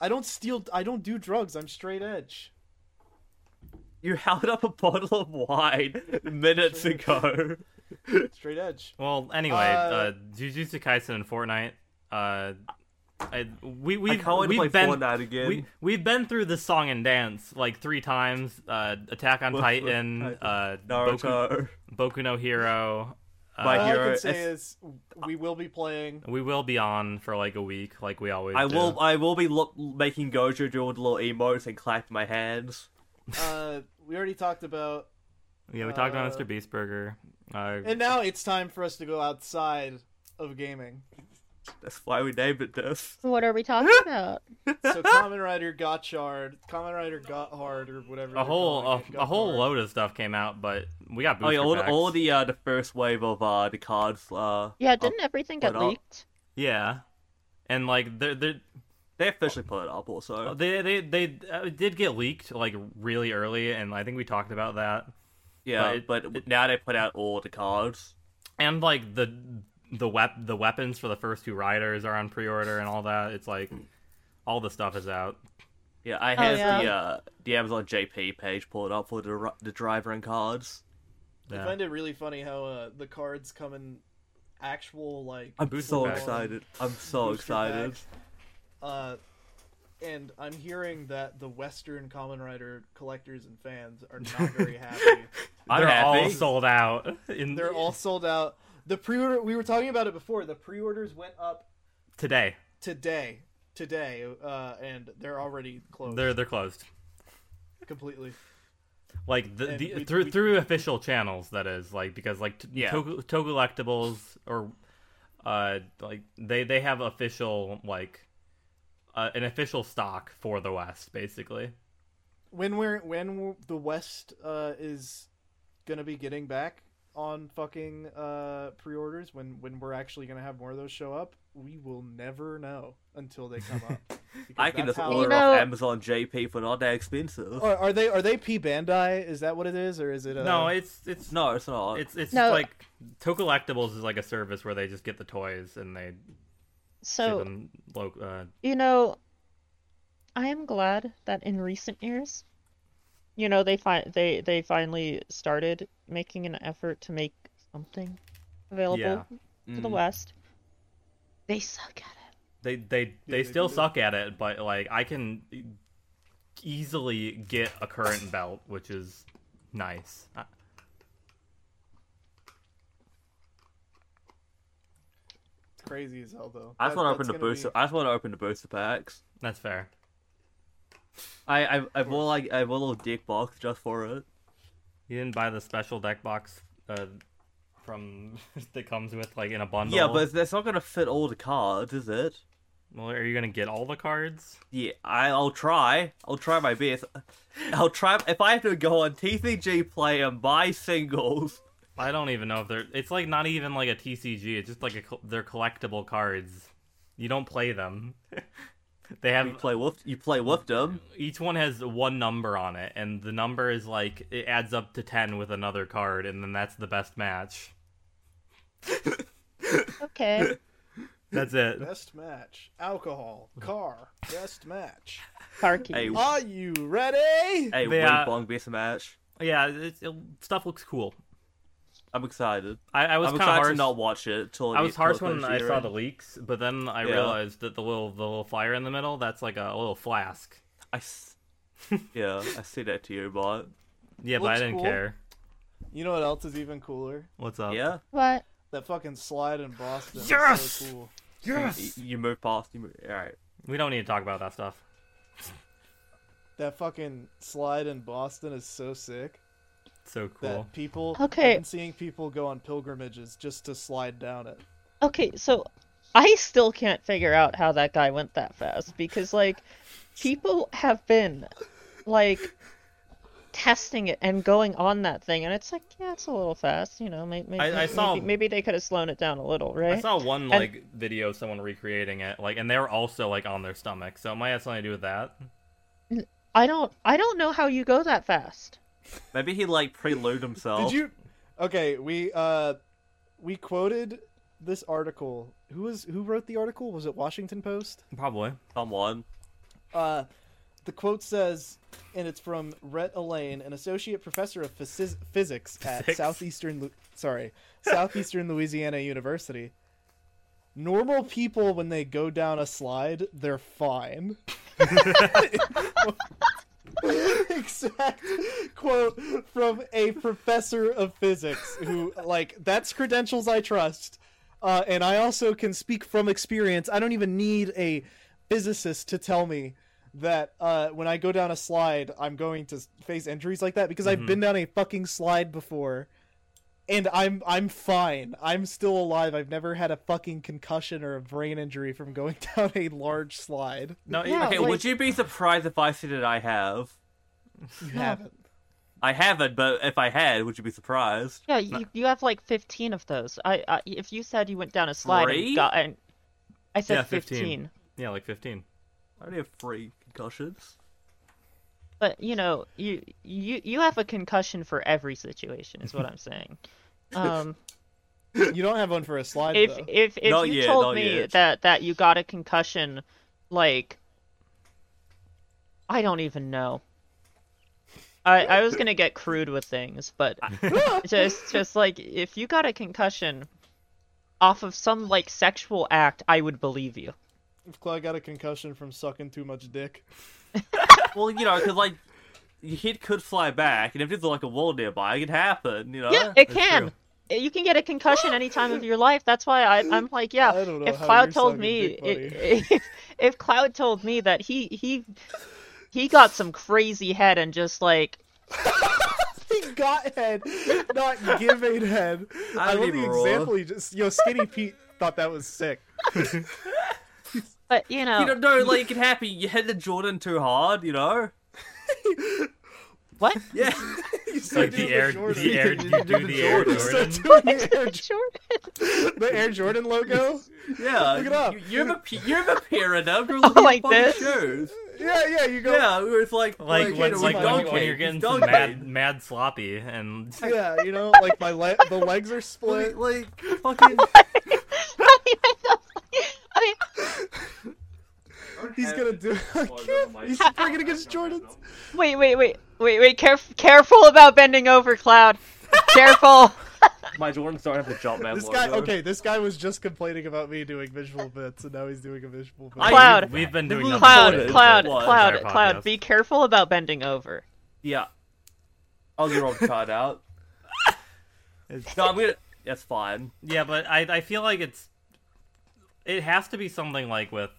Speaker 3: I don't steal. I don't do drugs. I'm straight edge.
Speaker 2: You held up a bottle of wine minutes ago.
Speaker 3: Straight edge.
Speaker 1: Well, anyway,
Speaker 3: Uh,
Speaker 1: uh, Jujutsu Kaisen and Fortnite. Uh, I, we we
Speaker 2: I can't wait to play
Speaker 1: we've been
Speaker 2: Fortnite again.
Speaker 1: we we've been through the song and dance like three times. Uh, Attack on
Speaker 2: Boku-
Speaker 1: Titan, uh, Boku,
Speaker 2: Naruto.
Speaker 1: Boku no Hero.
Speaker 2: My
Speaker 3: All
Speaker 1: Uh,
Speaker 2: Hero.
Speaker 3: I can
Speaker 2: You're-
Speaker 3: say
Speaker 2: it's-
Speaker 3: is we will be playing.
Speaker 1: we will be on for like a week, like we always.
Speaker 2: I
Speaker 1: do.
Speaker 2: will. I will be lo- making Gojo do all the little emotes and clap my hands.
Speaker 3: Uh, we already talked about,
Speaker 1: Yeah, we talked about
Speaker 3: uh,
Speaker 1: Mr. Beast Burger. Uh,
Speaker 3: and now it's time for us to go outside of gaming.
Speaker 2: That's why we named it this.
Speaker 4: What are we talking about?
Speaker 3: So, Common Rider Gotchard, Common Rider Gothard, or whatever.
Speaker 1: a whole a,
Speaker 3: they're calling it,
Speaker 1: a whole
Speaker 3: Gothard.
Speaker 1: load of stuff came out, but we got booster
Speaker 2: Oh yeah, all, the-
Speaker 1: packs.
Speaker 2: all the uh, the first wave of uh, the cards. Uh,
Speaker 3: Oh,
Speaker 4: Yeah, didn't everything get
Speaker 2: what
Speaker 3: uh,
Speaker 2: up?
Speaker 4: leaked?
Speaker 1: yeah, and like they're they're
Speaker 2: they officially put it up also.
Speaker 1: They they they uh, it did get leaked like really early, and I think we talked about that.
Speaker 2: Yeah,
Speaker 1: But
Speaker 2: but, now they put out all the cards.
Speaker 1: And like the the wep- the weapons for the first two riders are on pre-order and all that. It's like all the stuff is out.
Speaker 2: Yeah, I have the
Speaker 4: Oh, yeah.
Speaker 2: uh, the Amazon JP page pulled up for the ri- the driver and cards.
Speaker 3: I
Speaker 1: Yeah.
Speaker 3: find it really funny how uh, the cards come in actual like
Speaker 2: I'm
Speaker 1: Booster
Speaker 2: so
Speaker 1: packs.
Speaker 2: excited. I'm so
Speaker 3: booster
Speaker 2: excited.
Speaker 3: packs. Uh, and I'm hearing that the Western Common Rider collectors and fans are not very happy.
Speaker 2: I'm
Speaker 1: They're all
Speaker 2: happy.
Speaker 1: sold out. In
Speaker 3: They're all sold out. The pre-order we were talking about it before. The pre-orders went up
Speaker 1: today.
Speaker 3: today, today, uh, and they're already closed
Speaker 1: They're they're closed.
Speaker 3: completely.
Speaker 1: Like the,
Speaker 3: And
Speaker 1: the
Speaker 3: we-
Speaker 1: through
Speaker 3: we-
Speaker 1: through official channels that is like because like t-
Speaker 2: Yeah.
Speaker 1: Togu, Togu Electables or uh like they they have official like uh, an official stock for the West basically.
Speaker 3: When we're when we're- the West uh, is gonna be getting back on fucking uh, pre-orders, when when we're actually gonna have more of those show up, we will never know until they come up. because
Speaker 2: I can
Speaker 3: that's
Speaker 2: just
Speaker 3: how-
Speaker 2: order
Speaker 4: You know-
Speaker 2: off Amazon JP for not that expensive.
Speaker 3: Are, are they are they P Bandai? Is that what it is, or is it? uh, A...
Speaker 1: No, it's it's
Speaker 2: No, it's not.
Speaker 1: It's it's
Speaker 4: No.
Speaker 1: like Toe Collectibles is like a service where they just get the toys and they give
Speaker 4: So
Speaker 1: them lo- uh,
Speaker 4: you know, I am glad that in recent years, you know, they fi- they they finally started making an effort to make something available to the
Speaker 2: Mm.
Speaker 4: West. They suck at it.
Speaker 1: they they they
Speaker 3: they
Speaker 1: still
Speaker 3: do.
Speaker 1: suck at it, but like I can easily get a current belt, which is nice. Uh,
Speaker 3: It's crazy as hell though.
Speaker 2: I just
Speaker 3: That-
Speaker 2: want to
Speaker 3: that's
Speaker 2: open the
Speaker 3: gonna
Speaker 2: booster.
Speaker 3: be-
Speaker 2: I just want to open the booster packs.
Speaker 1: That's fair.
Speaker 2: I I, I will like I will a little dick box just for it.
Speaker 1: You didn't buy the special deck box uh, from that comes with like in a bundle.
Speaker 2: Yeah, but that's not gonna fit all the cards, is it?
Speaker 1: well, are you gonna get all the cards?
Speaker 2: Yeah, I, I'll try. I'll try my best. I'll try. If I have to go on TCG Play and buy singles,
Speaker 1: I don't even know if they're. It's like not even like a TCG. It's just like a, col- they're collectible cards. You don't play them. they
Speaker 2: you
Speaker 1: have
Speaker 2: play with you play with them.
Speaker 1: each one has one number on it, and the number is like it adds up to ten with another card, and then that's the best match.
Speaker 4: Okay.
Speaker 1: That's it.
Speaker 3: Best match. Alcohol. Car. Best match.
Speaker 4: Parky.
Speaker 2: Hey,
Speaker 3: Are you ready?
Speaker 2: hey,
Speaker 1: They,
Speaker 2: wing
Speaker 1: uh,
Speaker 2: bong best match.
Speaker 1: Yeah, it's it, stuff looks cool.
Speaker 2: I'm excited.
Speaker 1: I, I was
Speaker 2: I'm
Speaker 1: kind of
Speaker 2: excited to
Speaker 1: harsh.
Speaker 2: not watch it till it
Speaker 1: I was
Speaker 2: gets- till
Speaker 1: harsh
Speaker 2: it
Speaker 1: when
Speaker 2: comes
Speaker 1: I
Speaker 2: here.
Speaker 1: saw the leaks, but then I
Speaker 2: Yeah.
Speaker 1: realized that the little the little flyer in the middle that's like a little flask.
Speaker 2: I s- yeah, I see that to you, but
Speaker 1: Yeah, but I
Speaker 3: Looks
Speaker 1: didn't
Speaker 3: cool.
Speaker 1: care.
Speaker 3: You know what else is even cooler?
Speaker 1: What's up?
Speaker 2: yeah,
Speaker 4: What?
Speaker 3: That fucking slide in Boston. is
Speaker 1: Yes!
Speaker 3: So cool.
Speaker 2: you, you move past. You move, all right.
Speaker 1: We don't need to talk about that stuff.
Speaker 3: That fucking slide in Boston is so sick.
Speaker 1: So cool.
Speaker 3: That people.
Speaker 4: Okay.
Speaker 3: I've been seeing people go on pilgrimages just to slide down it.
Speaker 4: Okay, so I still can't figure out how that guy went that fast because like people have been like testing it and going on that thing and it's like yeah it's a little fast you know maybe maybe,
Speaker 1: I- I saw-
Speaker 4: maybe, maybe they could have slowed it down a little right
Speaker 1: I saw one like video of someone recreating it, like, and they were also like on their stomach, so it might have something to do with that.
Speaker 4: I don't I don't know how you go that fast
Speaker 2: Maybe he like prelude himself.
Speaker 3: Did you? Okay, we uh, we quoted this article. Who was who wrote the article? Was it Washington Post?
Speaker 1: Probably.
Speaker 2: someone?
Speaker 3: Uh, the quote says, and it's from Rhett Elaine, an associate professor of physis- physics at
Speaker 1: Physics?
Speaker 3: Southeastern, Lu- sorry, Southeastern Louisiana University. Normal people, when they go down a slide, they're fine. Exact quote from a professor of physics who, like, that's credentials I trust. Uh, and I also can speak from experience. I don't even need a physicist to tell me that uh, when I go down a slide, I'm going to face injuries like that because
Speaker 1: Mm-hmm.
Speaker 3: I've been down a fucking slide before, and I'm I'm fine. I'm still alive. I've never had a fucking concussion or a brain injury from going down a large slide.
Speaker 1: No, it-
Speaker 4: Yeah.
Speaker 2: Okay,
Speaker 4: like-
Speaker 2: would you be surprised if I said that I have?
Speaker 3: You haven't.
Speaker 2: I haven't, but if I had, would you be surprised?
Speaker 4: yeah you, you have like 15 of those I, I if you said you went down a slide
Speaker 2: Three?
Speaker 4: and got and I said
Speaker 1: Yeah,
Speaker 4: 15.
Speaker 1: 15. yeah, like fifteen.
Speaker 2: I only have three concussions.
Speaker 4: but you know you you you have a concussion for every situation is what I'm saying um
Speaker 3: You don't have one for a slide
Speaker 4: if
Speaker 3: though.
Speaker 4: if if
Speaker 2: Not
Speaker 4: you
Speaker 2: yet,
Speaker 4: told
Speaker 2: not
Speaker 4: me
Speaker 2: yet.
Speaker 4: that that you got a concussion, like I don't even know. I I was gonna get crude with things, but just just like if you got a concussion off of some like sexual act, I would believe you.
Speaker 3: If Clay got a concussion from sucking too much dick,
Speaker 2: Well, you know, because like your head could fly back, and if there's like a wall nearby, it can happen. You know.
Speaker 4: Yeah, it
Speaker 1: that's
Speaker 4: can. Eh, You can get a concussion any time of your life. That's why I, I'm like, yeah.
Speaker 3: I don't know
Speaker 4: if
Speaker 3: how
Speaker 4: Cloud
Speaker 3: you're
Speaker 4: told
Speaker 3: sucking
Speaker 4: me,
Speaker 3: dick, buddy.
Speaker 4: if, if Cloud told me that he he he got some crazy head and just like
Speaker 3: he got head, not giving head.
Speaker 2: I
Speaker 3: I,
Speaker 2: don't
Speaker 3: love
Speaker 2: even
Speaker 3: the
Speaker 2: roll.
Speaker 3: example. You just yo, Skinny Pete thought that was sick.
Speaker 4: But you know,
Speaker 2: You don't know, like it can happen. You hit the Jordan too hard, you know.
Speaker 4: what?
Speaker 2: Yeah.
Speaker 1: Like the air, the air,
Speaker 2: You
Speaker 1: you
Speaker 2: did
Speaker 1: do
Speaker 2: the
Speaker 1: the air
Speaker 2: Jordan.
Speaker 1: Jordan.
Speaker 3: the, air,
Speaker 4: Sure.
Speaker 3: the Air Jordan logo.
Speaker 2: Yeah.
Speaker 3: Look it up.
Speaker 2: You, you have a you have a pair of them. You're looking
Speaker 4: like
Speaker 2: at fucking
Speaker 4: this?
Speaker 2: shoes.
Speaker 3: Yeah, yeah. You go.
Speaker 2: Yeah, it was like
Speaker 1: Like,
Speaker 2: you
Speaker 1: when,
Speaker 2: know,
Speaker 1: like
Speaker 2: he's
Speaker 1: when,
Speaker 2: donkey,
Speaker 1: when you're getting
Speaker 2: he's
Speaker 1: some
Speaker 2: donkey.
Speaker 1: mad, mad sloppy, and
Speaker 3: Yeah, you know, like my le- the legs are split.
Speaker 2: Like, like fucking.
Speaker 4: I mean,
Speaker 3: He's gonna do. He's bringing against Jordan's.
Speaker 4: wait, wait, wait, wait, wait. Caref- careful about bending over, Cloud. Careful.
Speaker 2: My Jordans don't have the Jumpman
Speaker 3: This
Speaker 2: logo.
Speaker 3: guy, okay, this guy was just complaining about me doing visual bits, and now he's doing a visual bit.
Speaker 2: I-
Speaker 4: Cloud.
Speaker 1: We've been doing
Speaker 2: This is
Speaker 1: nothing
Speaker 2: What is
Speaker 4: Cloud,
Speaker 1: but-
Speaker 2: it?
Speaker 4: cloud,
Speaker 2: What?
Speaker 4: cloud,
Speaker 1: Entire
Speaker 4: cloud.
Speaker 1: podcast.
Speaker 4: Be careful about bending over.
Speaker 2: Yeah. I'll get all cut out. No, I'm gonna. That's fine.
Speaker 1: Yeah, but I I feel like it's it has to be something like with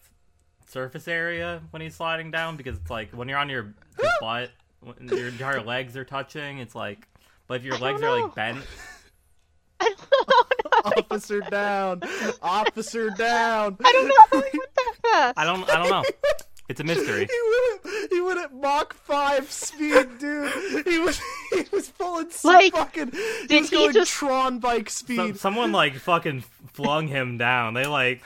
Speaker 1: surface area when he's sliding down because it's like when you're on your, your butt, when your entire legs are touching. It's like, but if your
Speaker 4: don't
Speaker 1: legs are
Speaker 4: know.
Speaker 1: like bent,
Speaker 4: I don't know.
Speaker 3: Officer down, officer down.
Speaker 4: I don't know how he went that fast.
Speaker 1: I don't I don't know. It's a mystery.
Speaker 3: He went, at, he went at Mach five speed, dude. He was, he was pulling some
Speaker 4: Like,
Speaker 3: fucking. he
Speaker 4: did
Speaker 3: was
Speaker 4: he
Speaker 3: going
Speaker 4: just-
Speaker 3: Tron bike
Speaker 1: Some,
Speaker 3: speed.
Speaker 1: someone like fucking flung him down. They like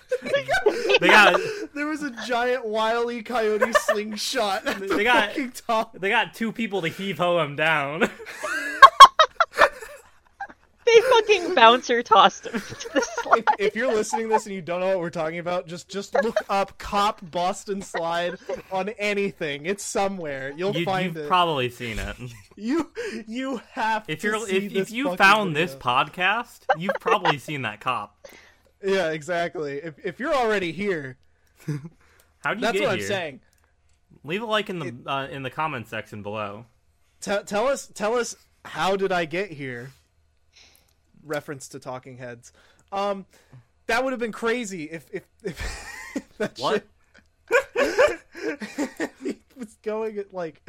Speaker 1: they got
Speaker 3: There was a giant wily coyote slingshot at the
Speaker 1: They got-
Speaker 3: fucking top.
Speaker 1: they got two people to heave ho him down.
Speaker 4: They fucking bouncer tossed him to the slide.
Speaker 3: if, if you're listening to this and you don't know what we're talking about, just just look up cop Boston slide on anything. It's somewhere. You'll
Speaker 1: You,
Speaker 3: find
Speaker 1: you've
Speaker 3: it.
Speaker 1: probably seen it.
Speaker 3: you you have
Speaker 1: If
Speaker 3: to
Speaker 1: you're
Speaker 3: see
Speaker 1: if, if
Speaker 3: this
Speaker 1: you
Speaker 3: fucking
Speaker 1: found
Speaker 3: video.
Speaker 1: this podcast, you've probably seen that cop.
Speaker 3: yeah, exactly. If if you're already here,
Speaker 1: How do you
Speaker 3: that's
Speaker 1: get
Speaker 3: what I'm
Speaker 1: here?
Speaker 3: saying.
Speaker 1: Leave a like in the uh, in the comments section below.
Speaker 3: Te- tell us tell us how did I get here? Reference to Talking Heads. Um, that would have been crazy if if if that
Speaker 2: What?
Speaker 3: shit he was going at like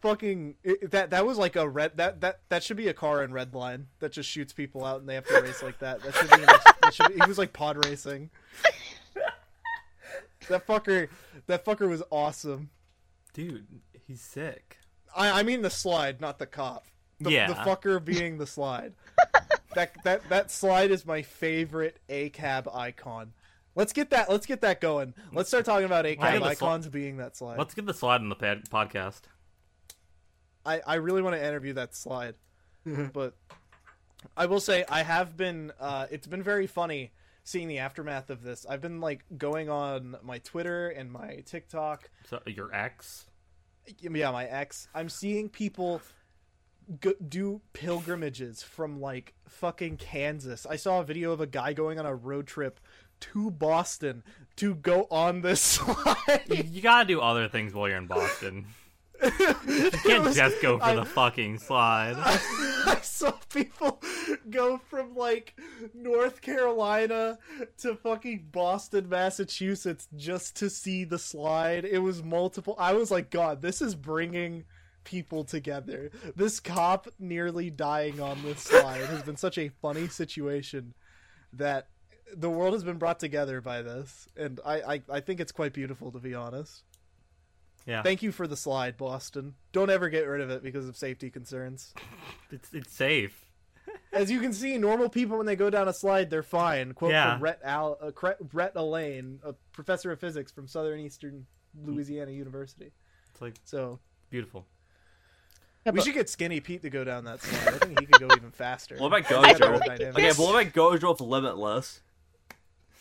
Speaker 3: fucking it, that that was like a red that that that should be a car in red line that just shoots people out and they have to race like that that should be, an ex- that should be he was like pod racing that fucker that fucker was awesome
Speaker 1: Dude, he's sick.
Speaker 3: i i mean the slide not the cop the,
Speaker 1: Yeah.
Speaker 3: the fucker being the slide that that that slide is my favorite a cab icon let's get that let's get that going let's start talking about a
Speaker 1: get
Speaker 3: cab
Speaker 1: the sli-
Speaker 3: icons being that slide
Speaker 1: Let's get the slide in the pad- podcast.
Speaker 3: I, I really want to interview that slide. but I will say I have been uh, it's been very funny seeing the aftermath of this. I've been like going on my Twitter and my TikTok,
Speaker 1: So your ex?
Speaker 3: yeah, my ex. I'm seeing people go- do pilgrimages from like fucking Kansas. I saw a video of a guy going on a road trip to Boston to go on this slide.
Speaker 1: You gotta do other things while you're in Boston.
Speaker 3: you
Speaker 1: You can't just go for the fucking slide.
Speaker 3: I saw people go from like North Carolina to fucking Boston, Massachusetts just to see the slide. It was multiple. I was like, God, this is bringing people together. This cop nearly dying on this slide has been such a funny situation that the world has been brought together by this. And I, I, I think it's quite beautiful, to be honest.
Speaker 1: Yeah,
Speaker 3: Thank you for the slide, Boston. Don't ever get rid of it because of safety concerns
Speaker 1: it's it's safe.
Speaker 3: as you can see, normal people when they go down a slide, they're fine. Quote
Speaker 1: Yeah.
Speaker 3: from Rhett, Al- uh, Cre- Rhett Elaine, a professor of physics from Southern Eastern Louisiana University.
Speaker 1: It's like
Speaker 3: So
Speaker 1: beautiful.
Speaker 3: we should get Skinny Pete to go down that slide. I think he could go even faster.
Speaker 2: What about
Speaker 3: That's
Speaker 2: Gojo?
Speaker 3: aerodynamic.
Speaker 2: Okay, but what about Gojo with Limitless?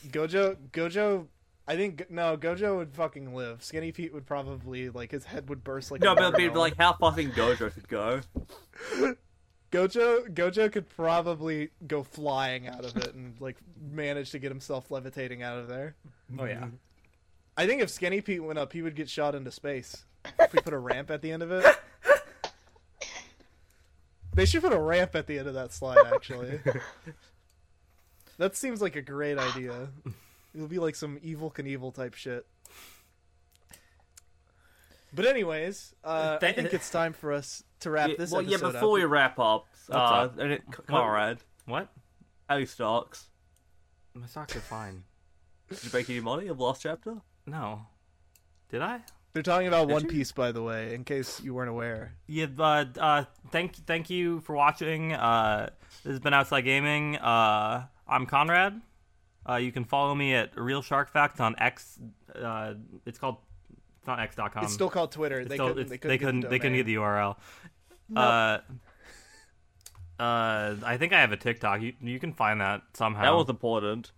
Speaker 3: Gojo, Gojo, I think no, Gojo would fucking live. Skinny Pete would probably like his head would burst like.
Speaker 2: No,
Speaker 3: a
Speaker 2: but it'd be
Speaker 3: watermelon.
Speaker 2: like how fucking Gojo should go.
Speaker 3: Gojo Gojo could probably go flying out of it and like manage to get himself levitating out of there.
Speaker 1: Oh yeah.
Speaker 3: I think if Skinny Pete went up, he would get shot into space. If we put a ramp at the end of it. They should put a ramp at the end of that slide, actually. that seems like a great idea. It'll be like some evil Knievel type shit. But anyways, uh, I
Speaker 1: Th-
Speaker 3: think it's time for us to wrap
Speaker 2: Yeah,
Speaker 3: this
Speaker 2: well, yeah.
Speaker 3: episode
Speaker 2: Before
Speaker 3: up.
Speaker 2: we wrap up, uh,
Speaker 1: up?
Speaker 2: and it, Conrad,
Speaker 1: What?
Speaker 2: how you stocks?
Speaker 1: My socks are fine.
Speaker 2: Did you make any money of last chapter?
Speaker 1: No. Did I?
Speaker 3: They're talking about One
Speaker 2: you?
Speaker 3: Piece, by the way, in case you weren't aware.
Speaker 1: Yeah, but uh, thank thank you for watching. Uh, this has been Outside Gaming. Uh, I'm Conrad. Uh, you can follow me at Real Shark Facts on X. Uh, it's called it's not X.com.
Speaker 3: it's still called Twitter.
Speaker 1: Um, It's
Speaker 3: they,
Speaker 1: still-
Speaker 3: couldn't,
Speaker 1: it's-
Speaker 3: they couldn't. get the
Speaker 1: they couldn't get
Speaker 3: domain.
Speaker 1: the URL. Uh, uh, I think I have a TikTok. You you can find that somehow.
Speaker 2: That was important.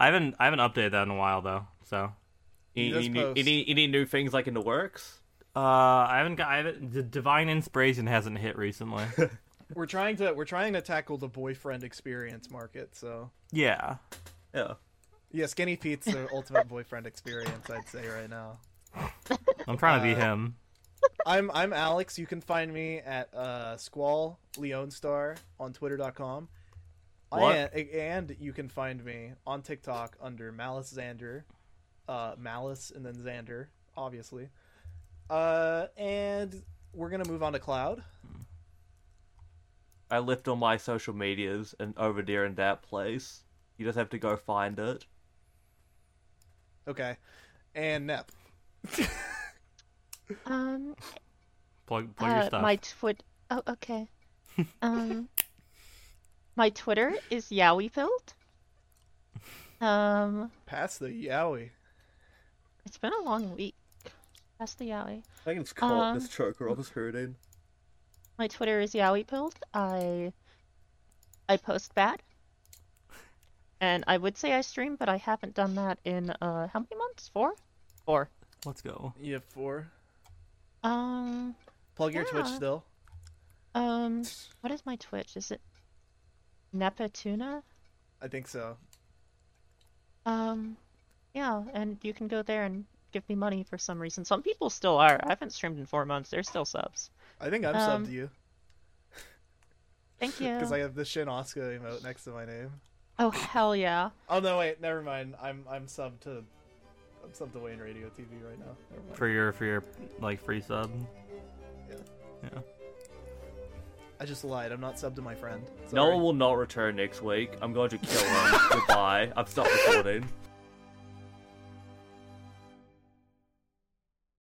Speaker 1: I haven't I haven't updated that in a while though. So
Speaker 2: Any,
Speaker 3: does
Speaker 2: any, new-
Speaker 3: post.
Speaker 2: any any new things like in the works?
Speaker 1: uh, I haven't got I haven't, the divine inspiration hasn't hit recently.
Speaker 3: we're trying to we're trying to tackle the boyfriend experience market. So
Speaker 6: Yeah.
Speaker 2: Yeah.
Speaker 3: yeah, Skinny Pete's the ultimate boyfriend experience. I'd say right now.
Speaker 1: I'm trying to be
Speaker 3: Uh,
Speaker 1: him.
Speaker 3: I'm I'm Alex. You can find me at uh, Squall Leonstar on Twitter.com.
Speaker 2: What?
Speaker 3: And, and you can find me on TikTok under Malice Xander, uh, Malice and then Xander, obviously. Uh, and we're gonna move on to Cloud.
Speaker 2: I left all my social medias and over there in that place. You just have to go find it.
Speaker 3: Okay, and Nep.
Speaker 4: Um,
Speaker 1: Plug, plug your
Speaker 4: uh,
Speaker 1: stuff.
Speaker 4: my twit. Oh, okay. Um, my Twitter is YowiePilt. Um,
Speaker 3: Pass the Yowie.
Speaker 4: it's been a long week. That's the Yowie.
Speaker 2: I can just
Speaker 4: call it this Um.
Speaker 2: choker off his hurting.
Speaker 4: My Twitter is YowiePilt. I I post bad. And I would say I stream, but I haven't done that in uh how many months? Four? Four.
Speaker 6: Let's go.
Speaker 3: You have four.
Speaker 4: Um
Speaker 3: Plug your Twitch
Speaker 4: Yeah.
Speaker 3: still.
Speaker 4: um what is my Twitch? Is it Nepatuna?
Speaker 3: I think so.
Speaker 4: Um yeah, and you can go there and give me money for some reason. Some people still are. I haven't streamed in four months. They're still subs.
Speaker 3: I think I'm
Speaker 4: Um,
Speaker 3: subbed to you
Speaker 4: Thank
Speaker 3: because
Speaker 4: you.
Speaker 3: I have the Shin Oscar emote next to my name.
Speaker 4: Oh hell yeah.
Speaker 3: Oh no, wait, never mind. I'm I'm subbed to I'm subbed to Wayne Radio TV right now. Never mind.
Speaker 1: for your for your like free sub.
Speaker 3: I just lied. I'm not subbed to my friend.
Speaker 2: Noah
Speaker 3: Sorry.
Speaker 2: will not return next week. I'm going to kill him. Goodbye. I've stopped recording.